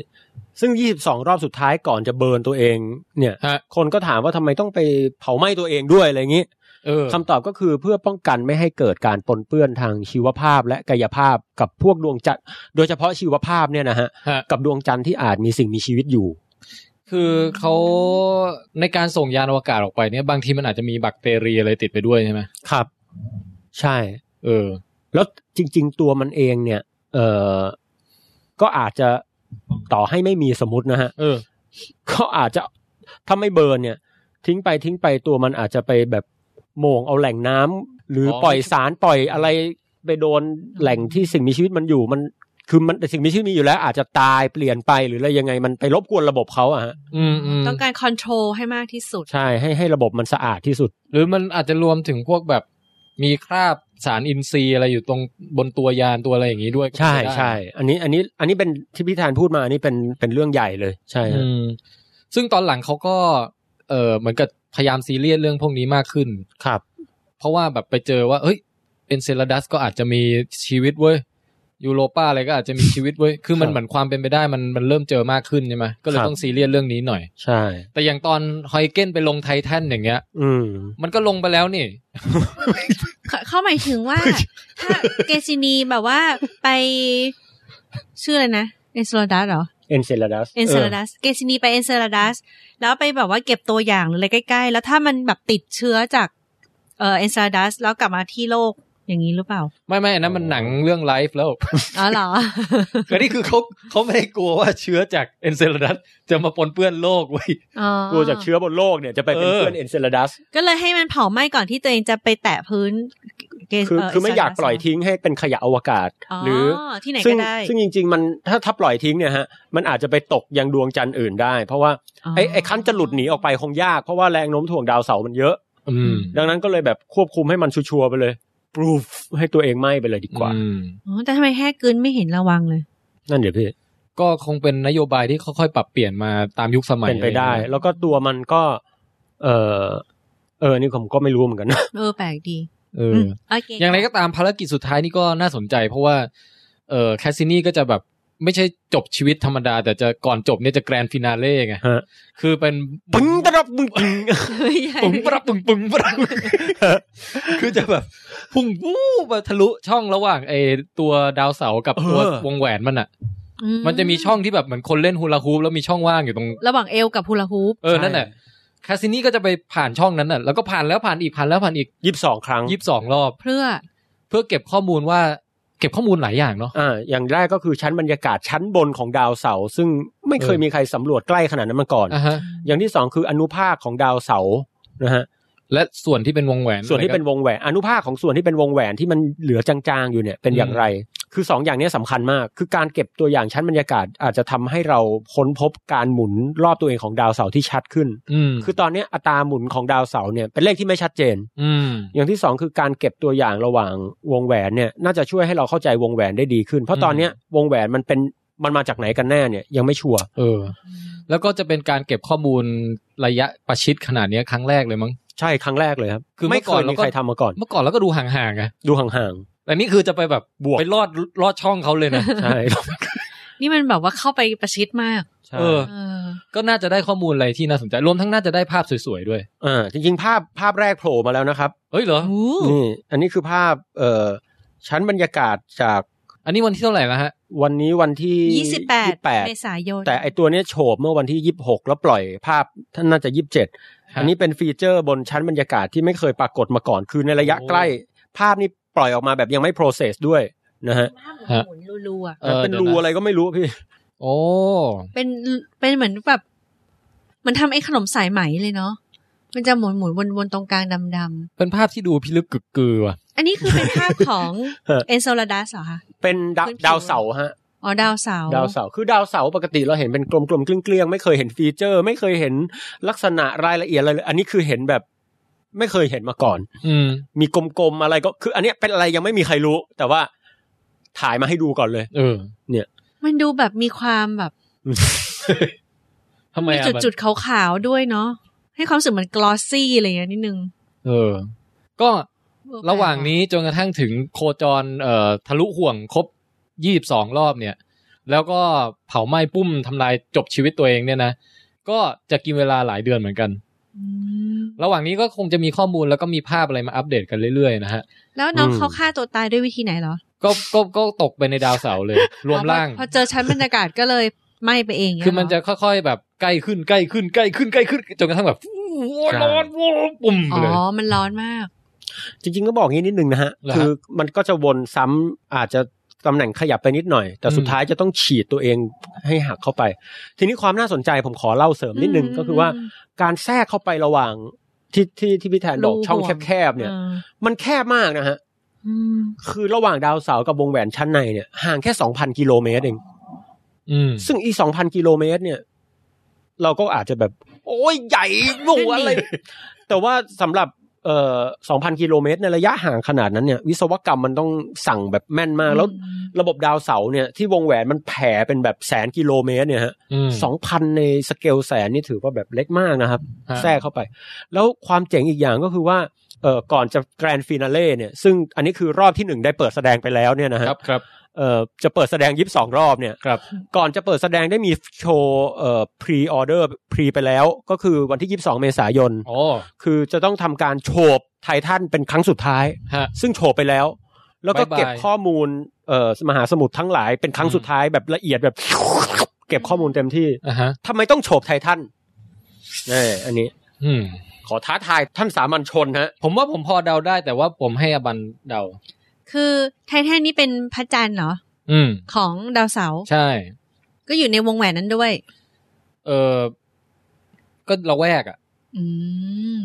ซึ่งยี่สิบสองรอบสุดท้ายก่อนจะเบิร์นตัวเอง เนี่ย ฮะ คนก็ถามว่าทำไมต้องไปเผาไหม้ตัวเองด้วยอะไรอย่างนี้ เออ คำตอบก็คือเพื่อป้องกันไม่ให้เกิดการปนเปื้อนทางชีวภาพและกายภาพกับพวกดวงจันทร์โดยเฉพาะชีวภาพเนี่ยนะฮะ ฮะ กับดวงจันทร์ที่อาจมีสิ่งมีชีวิตอยู่ คือเขาในการส่งยานอวกาศออกไปเนี่ยบางทีมันอาจจะมีแบคทีเรียอะไรติดไปด้วยใช่ไหม ครับ ใช่ เออ แล้วจริง ๆ ตัวมันเองเนี่ย เออก็อาจจะต่อให้ไม่มีสมมตินะฮะ เออ ก็อาจจะถ้าไม่เบิร์นเนี่ย ทิ้งไปทิ้งไปตัวมันอาจจะไปแบบโหมงเอาแหล่งน้ำหรืออ อ ปล่อยสารปล่อยอะไรไปโดนแหล่งที่สิ่งมีชีวิตมันอยู่มัน คือมันสิ่งมีชีวิตมีอยู่แล้ว อาจจะตายเปลี่ยนไปหรืออะไรยังไงมันไปรบกวนระบบเขาอะฮะ อืมอืม ต้องการคอนโทรลให้มากที่สุด ใช่ให้ให้ระบบมันสะอาดที่สุด หรือมันอาจจะรวมถึงพวกแบบมีคราบสารอินทรีย์อะไรอยู่ตรงบนตัวยานตัวอะไรอย่างนี้ด้วยก็ ใช่ เป็นไปได้ ใช่อันนี้อันนี้อันนี้เป็นที่พี่ธานพูดมาอันนี้เป็นเป็นเรื่องใหญ่เลยใช่ฮะ อืมซึ่งตอนหลังเขาก็ เออเหมือนกับพยายามซีเรียสเรื่องพวกนี้มากขึ้น ครับ เพราะว่าแบบไปเจอว่า เฮ้ยเอนเซลดัสก็อาจจะมีชีวิตเว้ยยูโรป้าอะไรก็อาจจะมีชีวิตเว้ยคือมัน ครับ เหมือนความเป็นไปได้มันมันเริ่มเจอมากขึ้นใช่ไหมก็เลย ครับ ต้องซีเรียสเรื่องนี้หน่อย ใช่ แต่อย่างตอนไฮเกนไปลงไททันอย่างเงี้ย อืม มันก็ลงไปแล้วนี่ เขาเขาหมายถึงว่า ถ้าเกซินีแบบว่าไปชื่ออะไรนะเอนเซลดัสเหรอ เอนเซลดัส เอนเซลดัสเกซินีไปเอนเซลดัสแล้วไปแบบว่าเก็บตัวอย่างหรืออะไรใกล้ ๆ แล้วถ้ามันแบบติดเชื้อจากเอ่อเอนเซลดัสแล้วกลับมาที่โลก อย่างนี้หรือเปล่า ไม่ไม่อันนั้นมันหนังเรื่องไลฟ์แล้ว อ๋อเหร อ ก็นี่คือเขาเขาไม่ได้กลัวว่าเชื้อจากเอนเซลดัสจะมาปนเปื้อนโลกเว้ย อ๋อก ลัวจากเชื้อบนโลกเนี่ยจะไปเป็น เออ เพื่อนเอนเซลดัส ก็เลยให้มันเผาไหม้ก่อนที่ตัวเองจะไปแตะพื้นเกส คือ เ คือไม่อยากปล่อยทิ้งให้เป็นขยะอวกาศ หรืออ ที่ไหน ซึ่ ก็ ง ได้ ซึ่งจริง ๆ มันถ้าถ้าปล่อยทิ้งเนี่ยฮะมันอาจจะไปตกยังดวงจันทร์อื่นได้ เพราะว่าไอ้ไอ้คันจะหลุดหนีออกไปคงยาก เพราะว่าแรงโน้มถ่วงดาวเสาร์มันเยอะ อืม ดังนั้นก็เลยแบบควบคุมให้มันชัวร์ๆไปเลยปรูฟให้ตัวเองไหม้ไปเลยดีกว่า อืม อ๋อแต่ทำไมแค่กลืนไม่เห็นระวังเลย นั่นเดี๋ยวพี่ ก็คงเป็นนโยบายที่ค่อยๆปรับเปลี่ยนมาตามยุคสมัย เป็นไปได้ แล้วก็ตัวมันก็ เออเออนี่ผมก็ไม่รู้เหมือนกันนะ เออแปลกดี เอ ม อ โอเค อย่างไรก็ตามภารกิจสุดท้ายนี่ก็น่าสนใจ เพราะว่าเออแคสซินี่ก็จะแบบไม่ใช่จบชีวิตธรรมดา แต่จะก่อนจบเนี่ยจะแกรนด์ฟินาเล่ไง ฮะ คือ เป็น ปึ้งตะรับปึ้งปึ้ง เฮ้ยใหญ่ ปึ้งปรับปึ้งปึ้งปรับคือจะแบบพุ่งวู้มาทะลุช่องระหว่างไอตัวดาวเสาร์กับตัว เออ วงแหวนมันอ่ะ มันจะมีช่องที่แบบเหมือนคนเล่นฮูลาฮูปแล้วมีช่องว่างอยู่ตรง ระหว่างเอวกับฮูลาฮูป เออนั่นแหละคาสินี่ก็จะไปผ่านช่องนั้นน่ะแล้วก็ผ่านแล้วผ่านอีกผ่านแล้วผ่านอีก ยี่สิบสองครั้ง ยี่สิบสองรอบ เพื่อ เพื่อเก็บข้อมูลว่าเก็บข้อมูลหลายอย่างเนาะ อ่า อย่างแรกก็คือชั้นบรรยากาศชั้นบนของดาวเสาร์ซึ่งไม่เคย เออ มีใครสำรวจใกล้ขนาดนั้นมาก่อน อ่ะฮะ อย่างที่สองคืออนุภาคของดาวเสาร์นะฮะ และส่วนที่เป็นวงแหวน ส่วนที่เป็น อะไร วงแหวนอนุภาคของส่วนที่เป็นวงแหวนที่มันเหลือจางๆอยู่เนี่ยเป็นอย่างไร คือสองอย่างเนี้ยสำคัญมาก คือการเก็บตัวอย่างชั้นบรรยากาศอาจจะทำให้เราค้นพบการหมุนรอบตัวเองของดาวเสาร์ที่ชัดขึ้น อืม คือตอนเนี้ยอัตราหมุนของดาวเสาร์เนี่ยเป็นเลขที่ไม่ชัดเจน อืม อย่างที่สองคือการเก็บตัวอย่างระหว่างวงแหวนเนี่ยน่าจะช่วยให้เราเข้าใจวงแหวนได้ดีขึ้น เพราะตอนเนี้ยวงแหวนมันเป็นมันมาจากไหนกันแน่เนี่ยยังไม่ชัวร์ เออ แล้วก็จะเป็นการเก็บข้อมูลระยะประชิดขนาดเนี้ยครั้งแรกเลยมั้ง ใช่ครั้งแรกเลยครับ คือเมื่ ไม่ อ เค ก่อน ย เรา มี ก็ ใครทำมาก่อน เมื่อก่อนเราก็ดูห่างๆไง ดูห่าง แต่นี่คือจะไปแบบ บวก ไปลอดลอดช่องเขา เลยนะ ๆ ใช่ นี่มันแบบว่าเข้าไปประชิดมาก ใช่ เออ เออ ก็น่าจะได้ข้อมูลอะไรที่น่าสนใจ รวมทั้งน่าจะได้ภาพสวยๆด้วย เออจริงๆ ภาพภาพแรกโผล่มาแล้วนะครับ เฮ้ยเหรอ โอ้โห นี่อันนี้คือภาพเอ่อชั้นบรรยากาศจาก อันนี้วันที่เท่าไหร่แล้วฮะ วันนี้วันที่ ยี่สิบแปด 28 เมษายน แต่ไอตัวเนี้ยโฉบเมื่อวันที่ยี่สิบหกแล้วปล่อยภาพท่านน่าจะยี่สิบเจ็ด ฮะ อันนี้เป็นฟีเจอร์บนชั้นบรรยากาศที่ไม่เคยปรากฏมาก่อน คือในระยะ โอ้ ใกล้ ภาพนี้ปล่อยออกมาแบบยังไม่ process ด้วยนะฮะ ภาพเหมือนหมุนรัวๆอะ เออ เป็น ดี๋ยว รู นะ อะไรก็ไม่รู้พี่ โอ้ เป็นเป็นเหมือนแบบมันทำไอ้ขนมสายไหมเลยเนาะมันจะหมุนหมุนวนวนๆตรงกลางดำ เป็นภาพที่ดูพิลึกกึกกือว่ะ ๆอันนี้คือเป็นภาพของ เออ เอนโซลาดัสเหรอคะ เป็นดาวดาวเสาร์ฮะ อ๋อดาวเสาร์ ดาวเสาร์คือดาวเสาร์ปกติเราเห็นเป็นกลมๆเกลี้ยงๆไม่เคยเห็นฟีเจอร์ ไม่เคยเห็นลักษณะรายละเอียดอะไรเลยอันนี้คือเห็นแบบ ไม่เคยเห็นมาก่อน อืม มีกลมๆอะไรก็คือ อันเนี้ยเป็นอะไรยังไม่มีใครรู้ แต่ว่าถ่ายมาให้ดูก่อนเลย เออ มันดูแบบมีความแบบ ทำไม มี อ่ะ จุด มัน จุดๆขาวๆด้วยเนาะให้ความรู้สึกเหมือนกลอสซี่อะไรอย่างเงี้ยนิดนึง เออ ก็ระหว่างนี้จนกระทั่งถึงโคจรเอ่อทะลุห่วงครบยี่สิบสองรอบเนี่ย แล้วก็เผาไหม้ปุ้มทำลายจบชีวิตตัวเองเนี่ยนะ ก็จะกินเวลาหลายเดือนเหมือนกัน อืม ระหว่างนี้ก็คงจะมีข้อมูลแล้วก็มีภาพอะไรมาอัปเดตกันเรื่อยๆนะฮะ แล้วน้อง อืม เขาฆ่าตัวตายด้วยวิธีไหนเหรอ ก็ก็ก็ตกไปในดาวเสาร์เลย รวมร่าง อ๋อพอพอเจอชั้นบรรยากาศก็เลยไหม้ไปเองเย คือมันจะค่อยๆ แบบใกล้ขึ้นใกล้ขึ้นใกล้ขึ้นใกล้ขึ้นจนกระทั่งแบบโอ้ยร้อนโอ้ยปุ่ม อ๋ เลย อ มันร้อนมาก จริงๆก็บอกงี้นิดนึงนะฮะ เหรอฮะ คือมันก็จะวนซ้ำอาจจะตำแหน่งขยับไปนิดหน่อย แต่ อืม สุดท้ายจะต้องฉีดตัวเองให้หักเข้าไป ทีนี้ความน่าสนใจผมขอเล่าเสริมนิดนึง อืม ก็คือว่าการแทรกเข้าไประหว่างที่ที่ที่พี่แทนบอก รู ช่อง ห่วง แคบๆเนี่ย ออ มันแคบมากนะฮะ อืม คือระหว่างดาวเสาร์กับวงแหวนชั้นในเนี่ยห่างแค่สองพันกิโลเมตรเอง อืม ซึ่งอีสองพันกิโลเมตรเนี่ย เราก็อาจจะแบบ โอ้ยใหญ่หนูอะไร แต่ว่าสำหรับเอ่อสองพันกิโลเมตรในระยะห่างขนาดนั้นเนี่ยวิศวกรรมมันต้องสั่งแบบแม่นมาก แล้วระบบดาวเสาร์เนี่ยที่วงแหวนมันแผ่เป็นแบบแสนกิโลเมตรเนี่ยฮะ อืม สองพันในสเกลแสนนี่ถือว่าแบบเล็กมากนะครับ ฮะ แทรกเข้าไป แล้วความเจ๋งอีกอย่างก็คือว่าเอ่อก่อนจะแกรนฟินาเล่เนี่ยซึ่งอันนี้คือรอบที่หนึ่งได้เปิดแสดงไปแล้วเนี่ยนะฮะ ครับครับ เอ่อจะเปิดแสดงยิบสองรอบเนี่ย ครับ ก่อนจะเปิดแสดงได้มีโชว์เอ่อพรีออเดอร์พรีไปแล้ว ก็คือวันที่ยิบสองเมษายน อ๋อ คือจะต้องทำการโฉบไททันเป็นครั้งสุดท้าย ฮะ ซึ่งโฉบไปแล้ว แล้วก็ บ๊ายบาย เก็บข้อมูลเอ่อมหาสมุทรทั้งหลายเป็นครั้ง อืม สุดท้ายแบบละเอียดแบบ เก็บข้อมูลเต็มที่ อ่ะฮะ ทำไมต้องโฉบไททันนี่อันนี้ อืม ขอท้าทายท่านสามัญชนฮะ ผมว่าผมพอเดาได้แต่ว่าผมให้อบันเดา คือไททันนี่เป็นพระจันทร์เหรอ อืม ของดาวเสาร์ ใช่ ก็อยู่ในวงแหวนนั้นด้วย เออ ก็เราแวกอ่ะ อืม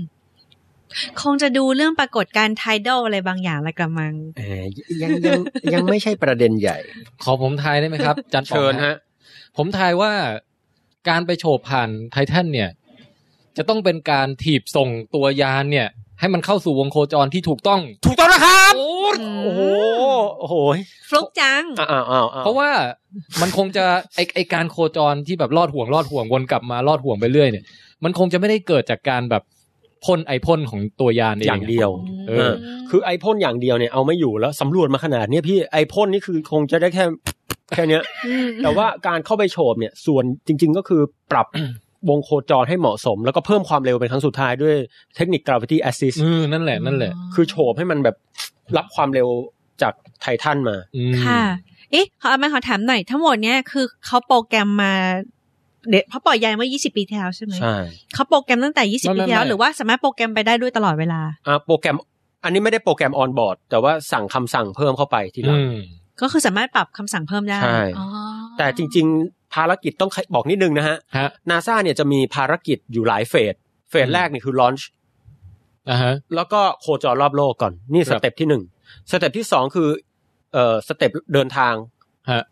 คงจะดูเรื่องปรากฏการณ์ไทดอลอะไรบางอย่างอะไรกระมัง เอ่อยังยังยังไม่ใช่ประเด็นใหญ่ ขอผมทายได้ไหม ครับ จันป๋อง เชิญฮะ ผมทายว่าการไปโฉบผ่านไททันเนี่ย จะต้องเป็นการถีบส่งตัวยานเนี่ย ให้มันเข้าสู่วงโคจรที่ถูกต้อง ถูกต้องนะครับ โอ้ โอ้โหโอ้โห ฟลุกจัง อ้าวอ้าวอ้าว เพราะว่ามันคงจะไอไอการโคจรที่แบบลอดห่วงลอดห่วงวนกลับมาลอดห่วงไปเรื่อยเนี่ย มันคงจะไม่ได้เกิดจากการแบบพ่นไอพ่นของตัวยานเอง อย่างเดียว เอ เออ อ คือไอพ่นอย่างเดียวเนี่ยเอาไม่อยู่แล้วสำรวจมาขนาดเนี้ยพี่ไอพ่นนี่คือคงจะได้แค่แค่เนี้ย แต่ว่าการเข้าไปโฉบเนี่ย ส่วนจริง ๆ ก็คือปรับ วงโคจรให้เหมาะสม แล้วก็เพิ่มความเร็วเป็นครั้งสุดท้ายด้วยเทคนิค gravity assist อืมนั่นแหละนั่นแหละ คือโฉบให้มันแบบรับความเร็วจากไททันมา อืม ค่ะ เอ๊ะ ขอเอามาขอถามหน่อย ทั้งหมดเนี้ยคือเขาโปรแกรมมา เด็กเขาปล่อยยายเมื่อ 20 ปีที่แล้วใช่ไหมเขาโปรแกรมตั้งแต่ 20 ปีที่แล้ว หรือว่าสามารถโปรแกรมไปได้ด้วยตลอดเวลา อ่าโปรแกรมอันนี้ไม่ได้โปรแกรมออนบอร์ดแต่ว่าสั่งคำสั่งเพิ่มเข้าไปทีหลั อื ง ม ก็คือสามารถปรับคำสั่งเพิ่มได้ ใช่ อ๋อ แต่จริง ๆ ภารกิจต้องบอกนิดนึงนะฮะ ฮะ นาซาเนี่ยจะมีภารกิจอยู่หลายเฟส เฟสแรกนี่คือลอนช์ อ่าฮะ แล้วก็โคจรรอบโลกก่อน นี่ ค ส รับ เต็ปที่หนึ่งสเต็ปที่สองคือเอ่อสเต็ปเดินทาง ฮะ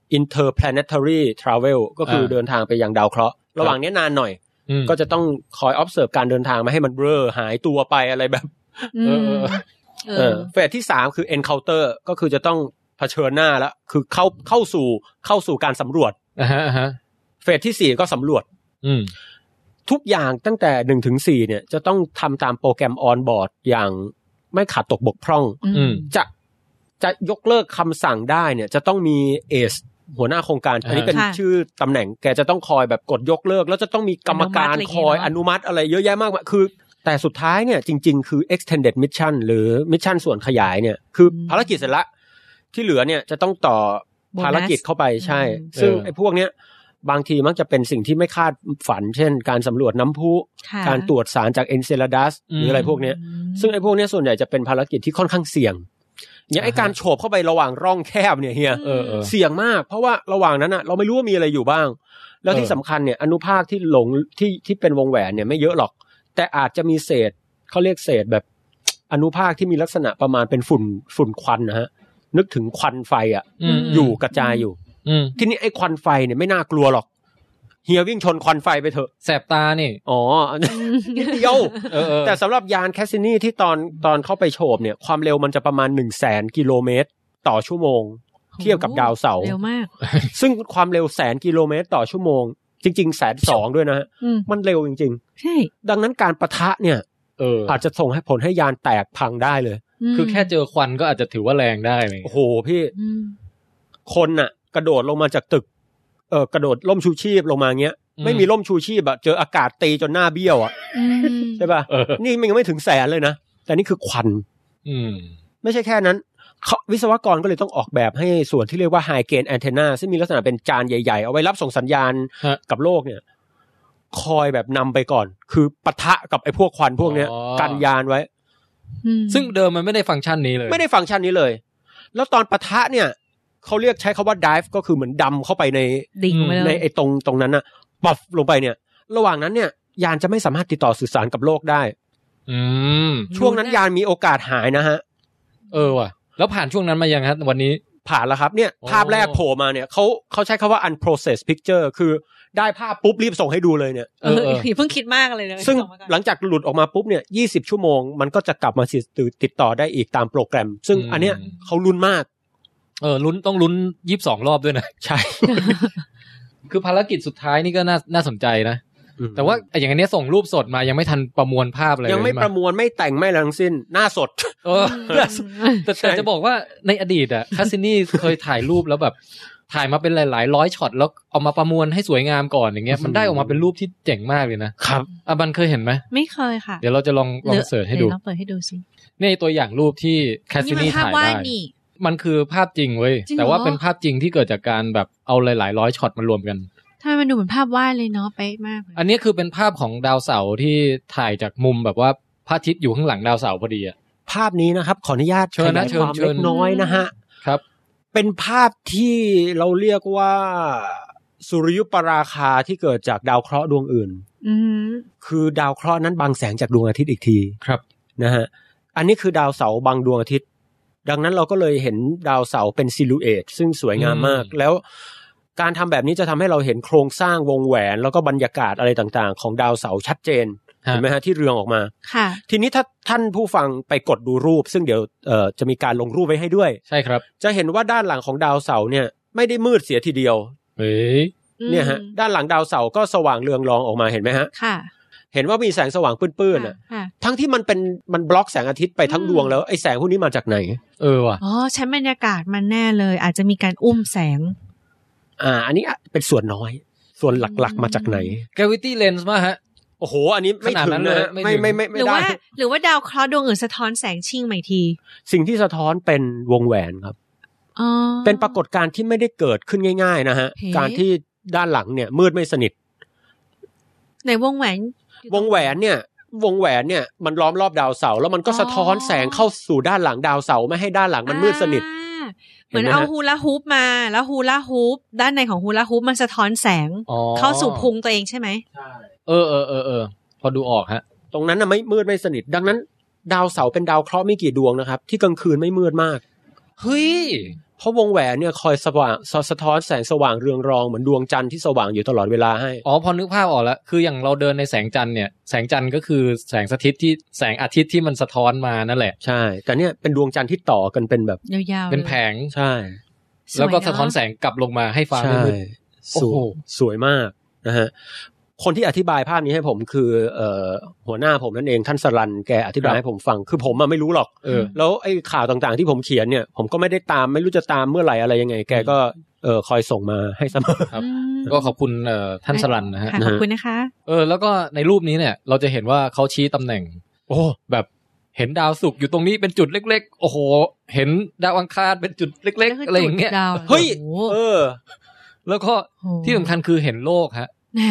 interplanetary travel ก็คือเดินทางไปยังดาวเคราะห์ระหว่างเนี้ยนานหน่อย อืม ก็จะต้องคอย observe การเดินทางไมาให้มันเบ้อหายตัวไปอะไรแบบ อืมเอ เอ อ อเฟสที่สามคือ encounter ก็คือจะต้องเผชิญหน้าแล้วคือเข้าเข้าสู่เข้าสู่การสำรวจ อ่าฮะอ่าฮะ เฟสที่สี่ก็สำรวจ อืม ทุกอย่างตั้งแต่หนึ่งถึงสี่เนี่ยจะต้องทำตามโปรแกรมออนบอร์ดอย่างไม่ขาดตกบกพร่อง อืม จะจะยกเลิกคำสั่งได้เนี่ยจะต้องมีเอสหัวหน้าโครงการ อันนี้เป็น ค่ะ ชื่อตำแหน่งแกจะต้องคอยแบบกดยกเลิก แล้วจะต้องมีกรรมกา อนุมัติ ร อะไรอย่างเงี้ยเนอะคอยอนุมัติอะไรเยอะแยะมากมายคือ แต่สุดท้ายเนี่ยจริง ๆ คือ extended mission หรือมิชชั่นส่วนขยายเนี่ยคืออ ม ภารกิจเสร็จละ ที่เหลือเนี่ยจะต้องต่อ โบนัส ภารกิจเข้าไปใช่ อืม ซึ่ง เออ ไอ้พวกเนี้ยบางทีมักจะเป็นสิ่งที่ไม่คาดฝัน เช่น การสำรวจน้ำพุ ค่ะ การตรวจสารจากเอนเซ a าดัสหรืออะไรพวกเนี้ย ซึ่งไอ้พวกเนี้ยส่วนใหญ่จะเป็นภารกิจที่ค่อนข้างเสี่ยง อย่างไอ้ อ่าฮะ การโฉบเข้าไประหว่างร่องแคบเนี่ยเฮีย เออเออ เสี่ยงมาก เพราะว่าระหว่างนั้นอ่ะเราไม่รู้ว่ามีอะไรอยู่บ้าง แล้ว เออ ที่สำคัญเนี่ยอนุภาคที่หลงที่ที่เป็นวงแหวนเนี่ยไม่เยอะหรอก แต่อาจจะมีเศษเขาเรียกเศษแบบ อนุภาคที่มีลักษณะประมาณเป็นฝุ่นฝุ่นควันนะฮะนึกถึงควันไฟอ่ะ อืม อยู่กระจายอยู่ อืม ทีนี้ไอ้ควันไฟเนี่ยไม่น่ากลัวหรอกเฮียวิ่งชนควันไฟไปเถอะ แสบตานี่ อ๋อ อืม เดียว เออเออ แต่สำหรับยานแคสซินี่ที่ตอนตอนเข้าไปโฉบเนี่ย ความเร็วมันจะประมาณ1นึ่งแสนกิโลเมตร ต่อชั่วโมง โห เทียบกับดาวเสาร์ เร็วมาก ซึ่งความเร็วแสนกิโลเมตร ต่อชั่วโมง จริงๆแสนสองด้วยนะฮะ อืม มันเร็วจริง ใช่ ๆ ดังนั้นการประทะเนี่ย เออ อาจจะส่งให้ผลให้ยานแตกพังได้เลย ม คือแค่เจอควันก็อาจจะถือว่าแรงได้อะไรอย่าง โอ้ เลย โหพี่ ม คนน่ะ กระโดดลงมาจากตึก เออกระโดดล่มชูชีพลงมาเงี้ย ไม่มีล่มชูชีพอะเจออากาศตีจนหน้าเบี้ยวอะ อืม ใช่ป่ะ เออ นี่มันยังไม่ถึงแสนเลยนะแต่นี่คือควัน อืม ไม่ใช่แค่นั้นเขาวิศวกรก็เลยต้องออกแบบให้ส่วนที่เรียกว่าไฮเกนแอนเทนาซึ่งมีลักษณะเป็นจานใหญ่ๆ เอาไว้รับส่งสัญญาณ ฮะ กับโลกเนี่ย คอยแบบนำไปก่อน คือปะทะกับไอ้พวกควันพวกเนี้ย อ๋อ กันยานไว้ อืม ซึ่งเดิมมันไม่ได้ฟังก์ชันนี้เลย ไม่ได้ฟังก์ชันนี้เลย แล้วตอนปะทะเนี่ย เขาเรียกใช้คาว่าดิฟก็คือเหมือนดำเข้าไปใน ดิ่งไปเล ใน ย ไอ้ตรงตรงนั้นน่ะปับลงไปเนี่ย ระหว่างนั้นเนี่ย ยานจะไม่สามารถติดต่อสื่อสารกับโลกได้ อืม ช่วงนั้นยานมีโอกาสหายนะฮะ เออว่ะ แล้วผ่านช่วงนั้นมายังฮะวันนี้ ผ่านแล้วครับเนี่ย โอ้ ภาพแรกโผล่มาเนี่ยเขาเขาใช้คำว่า unprocessed picture คือได้ภาพปุ๊บรีบส่งให้ดูเลยเนี่ย เอออย่าเพิ่งคิดมากเลยนะ ซึ่ง ออกมาก่อน หลังจากหลุดออกมาปุ๊บเนี่ยยีชั่วโมง มันก็จะกลับมาติดต่อได้อีกตามโปรแกรม ซึ่งอันเนี้ยเขาลุ้นมาก เออลุ้นต้องลุ้นยี่สิบสองรอบด้วยนะ ใช่ คือภารกิจสุดท้ายนี่ก็น่าน่าสนใจนะ แต่ว่าไอ้อย่างอันเนี้ยส่งรูปสดมายังไม่ทันประมวลภาพอะไรเลย ยังไม่ ใช่ห ประมวลไม่แต่งไม่อะไรทั้งสิ้น หน้าสด เออ แต่แต่จะบอกว่าในอดีตอะคาสินี่ เคยถ่ายรูปแล้วแบบ ถ่ายมาเป็นหลาย ๆ ร้อยช็อตแล้วเอามาประมวลให้สวยงามก่อนอย่างเงี้ย อืม มันได้ออกมาเป็นรูปที่เจ๋งมากเลยนะครับ อาบันเคยเห็นไหม ไม่เคยค่ะ เดี๋ยวเราจะลองลองเสิร์ชให้ดู ลองเปิดให้ดูสิ นี่ตัวอย่างรูปที่แคสซินี่มัน นี่ ภาถ่ายวพา ได้ ดนี่ มันคือภาพจริงเว้ย จริงเหรอ แต่ว่าเป็นภาพจริงที่เกิดจากการแบบเอาหลาย ๆ ร้อยช็อตมารวมกัน ทำไมมันดูเหมือนภาพวาดเลยเนาะเป๊ะมากเลย อันนี้คือเป็นภาพของดาวเสาร์ที่ถ่ายจากมุมแบบว่าพระอาทิตย์อยู่ข้างหลังดาวเสาร์พอดีอะ ภาพนี้นะครับ ขออนุญาต เชิญนะ ขยายความ เชิญเชิญ เล็กน้อยนะฮะ ครับ เป็นภาพที่เราเรียกว่าสุริยุปราคาที่เกิดจากดาวเคราะห์ดวงอื่น อืม คือดาวเคราะห์นั้นบังแสงจากดวงอาทิตย์อีกที ครับ นะฮะอันนี้คือดาวเสาร์บังดวงอาทิตย์ ดังนั้นเราก็เลยเห็นดาวเสาร์เป็นซิลูเอตซึ่งสวยงามมาก อืม แล้วการทำแบบนี้จะทำให้เราเห็นโครงสร้างวงแหวน แล้วก็บรรยากาศอะไรต่างๆ ของดาวเสาร์ชัดเจนเห็นไหมฮะที่เรืองออกมา ค่ะ ทีนี้ถ้าท่านผู้ฟังไปกดดูรูป ซึ่งเดี๋ยวเอ่อจะมีการลงรูปไว้ให้ด้วย ใช่ครับ จะเห็นว่าด้านหลังของดาวเสาร์เนี่ยไม่ได้มืดเสียทีเดียว เฮ้ย อืม เนี่ยฮะด้านหลังดาวเสาร์ก็สว่างเรืองรองออกมาเห็นไหมฮะ ค่ะ เห็นว่ามีแสงสว่างปื้นๆอ่ะ ค่ะ ทั้งที่มันเป็นมันบล็อกแสงอาทิตย์ไปทั้ง อืม ดวงแล้วไอ้แสงพวกนี้มาจากไหน เออว่ะ อ๋อชั้นบรรยากาศมันแน่เลย อาจจะมีการอุ้มแสง อ่า อันนี้เป็นส่วนน้อย ส่วนหลัก อืม ๆมาจากไหน gravity lens มาฮะ โอ้โห อันนี้ไม่ ขนาด ถึ นั้ ง น นะ เลยไม่ ไม่ ถึง ไม่ไม่ไม่ หรือ ได้ ว่า หรือว่าดาวเคราะห์ดวงอื่นสะท้อนแสงชิ่งมาอีกที สิ่งที่สะท้อนเป็นวงแหวนครับ อ๋อ เป็นปรากฏการณ์ที่ไม่ได้เกิดขึ้นง่าย ๆ นะฮะ เฮ้ การที่ด้านหลังเนี่ย มืดไม่สนิท ในวงแหวน วงแหวนเนี่ย วงแหวนเนี่ยมันล้อมรอบดาวเสาร์แล้วมันก็ อ๋อ สะท้อนแสงเข้าสู่ด้านหลังดาวเสาร์ไม่ให้ด้านหลังมันมืดสนิท อ่าเห เห็ มือน น ไหมฮะ เอาฮูลาฮูปมาแล้วฮูลาฮูปด้านในของฮูลาฮูปมันสะท้อนแสง อ๋อ เข้าสู่พุงตัวเองใช่ไหม เออเออเออเออพอดูออกฮะ ตรงนั้นน่ะไม่มืดไม่สนิท ดังนั้น ดาวเสาร์เป็นดาวเคราะห์ไม่กี่ดวงนะครับ ที่กลางคืนไม่มืดมาก เฮ้ย เพราะวงแหวนเนี่ยคอยสว่างสะสะท้อนแสงสว่างเรืองรองเหมือนดวงจันทร์ที่สว่างอยู่ตลอดเวลาให้ อ๋อพอนึกภาพออกแล้ว คืออย่างเราเดินในแสงจันทร์เนี่ย แสงจันทร์ก็คือแสงสะทิตที่แสงอาทิตย์ที่มันสะท้อนมานั่นแหละ ใช่ แต่เนี่ยเป็นดวงจันทร์ที่ต่อกันเป็นแบบ ยาวๆ เป็นแผง ใช่ สย แล้วก็ เ สะท้อนแสงกลับลงมาให้ฟ้า ใช่ มืด สวย โอ้โห สวยมากนะฮะคนที่อธิบายภาพนี้ให้ผมคือเอ่อหัวหน้าผมนั่นเองท่านสรันแกอธิบายให้ผมฟังคือผมอะไม่รู้หรอก เออ แล้วไอ้ข่าวต่างๆที่ผมเขียนเนี่ย ผมก็ไม่ได้ตามไม่รู้จะตามเมื่อไหร่อะไรยังไง แกก็เออคอยส่งมาให้เสมอ ครับ อืม ก็ขอบคุณเอ่อท่านสรันนะฮะ ค่ะขอบคุณนะคะ เออ แล้วก็ในรูปนี้เนี่ย เราจะเห็นว่าเขาชี้ตำแหน่ง โอ้ แบบเห็นดาวศุกร์อยู่ตรงนี้เป็นจุดเล็ก ๆ โอ้โห เห็นดาวอังคารเป็นจุดเล็ก ก็คื ๆ อ อะไรอย่างเงี้ย จุดดาว เฮ้ย โอ้โห เออ แล้วก็ที่สำคัญคือเห็นโลกฮะ ไหน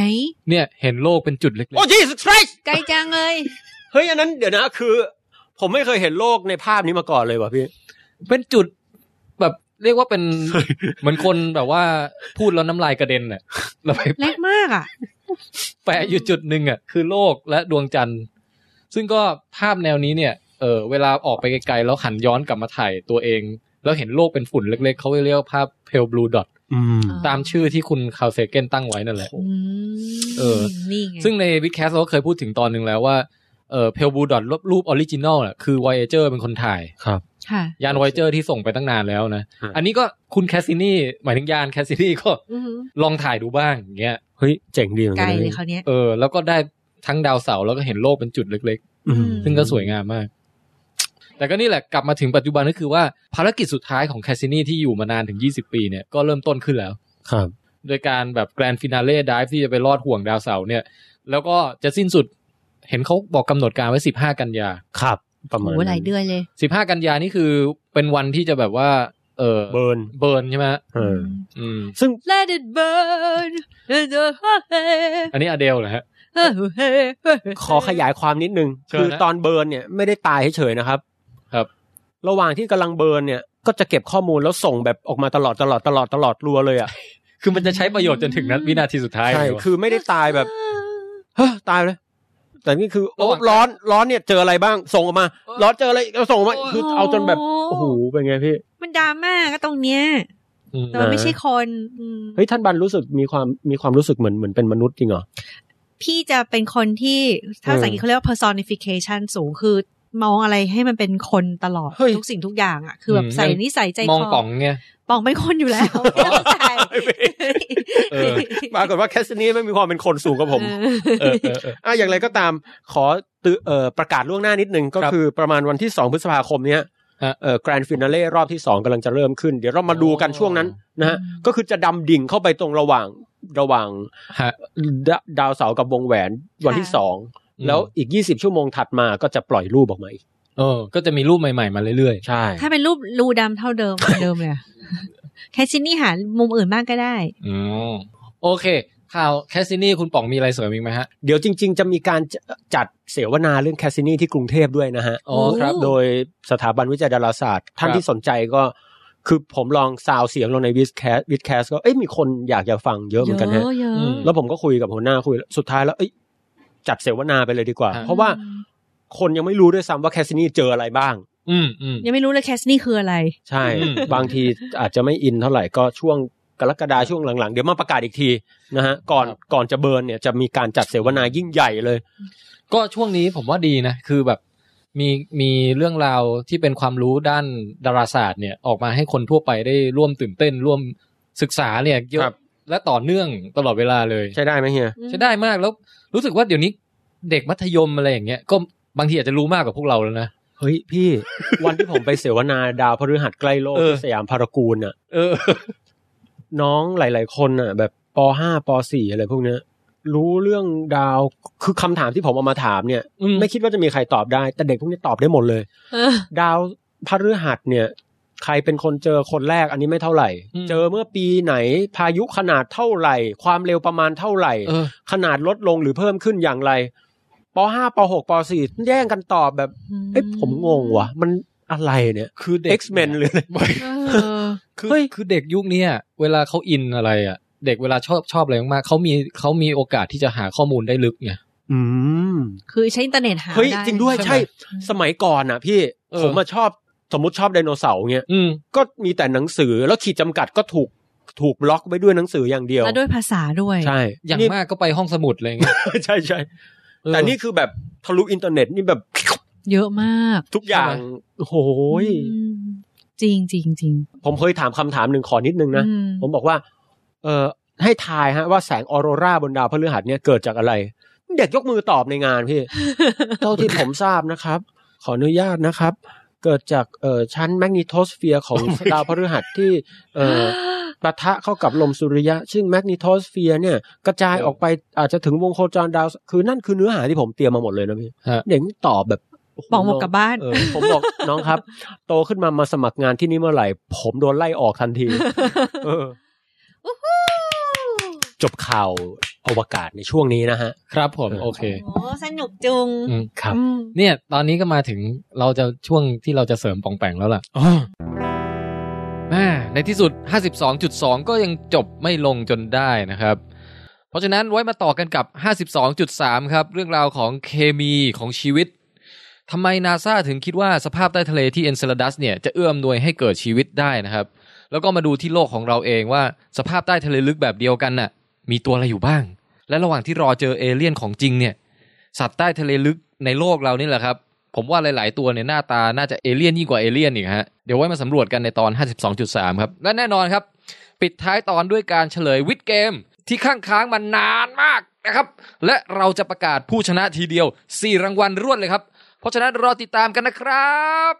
เนี่ยเห็นโลกเป็นจุดเล็ก โอ้ยีสไร ไกลจังเลย เฮ้ยอันนั้นเดี๋ยวนะคือ ผมไม่เคยเห็นโลกในภาพนี้มาก่อนเลยว่ะพี่ ๆ เป็นจุดแบบเรียกว่าเป็น เหมือนคนแบบว่าพูดแล้วน้ำลายกระเด็น น่ะแล้วไป เล็กมากอ่ะ แปะอยู่จุดหนึ่งอ่ะคือโลกและดวงจันทร์ ซึ่งก็ภาพแนวนี้เนี่ยเออเวลาออกไปไกลๆแล้วหันย้อนกลับมาถ่ายตัวเอง แล้วเห็นโลกเป็นฝุ่นเล็ก ๆเขาเรียกว่าภาพ pale blue dot อืม อ๋อ ตามชื่อที่คุณคาเซเกนตั้งไว้นั่นแหละ อืม เออ นี่ไง ซึ่งในวิดแคสเราก็เคยพูดถึงตอนหนึ่งแล้วว่าเออเพลบูดอทรูปออริจินอลน่ะคือ Voyager เป็นคนถ่าย ค่ะ ยาน Voyager ที่ส่งไปตั้งนานแล้วนะ ฮะ อันนี้ก็คุณแคสซินี่ หมายถึงยานแคสซินี่ก็ อือหือ ลองถ่ายดูบ้างอย่างเงี้ย เฮ้ยเจ๋งดีเหมือน ไกล กันนะ เลย พี่ เขาวเนี้ย เออแล้วก็ได้ทั้งดาวเสาร์แล้วก็เห็นโลกเป็นจุดเล็ก อืม ๆ ซึ่งก็สวยงามมาก แต่ก็นี่แหละกลับมาถึงปัจจุบันก็คือว่าภารกิจสุดท้ายของแคสซินี่ที่อยู่มานานถึง 20 ปีเนี่ยก็เริ่มต้นขึ้นแล้ว ครับ โดยการแบบแกรนฟินาเล่ดิฟที่จะไปลอดห่วงดาวเสาร์เนี่ย แล้วก็จะสิ้นสุดเห็นเขาบอกกำหนดการไว้ 15 กันยา ครับ ประ โอ้ มาณ โหหลายเดือนเลย 15 กันยานี่คือเป็นวันที่จะแบบว่า เออ เบิร์น เบิร์นใช่ไหมฮะ เออ อืม ซึ่ง อืม Let it burn in the heart อันนี้อเดลเหรอฮะ ขอขยายความนิดนึง เชิญ คือ นะ ตอนเบิร์นเนี่ยไม่ได้ตายเฉยๆนะครับ ครับ ระหว่างที่กำลังเบิร์นเนี่ย ก็จะเก็บข้อมูลแล้วส่งแบบออกมาตลอดตลอดตลอดตลอดรัวเลยอ่ะ คือมันจะใช้ประโยชน์จนถึงนั้นวินาทีสุดท้าย ใช่ เลยวะ คือไม่ได้ตายแบบ เฮ้ยตายเลย แต่นี่คือ ระ โอ้ หว่าง ร้อน ร้อนเนี่ยเจออะไรบ้าง ส่งออกมา เออ ร้อนเจออะไรเราส่งออกมา โอ้ย คือเอาจนแบบ โอ้โห เป็นไงพี่ มันดราม่าก็ตรงเนี้ย อืม แต่ว่าไม่ใช่คนอืม เฮ้ย ท่านบันรู้สึกมีความ มีความรู้สึกเหมือน เหมือนเป็นมนุษย์จริงเหรอ พี่จะเป็นคนที่ถ้า เออ สังเกตเขาเรียกว่า personification สูงคือมองอะไรให้มันเป็นคนตลอด เฮ้ย ทุกสิ่งทุกอย่างอ่ะ คือแบบใส่นิสัยใจ มอง ค ป่ อ องไง ป่องเป็นคนอยู่แล้วไม่ต้องใส่ เออ ปรากฏว่าแคสซินี่ไม่มีความเป็นคนสูงกว่าผม เออเออเออ อ่ะอย่างไรก็ตามขอตือเอ่อประกาศล่วงหน้านิดนึงก็ ครับ คือประมาณวันที่ 2 พฤษภาคมเนี้ย ฮะ เอ่อแกรนด์ฟินาเล่รอบที่ 2กำลังจะเริ่มขึ้น เดี๋ยวเรามาดูกัน อ๋อ ช่วงนั้นนะฮะก็คือจะดำดิ่งเข้าไปตรงระหว่างระหว่าง ฮะ ดาดาวเสาร์กับวงแหวนวันที่ อืม 2 แล้วอีก 20 ชั่วโมงถัดมาก็จะปล่อยรูปออกมาอีก เออ ก็จะมีรูปใหม่ๆมาเรื่อย ใช่ ถ้าเป็นรูปรูดำเท่าเดิมเหมือนเดิมเลยอะแคชชินนี่หามุมอื่นบ้างก็ได้ ๆอ๋อโอเค ข่าวแคสซินี่คุณป๋องมีอะไรเสริมอีกไหมฮะ เดี๋ยวจริง ๆ จะมีการจจัดเสวนาเรื่องแคสซินีที่กรุงเทพด้วยนะฮะ อ๋อครับ โดยสถาบันวิจัยดาราศาสตร์ ท่านที่สนใจก็คือผมลองซาวเสียงลงในวิดแคสวิดแคสก็เอ้ยมีคนอยากจะฟังเยอะเหมือนกันฮะ เยอะ อืม ๆ แล้วผมก็คุยกับหัวหน้าคุยสุดท้ายแล้วเอ้ยจัดเสวนาไปเลยดีกว่า อ่า เพราะว่าคนยังไม่รู้ด้วยซ้ำว่าแคสซินีเจออะไรบ้าง อืมอืม ยังไม่รู้เลยแคสนี่คืออะไร ใช่ อืม บางทีอาจจะไม่อินเท่าไหร่ก็ช่วงกรกฎาช่วงหลังๆ เดี๋ยวมาประกาศอีกทีนะฮะก่อนก่อนจะเบิร์นเนี่ยจะมีการจัดเสวนายิ่งใหญ่เลย ก็ช่วงนี้ผมว่าดีนะ คือแบบมีมีเรื่องราวที่เป็นความรู้ด้านดาราศาสตร์เนี่ยออกมาให้คนทั่วไปได้ร่วมตื่นเต้น ร่วมศึกษาเนี่ยเย ครั อะ บ และต่อเนื่องตลอดเวลาเลย ใช่ได้ไหมเฮีย ใช้ได้มากแล้วรู้สึกว่าเดี๋ยวนี้เด็กมัธยมอะไรอย่างเงี้ยก็บางทีอาจจะรู้มากกว่าพวกเราแล้วนะ เฮ้ยพี่ วันที่ผมไปเสวนาดาวพฤหัสใกล้โลก เออ ที่สยามพารากอนน่ะ เออ น้องหลาย ๆ คนน่ะ แบบปห้าปสี่อะไรพวกเนี้ยรู้เรื่องดาวคือคำถามที่ผมเอามาถามเนี่ย อืม ไม่คิดว่าจะมีใครตอบได้ แต่เด็กพวกนี้ตอบได้หมดเลย เออ ดาวพฤหัสเนี่ย ใครเป็นคนเจอคนแรกอันนี้ไม่เท่าไหร่ อืม เจอเมื่อปีไหนพายุขนาดเท่าไหร่ ความเร็วประมาณเท่าไหร่ เออ ขนาดลดลงหรือเพิ่มขึ้นอย่างไรปห้าปหกปสี่แย่งกันตอบแบบ เอ้ยผมงงว่ะ มันอะไรเนี่ย คือเด็ก X-Men หรืออะไร เออ คือ เฮ้ย คือเด็กยุคเนี้ยเวลาเขาอินอะไรอ่ะ เด็กเวลาชอบชอบอะไรมากๆเขามีเขามีโอกาสที่จะหาข้อมูลได้ลึกไง อืม คือใช้อินเทอร์เน็ตหา เฮ้ย ไ จริงด้วย ใช่ไหม ใช่ สมัยก่อนอ่ะ พี่ เออ ผมมาชอบสมมติชอบไดโนเสาร์เงี้ย อืม ก็มีแต่หนังสือแล้วขีดจำกัดก็ถูกถูกบล็อกไว้ด้วยหนังสืออย่างเดียว แล้วด้วยภาษาด้วย ใช่ อย่าง นี่ มากก็ไปห้องสมุดอะไรเงี้ย ใช่ใช่ เออ แต่นี่คือแบบทะลุอินเทอร์เน็ตนี่แบบ เยอะมาก ทุกอย่าง ใช่ไหม โอ้โหย อืมจริงจริงจริง ผมเคยถามคำถามหนึ่งขอนิดนึงนะ อืม ผมบอกว่า เออให้ทายฮะว่าแสงออโรราบนดาวพฤหัสเนี่ยเกิดจากอะไร เด็กยกมือตอบในงานพี่ เท่าที่ผมทราบนะครับ ขออนุญาตนะครับ เกิดจากเอ่อชั้นแมกนิโทสเฟียร์ ของดาวพฤหัสที่เอ่อปะทะเข้ากับลมสุริยะ ซึ่งแมกนิโทสเฟียร์เนี่ย กระจายออกไปอาจจะถึงวงโคจรดาว คือนั่นคือเนื้อหาที่ผมเตรียมมาหมดเลยนะพี่ ฮะ เด็กตอบแบบโโห บอกหมวกกลับบ้าน เออผมบอก น้องครับ โตขึ้นมามาสมัครงานที่นี่เมื่อไหร่ ผมโดนไล่ออกทัน ที เออ วู้ฮู้ จบข่าวอวกาศในช่วงนี้นะฮะ ครับผม เออ โอเค โอ้สนุกจุง อืม ครับ อืม เนี่ยตอนนี้ก็มาถึงเราจะช่วงที่เราจะเสริมปองแปงแล้วล่ะแม่ในที่สุด 52.2 ก็ยังจบไม่ลงจนได้นะครับ เพราะฉะนั้นไว้มาต่อกันกับ 52.3 ครับ เรื่องราวของเคมีของชีวิตทำไมนาซาถึงคิดว่าสภาพใต้ทะเลที่เอนเซลดัสเนี่ยจะเอื้อมหนวยให้เกิดชีวิตได้นะครับ แล้วก็มาดูที่โลกของเราเองว่าสภาพใต้ทะเลลึกแบบเดียวกันน่ะ มีตัวอะไรอยู่บ้าง และระหว่างที่รอเจอเอเลี่ยนของจริงเนี่ย สัตว์ใต้ทะเลลึกในโลกเรานี่แหละครับ ผมว่าหลาย ๆ ตัวเนี่ยหน้าตาน่าจะเอเลี่ยนยิ่งกว่าเอเลี่ยนอีกฮะ เดี๋ยวไว้มาสำรวจกันในตอน 52.3 ครับ และแน่นอนครับ ปิดท้ายตอนด้วยการเฉลยวิดเกม ที่ค้างค้างๆมานานมากนะครับ และเราจะประกาศผู้ชนะทีเดียว 4 รางวัลรวดเลยครับ เพราะฉะนั้นรอติดตามกันนะครับ